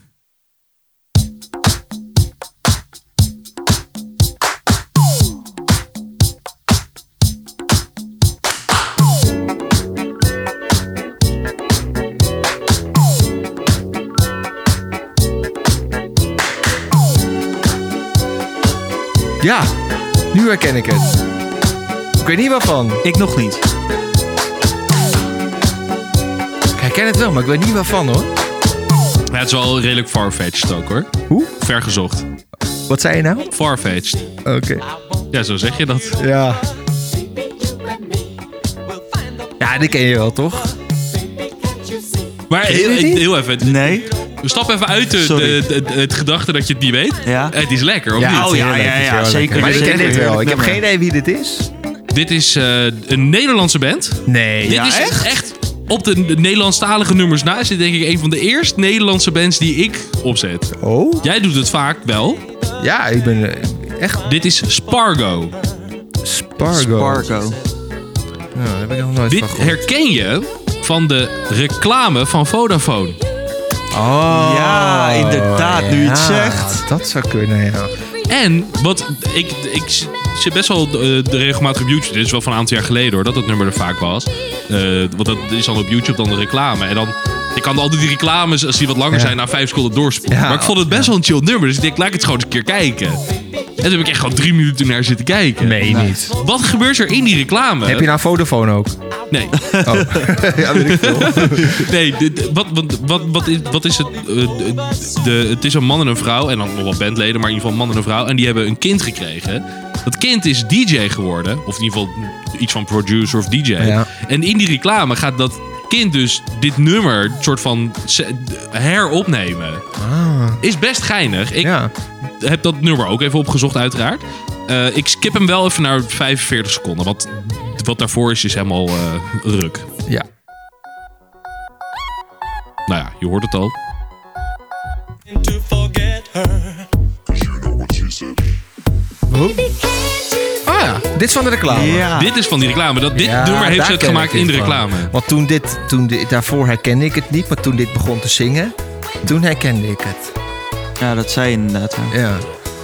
[SPEAKER 3] Ja, nu herken ik het. Ik weet niet waarvan.
[SPEAKER 4] Ik nog niet.
[SPEAKER 3] Ik herken het wel, maar ik weet niet waarvan hoor.
[SPEAKER 1] Ja, het is wel redelijk farfetched ook hoor.
[SPEAKER 3] Hoe?
[SPEAKER 1] Vergezocht.
[SPEAKER 3] Wat zei je nou?
[SPEAKER 1] Farfetched.
[SPEAKER 3] Oké.
[SPEAKER 1] Ja, zo zeg je dat.
[SPEAKER 3] Ja. Ja, die ken je wel, toch?
[SPEAKER 1] Maar heel,
[SPEAKER 3] je dit
[SPEAKER 1] ik-
[SPEAKER 3] niet?
[SPEAKER 1] heel even.
[SPEAKER 4] Nee?
[SPEAKER 1] Stap even uit de,
[SPEAKER 4] Sorry.
[SPEAKER 1] de- de- het gedachte dat je het niet weet.
[SPEAKER 4] Ja.
[SPEAKER 1] Het is lekker, of
[SPEAKER 3] het
[SPEAKER 1] niet?
[SPEAKER 3] is
[SPEAKER 4] oh ja,
[SPEAKER 3] heerlijk,
[SPEAKER 4] ja,
[SPEAKER 3] het is
[SPEAKER 4] ja,
[SPEAKER 3] heel lekker.
[SPEAKER 4] zeker.
[SPEAKER 3] Maar ik ken
[SPEAKER 4] Zeker.
[SPEAKER 3] dit wel. Ik heb
[SPEAKER 4] Nummer.
[SPEAKER 3] geen idee wie dit is.
[SPEAKER 1] Dit is eh, een Nederlandse band.
[SPEAKER 3] Nee.
[SPEAKER 1] Dit is echt? op de, de Nederlandstalige nummers na is dit denk ik een van de eerste Nederlandse bands die ik opzet.
[SPEAKER 3] Oh?
[SPEAKER 1] Jij doet het vaak wel.
[SPEAKER 3] Ja, ik ben eh, echt
[SPEAKER 1] Dit is Spargo.
[SPEAKER 3] Spargo.
[SPEAKER 4] Spargo.
[SPEAKER 3] Ja, daar heb ik nog nooit van
[SPEAKER 1] Dit
[SPEAKER 3] gehoord.
[SPEAKER 1] herken je van de reclame van Vodafone.
[SPEAKER 3] Oh,
[SPEAKER 4] Ja, inderdaad, nu je het zegt.
[SPEAKER 3] Dat zou kunnen, ja.
[SPEAKER 1] En wat ik, ik z- zit best wel eh, de regelmatig op YouTube. Dit is wel van een aantal jaar geleden hoor, dat dat nummer er vaak was. Eh, want dat is dan op YouTube dan de reclame. En dan, ik kan altijd die reclames, als die wat langer
[SPEAKER 3] Ja.
[SPEAKER 1] zijn, na vijf seconden doorspoelen.
[SPEAKER 3] Ja.
[SPEAKER 1] maar ik vond het best wel een chill nummer. Dus ik denk, laat ik het gewoon eens een keer kijken. En toen heb ik echt gewoon drie minuten naar zitten kijken.
[SPEAKER 3] Nee, niet.
[SPEAKER 1] Wat gebeurt er in die reclame?
[SPEAKER 3] Heb je nou Vodafone ook?
[SPEAKER 1] Nee,
[SPEAKER 3] Oh. ja, weet ik veel.
[SPEAKER 1] nee dit- dit- wat, wat, wat, wat, is, wat is het? eh, de, de- het is een man en een vrouw, en dan nog wat bandleden, maar in ieder geval een man en een vrouw. En die hebben een kind gekregen. Dat kind is DJ geworden, of in ieder geval iets van producer of DJ.
[SPEAKER 3] Ja.
[SPEAKER 1] En in die reclame gaat dat kind dus dit nummer soort van se- heropnemen. Is best geinig. Ik
[SPEAKER 3] Ah. Ja.
[SPEAKER 1] heb dat nummer ook even opgezocht, uiteraard. Eh, ik skip hem wel even naar 45 seconden, want wat daarvoor is, is helemaal eh, ruk.
[SPEAKER 3] Ja.
[SPEAKER 1] Nou ja, je hoort het al.
[SPEAKER 3] Ah ja, dit is van de reclame.
[SPEAKER 4] Ja.
[SPEAKER 1] Dit is van die reclame. Dat, dit
[SPEAKER 3] Ja,
[SPEAKER 1] nummer heeft
[SPEAKER 3] daar
[SPEAKER 1] ze het
[SPEAKER 3] ken
[SPEAKER 1] gemaakt
[SPEAKER 3] ik
[SPEAKER 1] in de
[SPEAKER 3] van.
[SPEAKER 1] reclame.
[SPEAKER 3] Want toen dit, toen dit, daarvoor herkende ik het niet, maar toen dit begon te zingen, toen herkende ik het.
[SPEAKER 4] Ja, dat zei je inderdaad. ja.
[SPEAKER 3] Ja,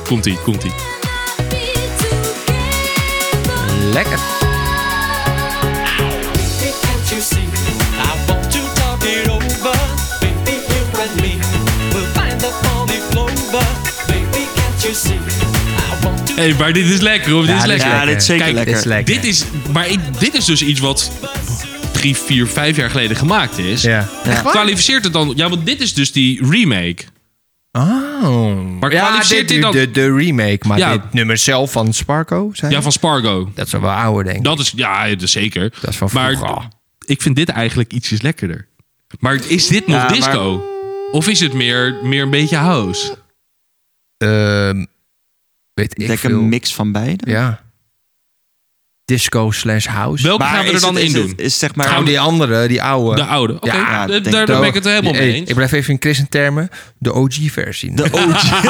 [SPEAKER 1] Komt ie, komt ie.
[SPEAKER 3] lekker.
[SPEAKER 1] Hé, hey, maar dit is lekker hoor. Dit is lekker.
[SPEAKER 4] Ja, dit is zeker
[SPEAKER 1] Kijk,
[SPEAKER 4] lekker.
[SPEAKER 3] Dit is lekker.
[SPEAKER 1] Dit is, maar ik- dit is dus iets wat drie, vier, vijf jaar geleden gemaakt is.
[SPEAKER 3] Ja.
[SPEAKER 4] Echt waar?
[SPEAKER 1] Kwalificeert het dan? Ja, want dit is dus die remake.
[SPEAKER 3] Oh.
[SPEAKER 1] Maar
[SPEAKER 3] ja,
[SPEAKER 1] kwalificeert
[SPEAKER 3] dit,
[SPEAKER 1] dit dan-
[SPEAKER 3] de, de remake, maar
[SPEAKER 1] Ja.
[SPEAKER 3] dit nummer zelf van Sparko, zei
[SPEAKER 1] Ja,
[SPEAKER 3] je?
[SPEAKER 1] van Spargo.
[SPEAKER 3] Dat is wel ouder, denk ik.
[SPEAKER 1] Dat is, ja, dat is zeker.
[SPEAKER 3] Dat is van vroeger.
[SPEAKER 1] Maar ik vind dit eigenlijk ietsjes lekkerder. Maar is dit nog
[SPEAKER 4] Ja, maar-
[SPEAKER 1] disco? Of is het meer, meer een beetje house?
[SPEAKER 3] Ehm, weet
[SPEAKER 4] Ik
[SPEAKER 3] ik
[SPEAKER 4] denk
[SPEAKER 3] veel.
[SPEAKER 4] een mix van beide.
[SPEAKER 3] Ja. Disco slash house.
[SPEAKER 1] Welke gaan we er
[SPEAKER 4] is
[SPEAKER 1] dan
[SPEAKER 4] het-
[SPEAKER 1] in
[SPEAKER 4] is
[SPEAKER 1] doen?
[SPEAKER 4] het- Is zeg maar...
[SPEAKER 3] Nou, die andere, die oude.
[SPEAKER 1] De oude. Oké,
[SPEAKER 3] Ja,
[SPEAKER 1] d-
[SPEAKER 4] denk
[SPEAKER 1] daar daar
[SPEAKER 4] ik
[SPEAKER 1] ben
[SPEAKER 4] ook.
[SPEAKER 1] ik het helemaal
[SPEAKER 3] Hey,
[SPEAKER 1] mee eens.
[SPEAKER 3] Ik blijf even in christentermen. De OG-versie.
[SPEAKER 4] De OG.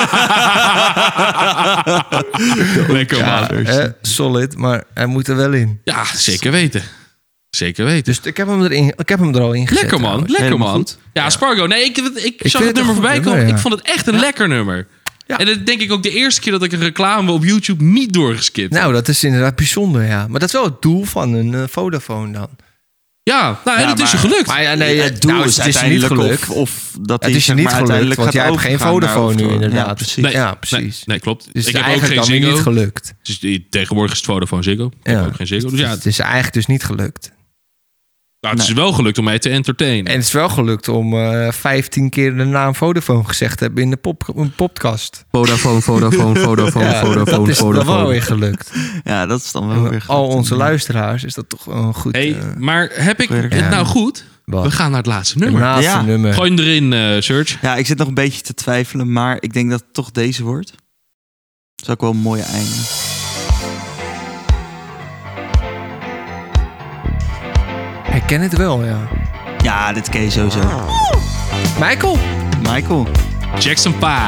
[SPEAKER 1] Lekker
[SPEAKER 3] *laughs* ja,
[SPEAKER 1] man.
[SPEAKER 3] eh, solid, maar hij moet er wel in.
[SPEAKER 1] Ja, zeker weten. Zeker weten.
[SPEAKER 3] Dus ik heb hem, erin, ik heb hem er al in gezet.
[SPEAKER 1] lekker man,
[SPEAKER 3] Dus- trouwens.
[SPEAKER 1] lekker
[SPEAKER 4] Helemaal
[SPEAKER 1] man.
[SPEAKER 4] goed.
[SPEAKER 1] Ja, Spargo. Nee, ik, ik, zag
[SPEAKER 3] vind het
[SPEAKER 1] het
[SPEAKER 3] een
[SPEAKER 1] nummer
[SPEAKER 3] goed
[SPEAKER 1] voorbij
[SPEAKER 3] nummer,
[SPEAKER 1] komen.
[SPEAKER 3] ja.
[SPEAKER 1] Ik vond het echt een lekker nummer.
[SPEAKER 3] Ja.
[SPEAKER 1] En dat denk ik ook de eerste keer dat ik een reclame op YouTube niet doorgeskipt. heb.
[SPEAKER 3] Nou, dat is inderdaad bijzonder, ja. Maar dat is wel het doel van een eh, Vodafone dan.
[SPEAKER 1] Ja, nou, en
[SPEAKER 4] Ja,
[SPEAKER 1] het is je
[SPEAKER 4] maar-
[SPEAKER 1] gelukt.
[SPEAKER 3] Maar ja, nee,
[SPEAKER 4] het doel
[SPEAKER 3] nou,
[SPEAKER 4] is
[SPEAKER 3] het is je niet
[SPEAKER 4] uiteindelijk
[SPEAKER 3] gelukt.
[SPEAKER 4] of, of dat
[SPEAKER 3] Het
[SPEAKER 4] hij,
[SPEAKER 3] is je
[SPEAKER 4] zeg
[SPEAKER 3] niet
[SPEAKER 4] maar,
[SPEAKER 3] gelukt,
[SPEAKER 4] uiteindelijk
[SPEAKER 3] want
[SPEAKER 4] gaat
[SPEAKER 3] jij hebt geen
[SPEAKER 4] overgaan naar
[SPEAKER 3] Vodafone nu
[SPEAKER 4] Overtoorn.
[SPEAKER 3] inderdaad.
[SPEAKER 4] Ja, precies.
[SPEAKER 3] Nee. Ja, precies.
[SPEAKER 1] Nee, nee, klopt.
[SPEAKER 3] Dus
[SPEAKER 1] ik
[SPEAKER 3] het is
[SPEAKER 1] heb ook
[SPEAKER 3] eigenlijk
[SPEAKER 1] geen
[SPEAKER 3] dan weer
[SPEAKER 1] Ziggo.
[SPEAKER 3] niet gelukt.
[SPEAKER 1] Dus die- tegenwoordig is het Vodafone Ziggo. Ik heb
[SPEAKER 3] Ja.
[SPEAKER 1] ook geen Ziggo. Dus ja,
[SPEAKER 3] het
[SPEAKER 1] het,
[SPEAKER 3] is eigenlijk dus niet gelukt.
[SPEAKER 1] nou, het is wel gelukt om mij te entertainen.
[SPEAKER 3] En het is wel gelukt om eh 15 keer de naam Vodafone gezegd te hebben in de pop een podcast.
[SPEAKER 8] Vodafone, Vodafone, Vodafone,
[SPEAKER 3] *laughs* Ja, dat
[SPEAKER 8] Vodafone,
[SPEAKER 3] is dan wel
[SPEAKER 8] Vodafone.
[SPEAKER 3] weer gelukt.
[SPEAKER 4] Ja, dat is dan wel weer
[SPEAKER 3] Al
[SPEAKER 4] goed.
[SPEAKER 3] onze luisteraars is dat toch wel een goed...
[SPEAKER 1] hey,
[SPEAKER 3] eh,
[SPEAKER 1] maar heb ik
[SPEAKER 4] werk.
[SPEAKER 1] het
[SPEAKER 3] Ja.
[SPEAKER 1] nou goed?
[SPEAKER 3] Wat?
[SPEAKER 1] We gaan naar het laatste
[SPEAKER 3] het
[SPEAKER 1] nummer.
[SPEAKER 3] laatste
[SPEAKER 4] Ja.
[SPEAKER 3] nummer.
[SPEAKER 1] Gooi hem erin, eh, Serge.
[SPEAKER 4] Ja, ik zit nog een beetje te twijfelen, maar ik denk dat het toch deze wordt. Dat is ook wel een mooie einde.
[SPEAKER 3] Ik ken het wel, ja.
[SPEAKER 4] Ja, dit ken je sowieso.
[SPEAKER 3] Michael,
[SPEAKER 4] Michael.
[SPEAKER 1] Jackson 5.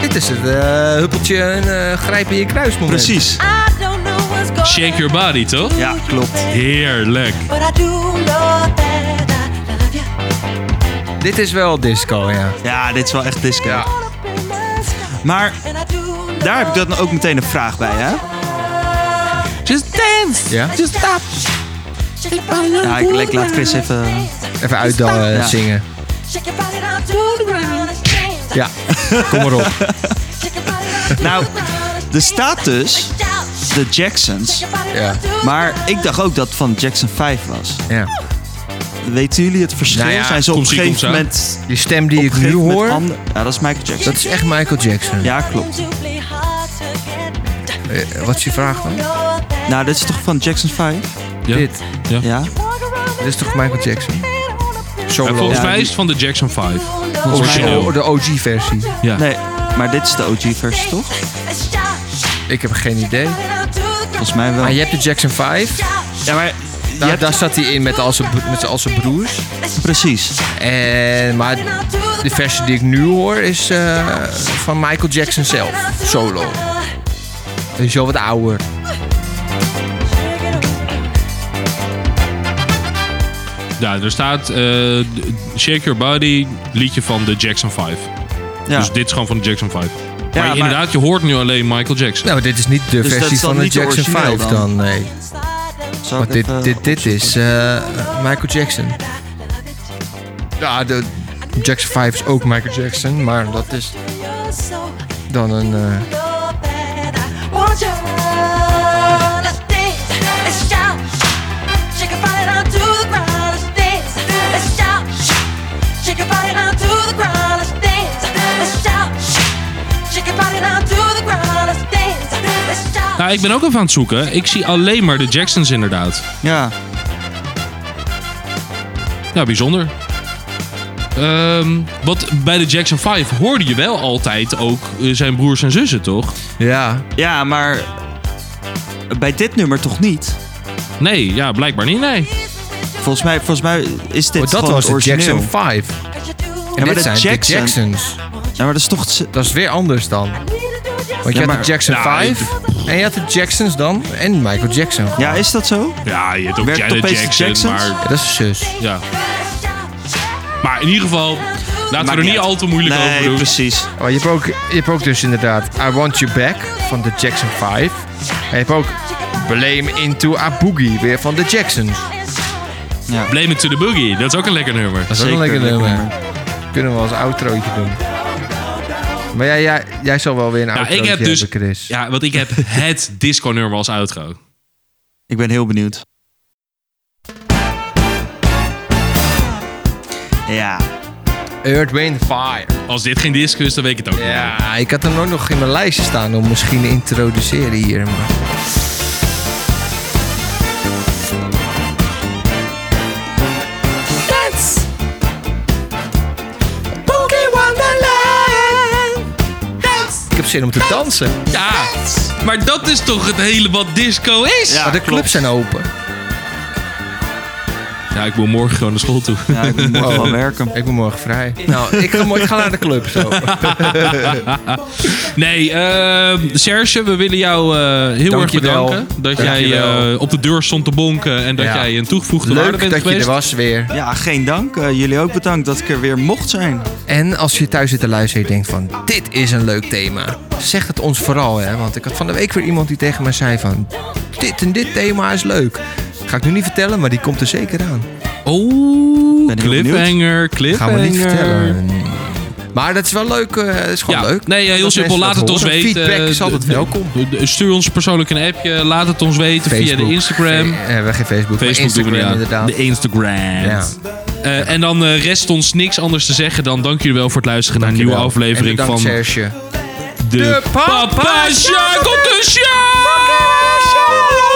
[SPEAKER 3] dit is het eh, huppeltje en eh, grijp in je kruis moment.
[SPEAKER 4] Precies.
[SPEAKER 6] I don't know what's going
[SPEAKER 1] Shake your body, toch?
[SPEAKER 4] Ja, klopt.
[SPEAKER 1] Heerlijk.
[SPEAKER 6] But I do know that I love you.
[SPEAKER 3] Dit is wel disco, ja.
[SPEAKER 4] Ja, dit is wel echt disco.
[SPEAKER 3] Ja.
[SPEAKER 6] All up in the sky.
[SPEAKER 4] Maar
[SPEAKER 6] And I do know
[SPEAKER 4] daar heb ik dan ook meteen een vraag bij, hè?
[SPEAKER 1] Just dance.
[SPEAKER 3] ja?
[SPEAKER 6] Shake your body down
[SPEAKER 4] Ja, ik, ik laat Chris even...
[SPEAKER 3] Even uitdalen
[SPEAKER 4] Ja.
[SPEAKER 3] zingen.
[SPEAKER 6] Shake your body down to the ground and dance.
[SPEAKER 1] *laughs*
[SPEAKER 3] Ja, kom maar
[SPEAKER 4] *laughs*
[SPEAKER 3] op.
[SPEAKER 6] Shake your body down to the
[SPEAKER 4] Nou,
[SPEAKER 6] ground and
[SPEAKER 4] er staat dus
[SPEAKER 6] dance. Shake
[SPEAKER 4] de Jacksons.
[SPEAKER 6] your body
[SPEAKER 3] Ja.
[SPEAKER 6] down to the
[SPEAKER 4] Maar
[SPEAKER 6] ground.
[SPEAKER 4] ik dacht ook dat het van Jackson 5 was.
[SPEAKER 3] Ja.
[SPEAKER 4] Weten jullie het verschil?
[SPEAKER 3] Nou ja,
[SPEAKER 4] Zijn ze op een
[SPEAKER 1] komt-ie,
[SPEAKER 4] gegeven
[SPEAKER 1] komt-ie.
[SPEAKER 4] moment...
[SPEAKER 3] Die stem die
[SPEAKER 4] op
[SPEAKER 3] ik
[SPEAKER 4] een
[SPEAKER 3] nu
[SPEAKER 4] gegeven moment
[SPEAKER 3] hoor,
[SPEAKER 4] ander- Ja, dat is Michael Jackson.
[SPEAKER 3] dat is echt Michael Jackson.
[SPEAKER 4] Ja, klopt.
[SPEAKER 6] Simply hard to get.
[SPEAKER 3] Eh, wat is je vraag dan?
[SPEAKER 4] Nou, dit is toch van Jackson 5?
[SPEAKER 1] Ja.
[SPEAKER 3] Dit.
[SPEAKER 4] Ja.
[SPEAKER 3] Dit is toch Michael Jackson? Solo.
[SPEAKER 1] En volgens
[SPEAKER 4] Ja,
[SPEAKER 1] mij
[SPEAKER 4] die-
[SPEAKER 1] is het van de Jackson 5.
[SPEAKER 3] Volgens mij
[SPEAKER 1] origineel.
[SPEAKER 3] de- de OG-versie.
[SPEAKER 1] Ja.
[SPEAKER 4] Nee, maar dit is de OG-versie, toch?
[SPEAKER 3] Ik heb geen idee.
[SPEAKER 4] Volgens mij wel.
[SPEAKER 3] Maar je hebt de Jackson 5.
[SPEAKER 4] Ja, maar... je
[SPEAKER 3] Daar,
[SPEAKER 4] hebt-
[SPEAKER 3] daar zat hij in met al zijn, bro- met al zijn broers.
[SPEAKER 4] Precies.
[SPEAKER 3] En, maar de versie die ik nu hoor is eh, van Michael Jackson zelf. Solo. Die is wel wat ouder.
[SPEAKER 1] Ja, er staat eh, d- Shake Your Body, liedje van de Jackson 5.
[SPEAKER 4] Ja.
[SPEAKER 1] Dus dit is gewoon van de Jackson 5. maar,
[SPEAKER 4] maar-
[SPEAKER 1] inderdaad, je hoort nu alleen Michael Jackson.
[SPEAKER 3] Nou, dit is niet de
[SPEAKER 4] Dus dat
[SPEAKER 3] versie
[SPEAKER 4] is dan
[SPEAKER 3] van de
[SPEAKER 4] niet de
[SPEAKER 3] Jackson 5
[SPEAKER 4] origineel
[SPEAKER 3] dan.
[SPEAKER 4] dan?
[SPEAKER 3] nee.
[SPEAKER 4] Zal
[SPEAKER 3] Want
[SPEAKER 4] ik
[SPEAKER 3] dit,
[SPEAKER 4] even-
[SPEAKER 3] dit, dit is eh, Michael Jackson. Ja, de Jackson 5 is ook Michael Jackson, maar dat is dan een... eh,
[SPEAKER 1] Nou, ik ben ook even aan het zoeken. Ik zie alleen maar de Jacksons inderdaad.
[SPEAKER 4] Ja.
[SPEAKER 1] Ja, bijzonder. Ehm wat bij de Jackson 5 hoorde je wel altijd ook eh, zijn broers en zussen, toch?
[SPEAKER 3] ja,
[SPEAKER 4] ja, maar bij dit nummer toch niet?
[SPEAKER 1] Nee, ja, blijkbaar niet, nee.
[SPEAKER 4] Volgens mij, volgens mij is dit
[SPEAKER 3] maar Oh, dat
[SPEAKER 4] gewoon
[SPEAKER 3] was
[SPEAKER 4] het
[SPEAKER 3] de
[SPEAKER 4] origineel.
[SPEAKER 3] Jackson 5. En
[SPEAKER 4] Ja, maar
[SPEAKER 3] dit
[SPEAKER 4] de
[SPEAKER 3] zijn
[SPEAKER 4] Jackson-
[SPEAKER 3] de Jacksons.
[SPEAKER 4] Ja, maar dat is toch... ze-
[SPEAKER 3] Dat is weer anders dan. Want je had
[SPEAKER 4] Ja, maar-
[SPEAKER 3] de Jackson
[SPEAKER 1] Nou,
[SPEAKER 3] 5 en je had de Jacksons dan en Michael Jackson. Ja,
[SPEAKER 4] Ja, is dat zo?
[SPEAKER 1] Ja, je hebt ook
[SPEAKER 4] Werkt
[SPEAKER 1] Janet
[SPEAKER 4] opeens de
[SPEAKER 1] Jackson,
[SPEAKER 4] Jacksons?
[SPEAKER 1] maar...
[SPEAKER 3] dat is zus.
[SPEAKER 1] Ja. Maar in ieder geval, laten we er
[SPEAKER 4] niet
[SPEAKER 1] niet
[SPEAKER 4] uit.
[SPEAKER 1] al te moeilijk over
[SPEAKER 4] Nee,
[SPEAKER 1] doen.
[SPEAKER 4] precies.
[SPEAKER 3] Maar Oh, je hebt, ook, je hebt ook dus inderdaad I Want You Back van de Jackson 5. En je hebt ook Blame Into A Boogie weer van de Jacksons.
[SPEAKER 1] Blame it to the boogie, dat is ook een lekker nummer.
[SPEAKER 3] Dat is ook een
[SPEAKER 4] Zeker
[SPEAKER 3] lekker
[SPEAKER 4] een lekker
[SPEAKER 3] nummer. Kunnen we als outrootje doen. Maar jij, jij, jij zal wel weer een
[SPEAKER 1] Nou,
[SPEAKER 3] outrootje
[SPEAKER 1] ik heb dus...
[SPEAKER 3] hebben, Chris.
[SPEAKER 1] Ja, want
[SPEAKER 3] *laughs*
[SPEAKER 1] ik heb het disco-nummer als outro.
[SPEAKER 4] Ik ben heel benieuwd. Ja.
[SPEAKER 3] Earth, Wind, Fire.
[SPEAKER 1] Als dit geen disco is, dan weet ik het ook niet.
[SPEAKER 3] Ja, ik had er nooit nog in mijn lijstje staan om misschien te introduceren hier. Maar...
[SPEAKER 2] Dance. Boogie Wonderland. Dance.
[SPEAKER 3] Ik heb zin om te dansen.
[SPEAKER 1] Ja, maar dat is toch het hele wat disco is?
[SPEAKER 4] Ja,
[SPEAKER 3] maar de
[SPEAKER 4] klopt.
[SPEAKER 3] clubs zijn open.
[SPEAKER 1] Ja, ik wil morgen gewoon naar school toe.
[SPEAKER 4] Ja, nou, ik moet
[SPEAKER 3] *laughs*
[SPEAKER 4] gewoon werken.
[SPEAKER 3] Ik ben morgen vrij. Nou, *laughs* ik ga, mo- ik ga naar de club *laughs* zo.
[SPEAKER 1] Nee, ehm, Serge, we willen jou eh, heel
[SPEAKER 3] Dankjewel.
[SPEAKER 1] erg bedanken. Dat jij
[SPEAKER 3] Dankjewel.
[SPEAKER 1] eh, op de deur stond te bonken en dat
[SPEAKER 3] Ja.
[SPEAKER 1] jij een toegevoegde waarde
[SPEAKER 3] Leuk
[SPEAKER 1] bent
[SPEAKER 3] dat je
[SPEAKER 1] geweest.
[SPEAKER 3] er was weer.
[SPEAKER 4] Ja, geen dank. Eh, jullie ook bedankt dat ik er weer mocht zijn.
[SPEAKER 3] En als je thuis zit te luisteren en je denkt van dit is een leuk thema. Zeg het ons vooral hè. Want ik had van de week weer iemand die tegen mij zei van dit en dit thema is leuk. Ga ik nu niet vertellen, maar die komt er zeker aan.
[SPEAKER 1] Oh,
[SPEAKER 4] Ben heel benieuwd.
[SPEAKER 1] cliffhanger, cliffhanger.
[SPEAKER 3] Gaan we niet vertellen. Maar dat is wel leuk. eh, Het is gewoon
[SPEAKER 1] eh, Ja,
[SPEAKER 3] leuk.
[SPEAKER 1] nee, eh, heel
[SPEAKER 3] Dat
[SPEAKER 1] simpel. Laat
[SPEAKER 3] mensen dat
[SPEAKER 1] het ons
[SPEAKER 3] horen.
[SPEAKER 1] weten.
[SPEAKER 3] Feedback is
[SPEAKER 1] Eh,
[SPEAKER 3] altijd
[SPEAKER 1] d- d-
[SPEAKER 3] welkom.
[SPEAKER 1] d- Stuur ons persoonlijk een appje. Laat het ons weten via de
[SPEAKER 3] Facebook.
[SPEAKER 1] Instagram.
[SPEAKER 3] Eh, We hebben geen Facebook, maar
[SPEAKER 1] Facebook doen we
[SPEAKER 3] Instagram
[SPEAKER 1] niet aan.
[SPEAKER 3] inderdaad.
[SPEAKER 1] De Instagram.
[SPEAKER 3] Ja.
[SPEAKER 1] Eh, en dan eh, rest ons niks anders te zeggen dan dank jullie wel voor het luisteren naar een nieuwe
[SPEAKER 3] Dankjewel.
[SPEAKER 1] aflevering
[SPEAKER 3] en
[SPEAKER 1] van
[SPEAKER 3] bedankt, Serge.
[SPEAKER 1] de
[SPEAKER 3] Papa
[SPEAKER 1] Papa Sjaak op de Sjaak!